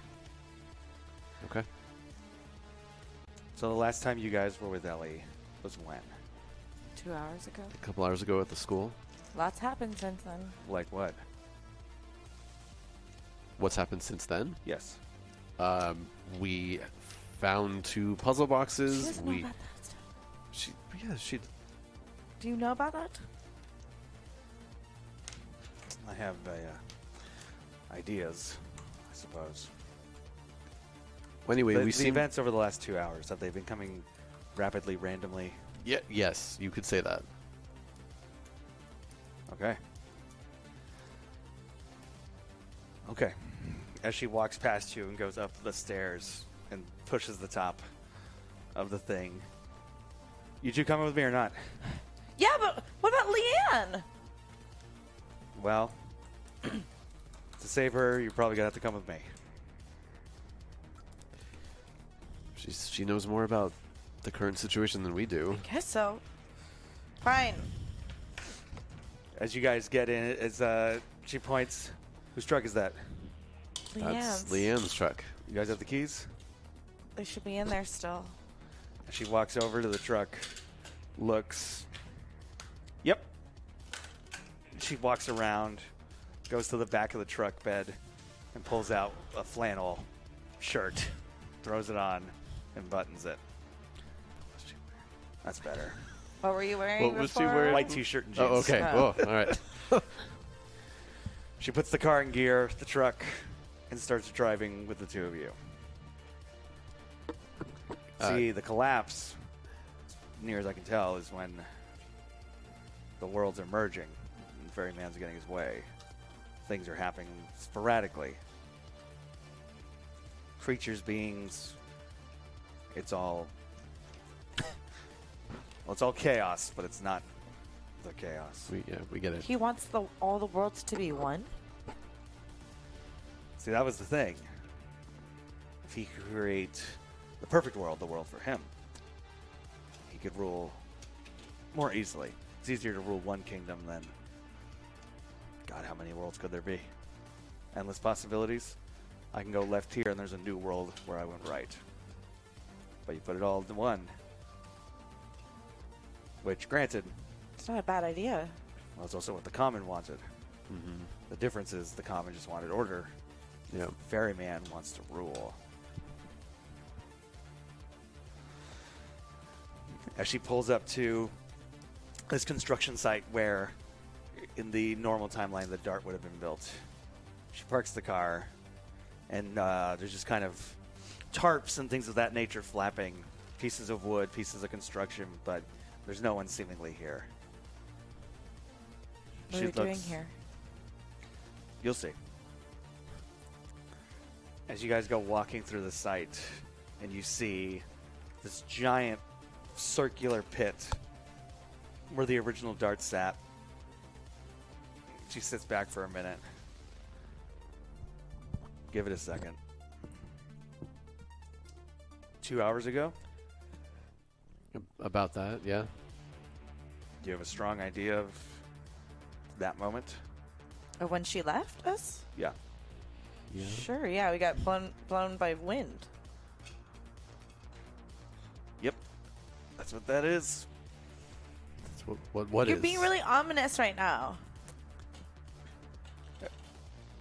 S6: Okay.
S2: So the last time you guys were with Ellie was when?
S4: Two hours ago.
S6: A couple hours ago at the school.
S4: Lots happened since then.
S2: Like what?
S6: What's happened since then?
S2: Yes.
S6: Um, we found two puzzle boxes.
S4: doesn't know
S6: We
S4: about that stuff.
S6: she yeah she
S4: Do you know about that?
S2: I have uh, ideas, I suppose.
S6: Well, anyway,
S2: The-
S6: we
S2: the
S6: seem
S2: events over the last two hours have they been coming rapidly, randomly?
S6: yeah, yes, you could say that.
S2: Okay. Okay. As she walks past you and goes up the stairs and pushes the top of the thing. You two coming with me or not?
S4: Yeah, but what about Leanne?
S2: Well, to save her, you're probably going to have to come with me.
S6: She's she knows more about the current situation than we do.
S4: Guess so. Fine.
S2: As you guys get in, as uh, she points, whose truck is that?
S6: That's
S4: Leanne's.
S6: Leanne's truck.
S2: You guys have the keys?
S4: They should be in there still.
S2: She walks over to the truck, looks. Yep. She walks around, goes to the back of the truck bed, and pulls out a flannel shirt, throws it on, and buttons it. That's better.
S4: What were you wearing
S6: What was she
S4: before?
S6: wearing?
S2: White t-shirt and jeans.
S6: Oh, okay.
S4: Oh.
S6: Whoa, all right.
S2: She puts the car in gear, the truck, and starts driving with the two of you. See, the collapse, near as I can tell, is when the worlds are merging and the ferryman's getting his way. Things are happening sporadically. Creatures, beings, it's all. Well, it's all chaos, but it's not the chaos.
S6: We, yeah, we get it.
S4: He wants the all the worlds to be one.
S2: See, that was the thing. If he could create the perfect world, the world for him, he could rule more easily. It's easier to rule one kingdom than. God, how many worlds could there be? Endless possibilities. I can go left here, and there's a new world where I went right. But you put it all into one. Which, granted,
S4: It's not a bad idea.
S2: was also what the common wanted. The difference is the common just wanted order,
S6: Yeah.
S2: ferryman wants to rule. As she pulls up to this construction site where, in the normal timeline, the dart would have been built, she parks the car, and uh, there's just kind of tarps and things of that nature flapping, pieces of wood, pieces of construction, but there's no one seemingly here.
S4: What
S2: She
S4: are we doing
S2: looks-
S4: here?
S2: You'll see. As you guys go walking through the site, and you see this giant circular pit where the original dart sat. She sits back for a minute. Give it a second. Two hours ago,
S6: About that, yeah.
S2: do you have a strong idea of that moment?
S4: Oh, when she left us?
S2: Yeah.
S6: Yeah.
S4: Sure. Yeah, we got blown blown by wind.
S2: Yep. That's what that is.
S6: That's what, what, what
S4: You're
S6: is-
S4: being really ominous right now.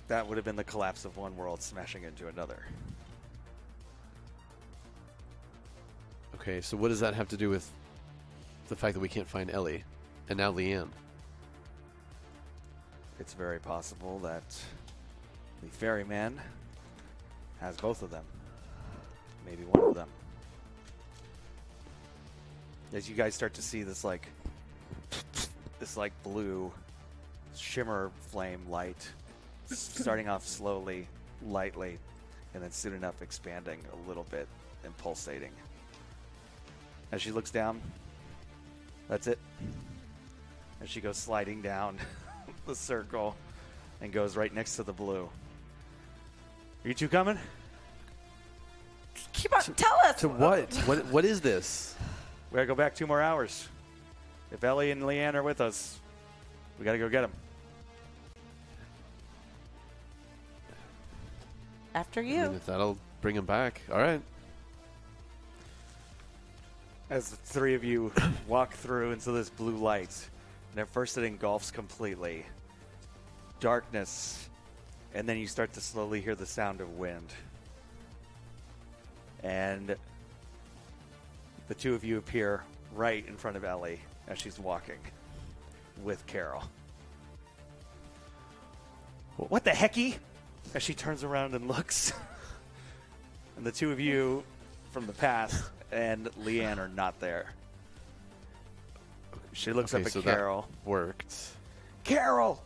S2: That would have been the collapse of one world smashing into another.
S6: Okay, so what does that have to do with the fact that we can't find Ellie and now Leanne?
S2: It's very possible that the ferryman has both of them. Maybe one of them. As you guys start to see this like this like blue shimmer flame light starting off slowly, lightly, and then soon enough expanding a little bit and pulsating. As she looks down, that's it. And she goes sliding down the circle and goes right next to the blue. Are you two coming?
S4: Keep on. Tell us.
S6: To what? what? What is this?
S2: We gotta go back two more hours. If Ellie and Leanne are with us, we gotta go get them.
S4: After
S6: I mean,
S4: you.
S6: if that'll bring him back. All right.
S2: As the three of you walk through into this blue light, and at first it engulfs completely. Darkness, and then you start to slowly hear the sound of wind. And the two of you appear right in front of Ellie as she's walking with Carol. What the hecky? As she turns around and looks. and the two of you from the past and Leanne are not there. She looks
S6: okay,
S2: up at
S6: so
S2: Carol.
S6: that worked.
S2: Carol!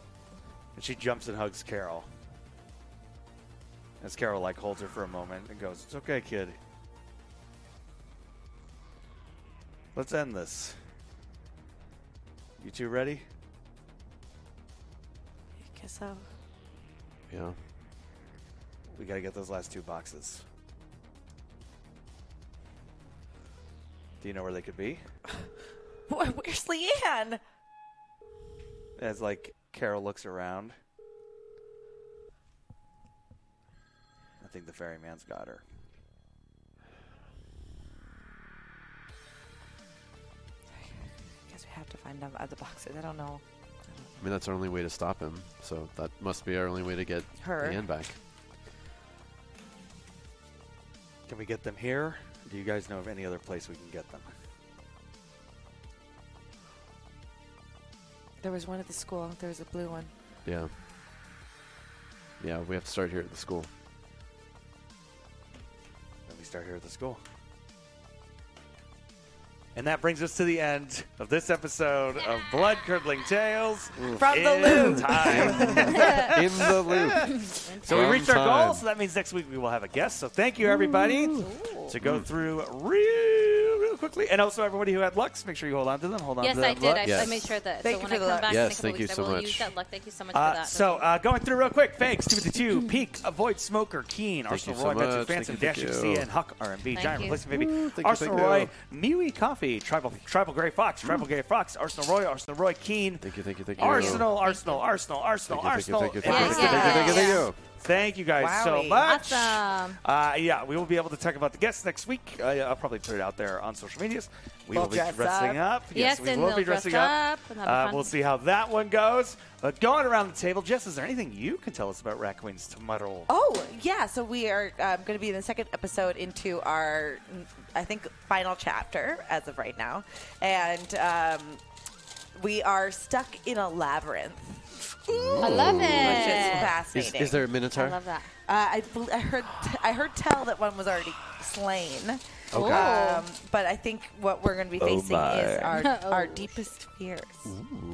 S2: And she jumps and hugs Carol. As Carol like holds her for a moment and goes, It's okay, kid. Let's end this. You two ready?
S4: I guess so.
S6: Yeah.
S2: We gotta get those last two boxes. Do you know where they could be?
S4: Where's Leanne?
S2: As like Carol looks around. I think the ferryman's got her.
S4: I guess we have to find them other boxes. I don't know.
S6: I mean, that's our only way to stop him. So that must be our only way to get
S4: Her.
S6: Leanne back.
S2: Can we get them here? Do you guys know of any other place we can get them?
S4: There was one at the school. There was a blue one.
S6: Yeah. Yeah, we have to start here at the school.
S2: Then we start here at the school. And that brings us to the end of this episode of Blood Curdling Tales
S4: From the
S2: In
S4: loop.
S2: Time.
S4: In the loop.
S2: So we
S4: From
S2: reached our
S4: time.
S2: goal. So that means next week we will have a guest. So thank you everybody to go through real, real quickly, and also everybody who had Lux. Make sure you hold on to them. Hold on.
S3: Yes,
S2: to them,
S3: I did. I,
S2: Lux.
S3: I made sure
S4: Thank
S3: that. so
S4: you
S3: when
S4: for
S3: I
S4: the
S3: come
S4: luck.
S3: back
S2: Yes,
S3: in a couple
S2: thank you
S3: weeks,
S2: so
S3: I will
S2: much.
S3: use that luck. Thank you so much
S2: Uh,
S3: for that.
S2: so uh, going through real quick, Fakes, Stupid the Two, Peak, Avoid Smoker, Keen, Arsenal
S6: you so
S2: Roy, Benson,
S6: much. Thank
S2: Phantom,
S6: you, thank
S2: Dash,
S6: you.
S2: Xia, and Huck R&B,
S6: Thank
S2: Giant,
S6: you.
S2: Replacement Baby,
S6: Ooh, thank you,
S2: Arsenal
S6: thank
S2: Roy, Miwi Coffee, Tribal Tribal Gray Fox, Tribal Gray Fox, Arsenal Roy, Arsenal Roy, Keen,
S6: Thank you, thank you, thank you.
S2: Arsenal, Arsenal, Arsenal, Arsenal,
S6: Thank you,
S2: Arsenal.
S6: thank you, thank you,
S2: and
S6: thank you, thank you, thank you, thank you, thank you.
S2: Thank you guys so
S3: Wowie.
S2: much.
S3: Awesome.
S2: Uh, yeah, we will be able to talk about the guests next week. Uh, I'll probably put it out there on social medias. We
S3: We'll
S2: will be
S3: dress
S2: dressing up.
S3: up. Yes,
S2: we
S3: and
S2: will
S3: we'll
S2: be
S3: dress
S2: dressing
S3: up
S2: up.
S3: and have
S2: Uh,
S3: fun.
S2: we'll see how that one goes. But going around the table, Jess, is there anything you can tell us about Raccoon's Tomorrow?
S4: Oh, yeah. So we are um, going to be in the second episode into our, mm, I think, final chapter as of right now. And um, we are stuck in a labyrinth.
S3: I love it.
S4: Which is fascinating.
S6: Is, is there a minotaur?
S3: that.
S4: Uh, I, bel- I heard I heard tell that one was already slain.
S3: Oh,
S6: Okay.
S4: Um, but I think what we're going to be
S6: Oh
S4: facing is
S6: my.
S4: our,
S3: Oh.
S4: our deepest fears.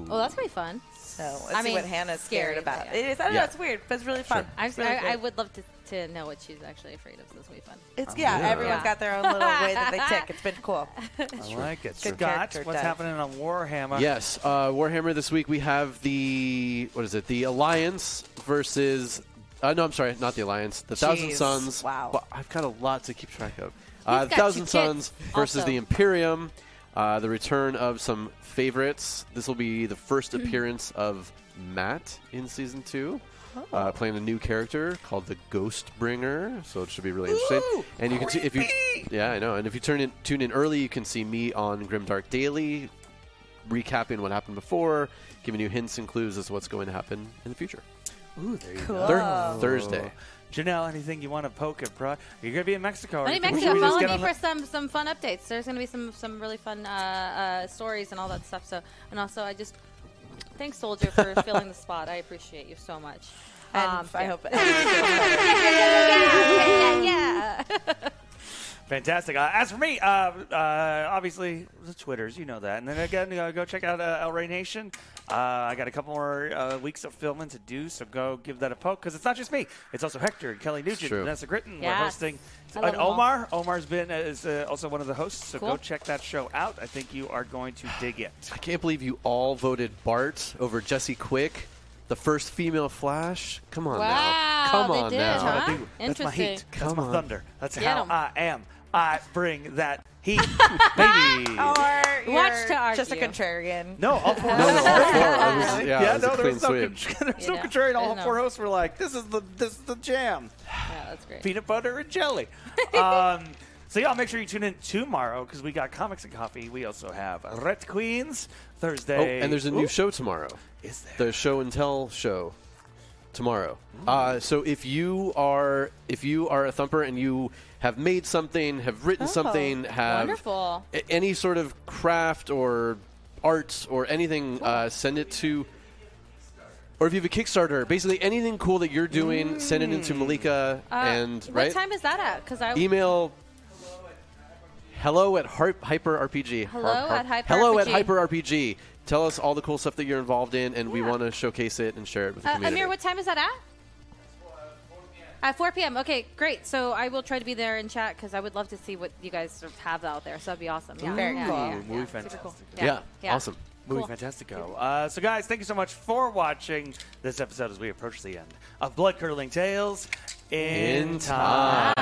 S3: Oh, that's gonna be fun.
S4: So let's see what Hannah's scared about. It is. I don't know.
S3: Yeah.
S4: It's weird, but it's really fun.
S3: I'm,
S4: It's really
S3: I, I
S4: good.
S3: would love to, to know what she's actually afraid of. So this will be fun.
S4: It's yeah. Everyone's got their own little way that they tick. It's been cool.
S2: I like it.
S4: Good
S2: Scott,
S4: character
S2: what's
S4: death.
S2: happening on Warhammer?
S6: Yes, uh, Warhammer this week we have the what is it? The Alliance versus uh, no, I'm sorry, not the Alliance. The Thousand
S2: Jeez,
S6: Suns.
S2: wow.
S6: But I've got a lot to keep track of. Uh,
S2: got two
S6: Thousand
S2: kids
S6: Suns versus
S2: also.
S6: the Imperium. Uh, the return of some favorites. This will be the first
S2: Mm-hmm.
S6: appearance of Matt in season two.
S2: Oh.
S6: Uh, playing a new character called the Ghostbringer, so it should be really interesting. and you can see if you, yeah, I know. And if you turn in, tune in early, you can see me on Grimdark Daily, recapping what happened before, giving you hints and clues as to what's going to happen in the future.
S2: Ooh, there you
S6: Thur- go. Thursday.
S2: Janelle, anything you want to poke at? Pro- You're going to be in Mexico.
S3: Money
S2: aren't you?
S3: Mexico,
S2: Should we just
S3: follow
S2: get
S3: me
S2: on the-
S3: for some some fun updates. There's going to be some some really fun uh, uh, stories and all that stuff. So, and also, I just thanks Soldier for filling the spot. I appreciate you so much. Um,
S4: And I hope-
S3: yeah, yeah, yeah, yeah.
S2: Fantastic. Uh, as for me, uh, uh, obviously the Twitters, you know that. And then again, uh, go check out uh, El Rey Nation. Uh, I got a couple more uh, weeks of filming to do, so go give that a poke because it's not just me. It's also Hector and Kelly Nugent,
S6: true.
S2: Vanessa Gritton.
S6: Yes.
S2: We're hosting
S6: I love
S2: and
S6: them all.
S2: Omar. Omar's been uh, is uh, also one of the hosts, so go
S6: Cool.
S2: check that show out. I think you are going to dig it.
S6: I can't believe you all voted Bart over Jesse Quick, the first female Flash. Come on
S2: Wow,
S6: now. Come
S2: they
S6: on
S2: did,
S6: now.
S2: huh? That's my Interesting. heat. That's
S6: Come
S2: my
S6: on.
S2: thunder. That's
S3: Get
S2: how
S3: 'em.
S2: I am. I bring that heat, baby.
S4: Or
S3: Watch
S4: you're
S3: to argue.
S4: Just a contrarian.
S2: No, all four
S4: No,
S2: hosts.
S4: no, all four.
S11: It was- yeah, it was a
S2: no, there
S11: clean
S2: was no,
S11: sweep.
S2: con- there was
S11: You
S2: no
S11: know,
S2: contrarian. All
S11: I
S2: four
S11: know.
S2: hosts were like, "This is the this is the jam."
S3: Yeah, that's great.
S2: Peanut butter and jelly. um, so y'all make sure you tune in tomorrow because we got comics and coffee. We also have Red Queens Thursday.
S6: Oh, and there's a new
S2: Ooh.
S6: show tomorrow.
S2: Is
S6: there? The show and tell show tomorrow. Uh, so if you are if you are a thumper and you have made something, have written something, have
S3: wonderful.
S6: a- any sort of craft or arts or anything, uh, send it to. Or if you have a Kickstarter, basically anything cool that you're doing, send it into Malika
S3: Uh,
S6: and
S3: what
S6: right
S3: time is that at? Because I
S6: email hello at harp, hyper rpg
S3: Hello
S6: Harp-
S3: at Hyper
S6: harp- hello at
S3: RPG.
S6: hyper rpg tell us all the cool stuff that you're involved in and we want to showcase it and share it with the
S3: Uh,
S6: community
S3: Amir, what time is that at? At 4 p.m. Okay, great. So I will try to be there in chat because I would love to see what you guys sort of have out there. So that'd be awesome. Yeah,
S2: Very
S3: yeah,
S2: cool.
S3: yeah,
S2: Movie
S3: yeah.
S2: Fantastico.
S3: Super cool.
S6: Yeah. Awesome.
S2: Movie
S3: Cool.
S2: Fantastico. Uh, so, guys, thank you so much for watching this episode as we approach the end of Blood Curdling Tales in,
S6: In time.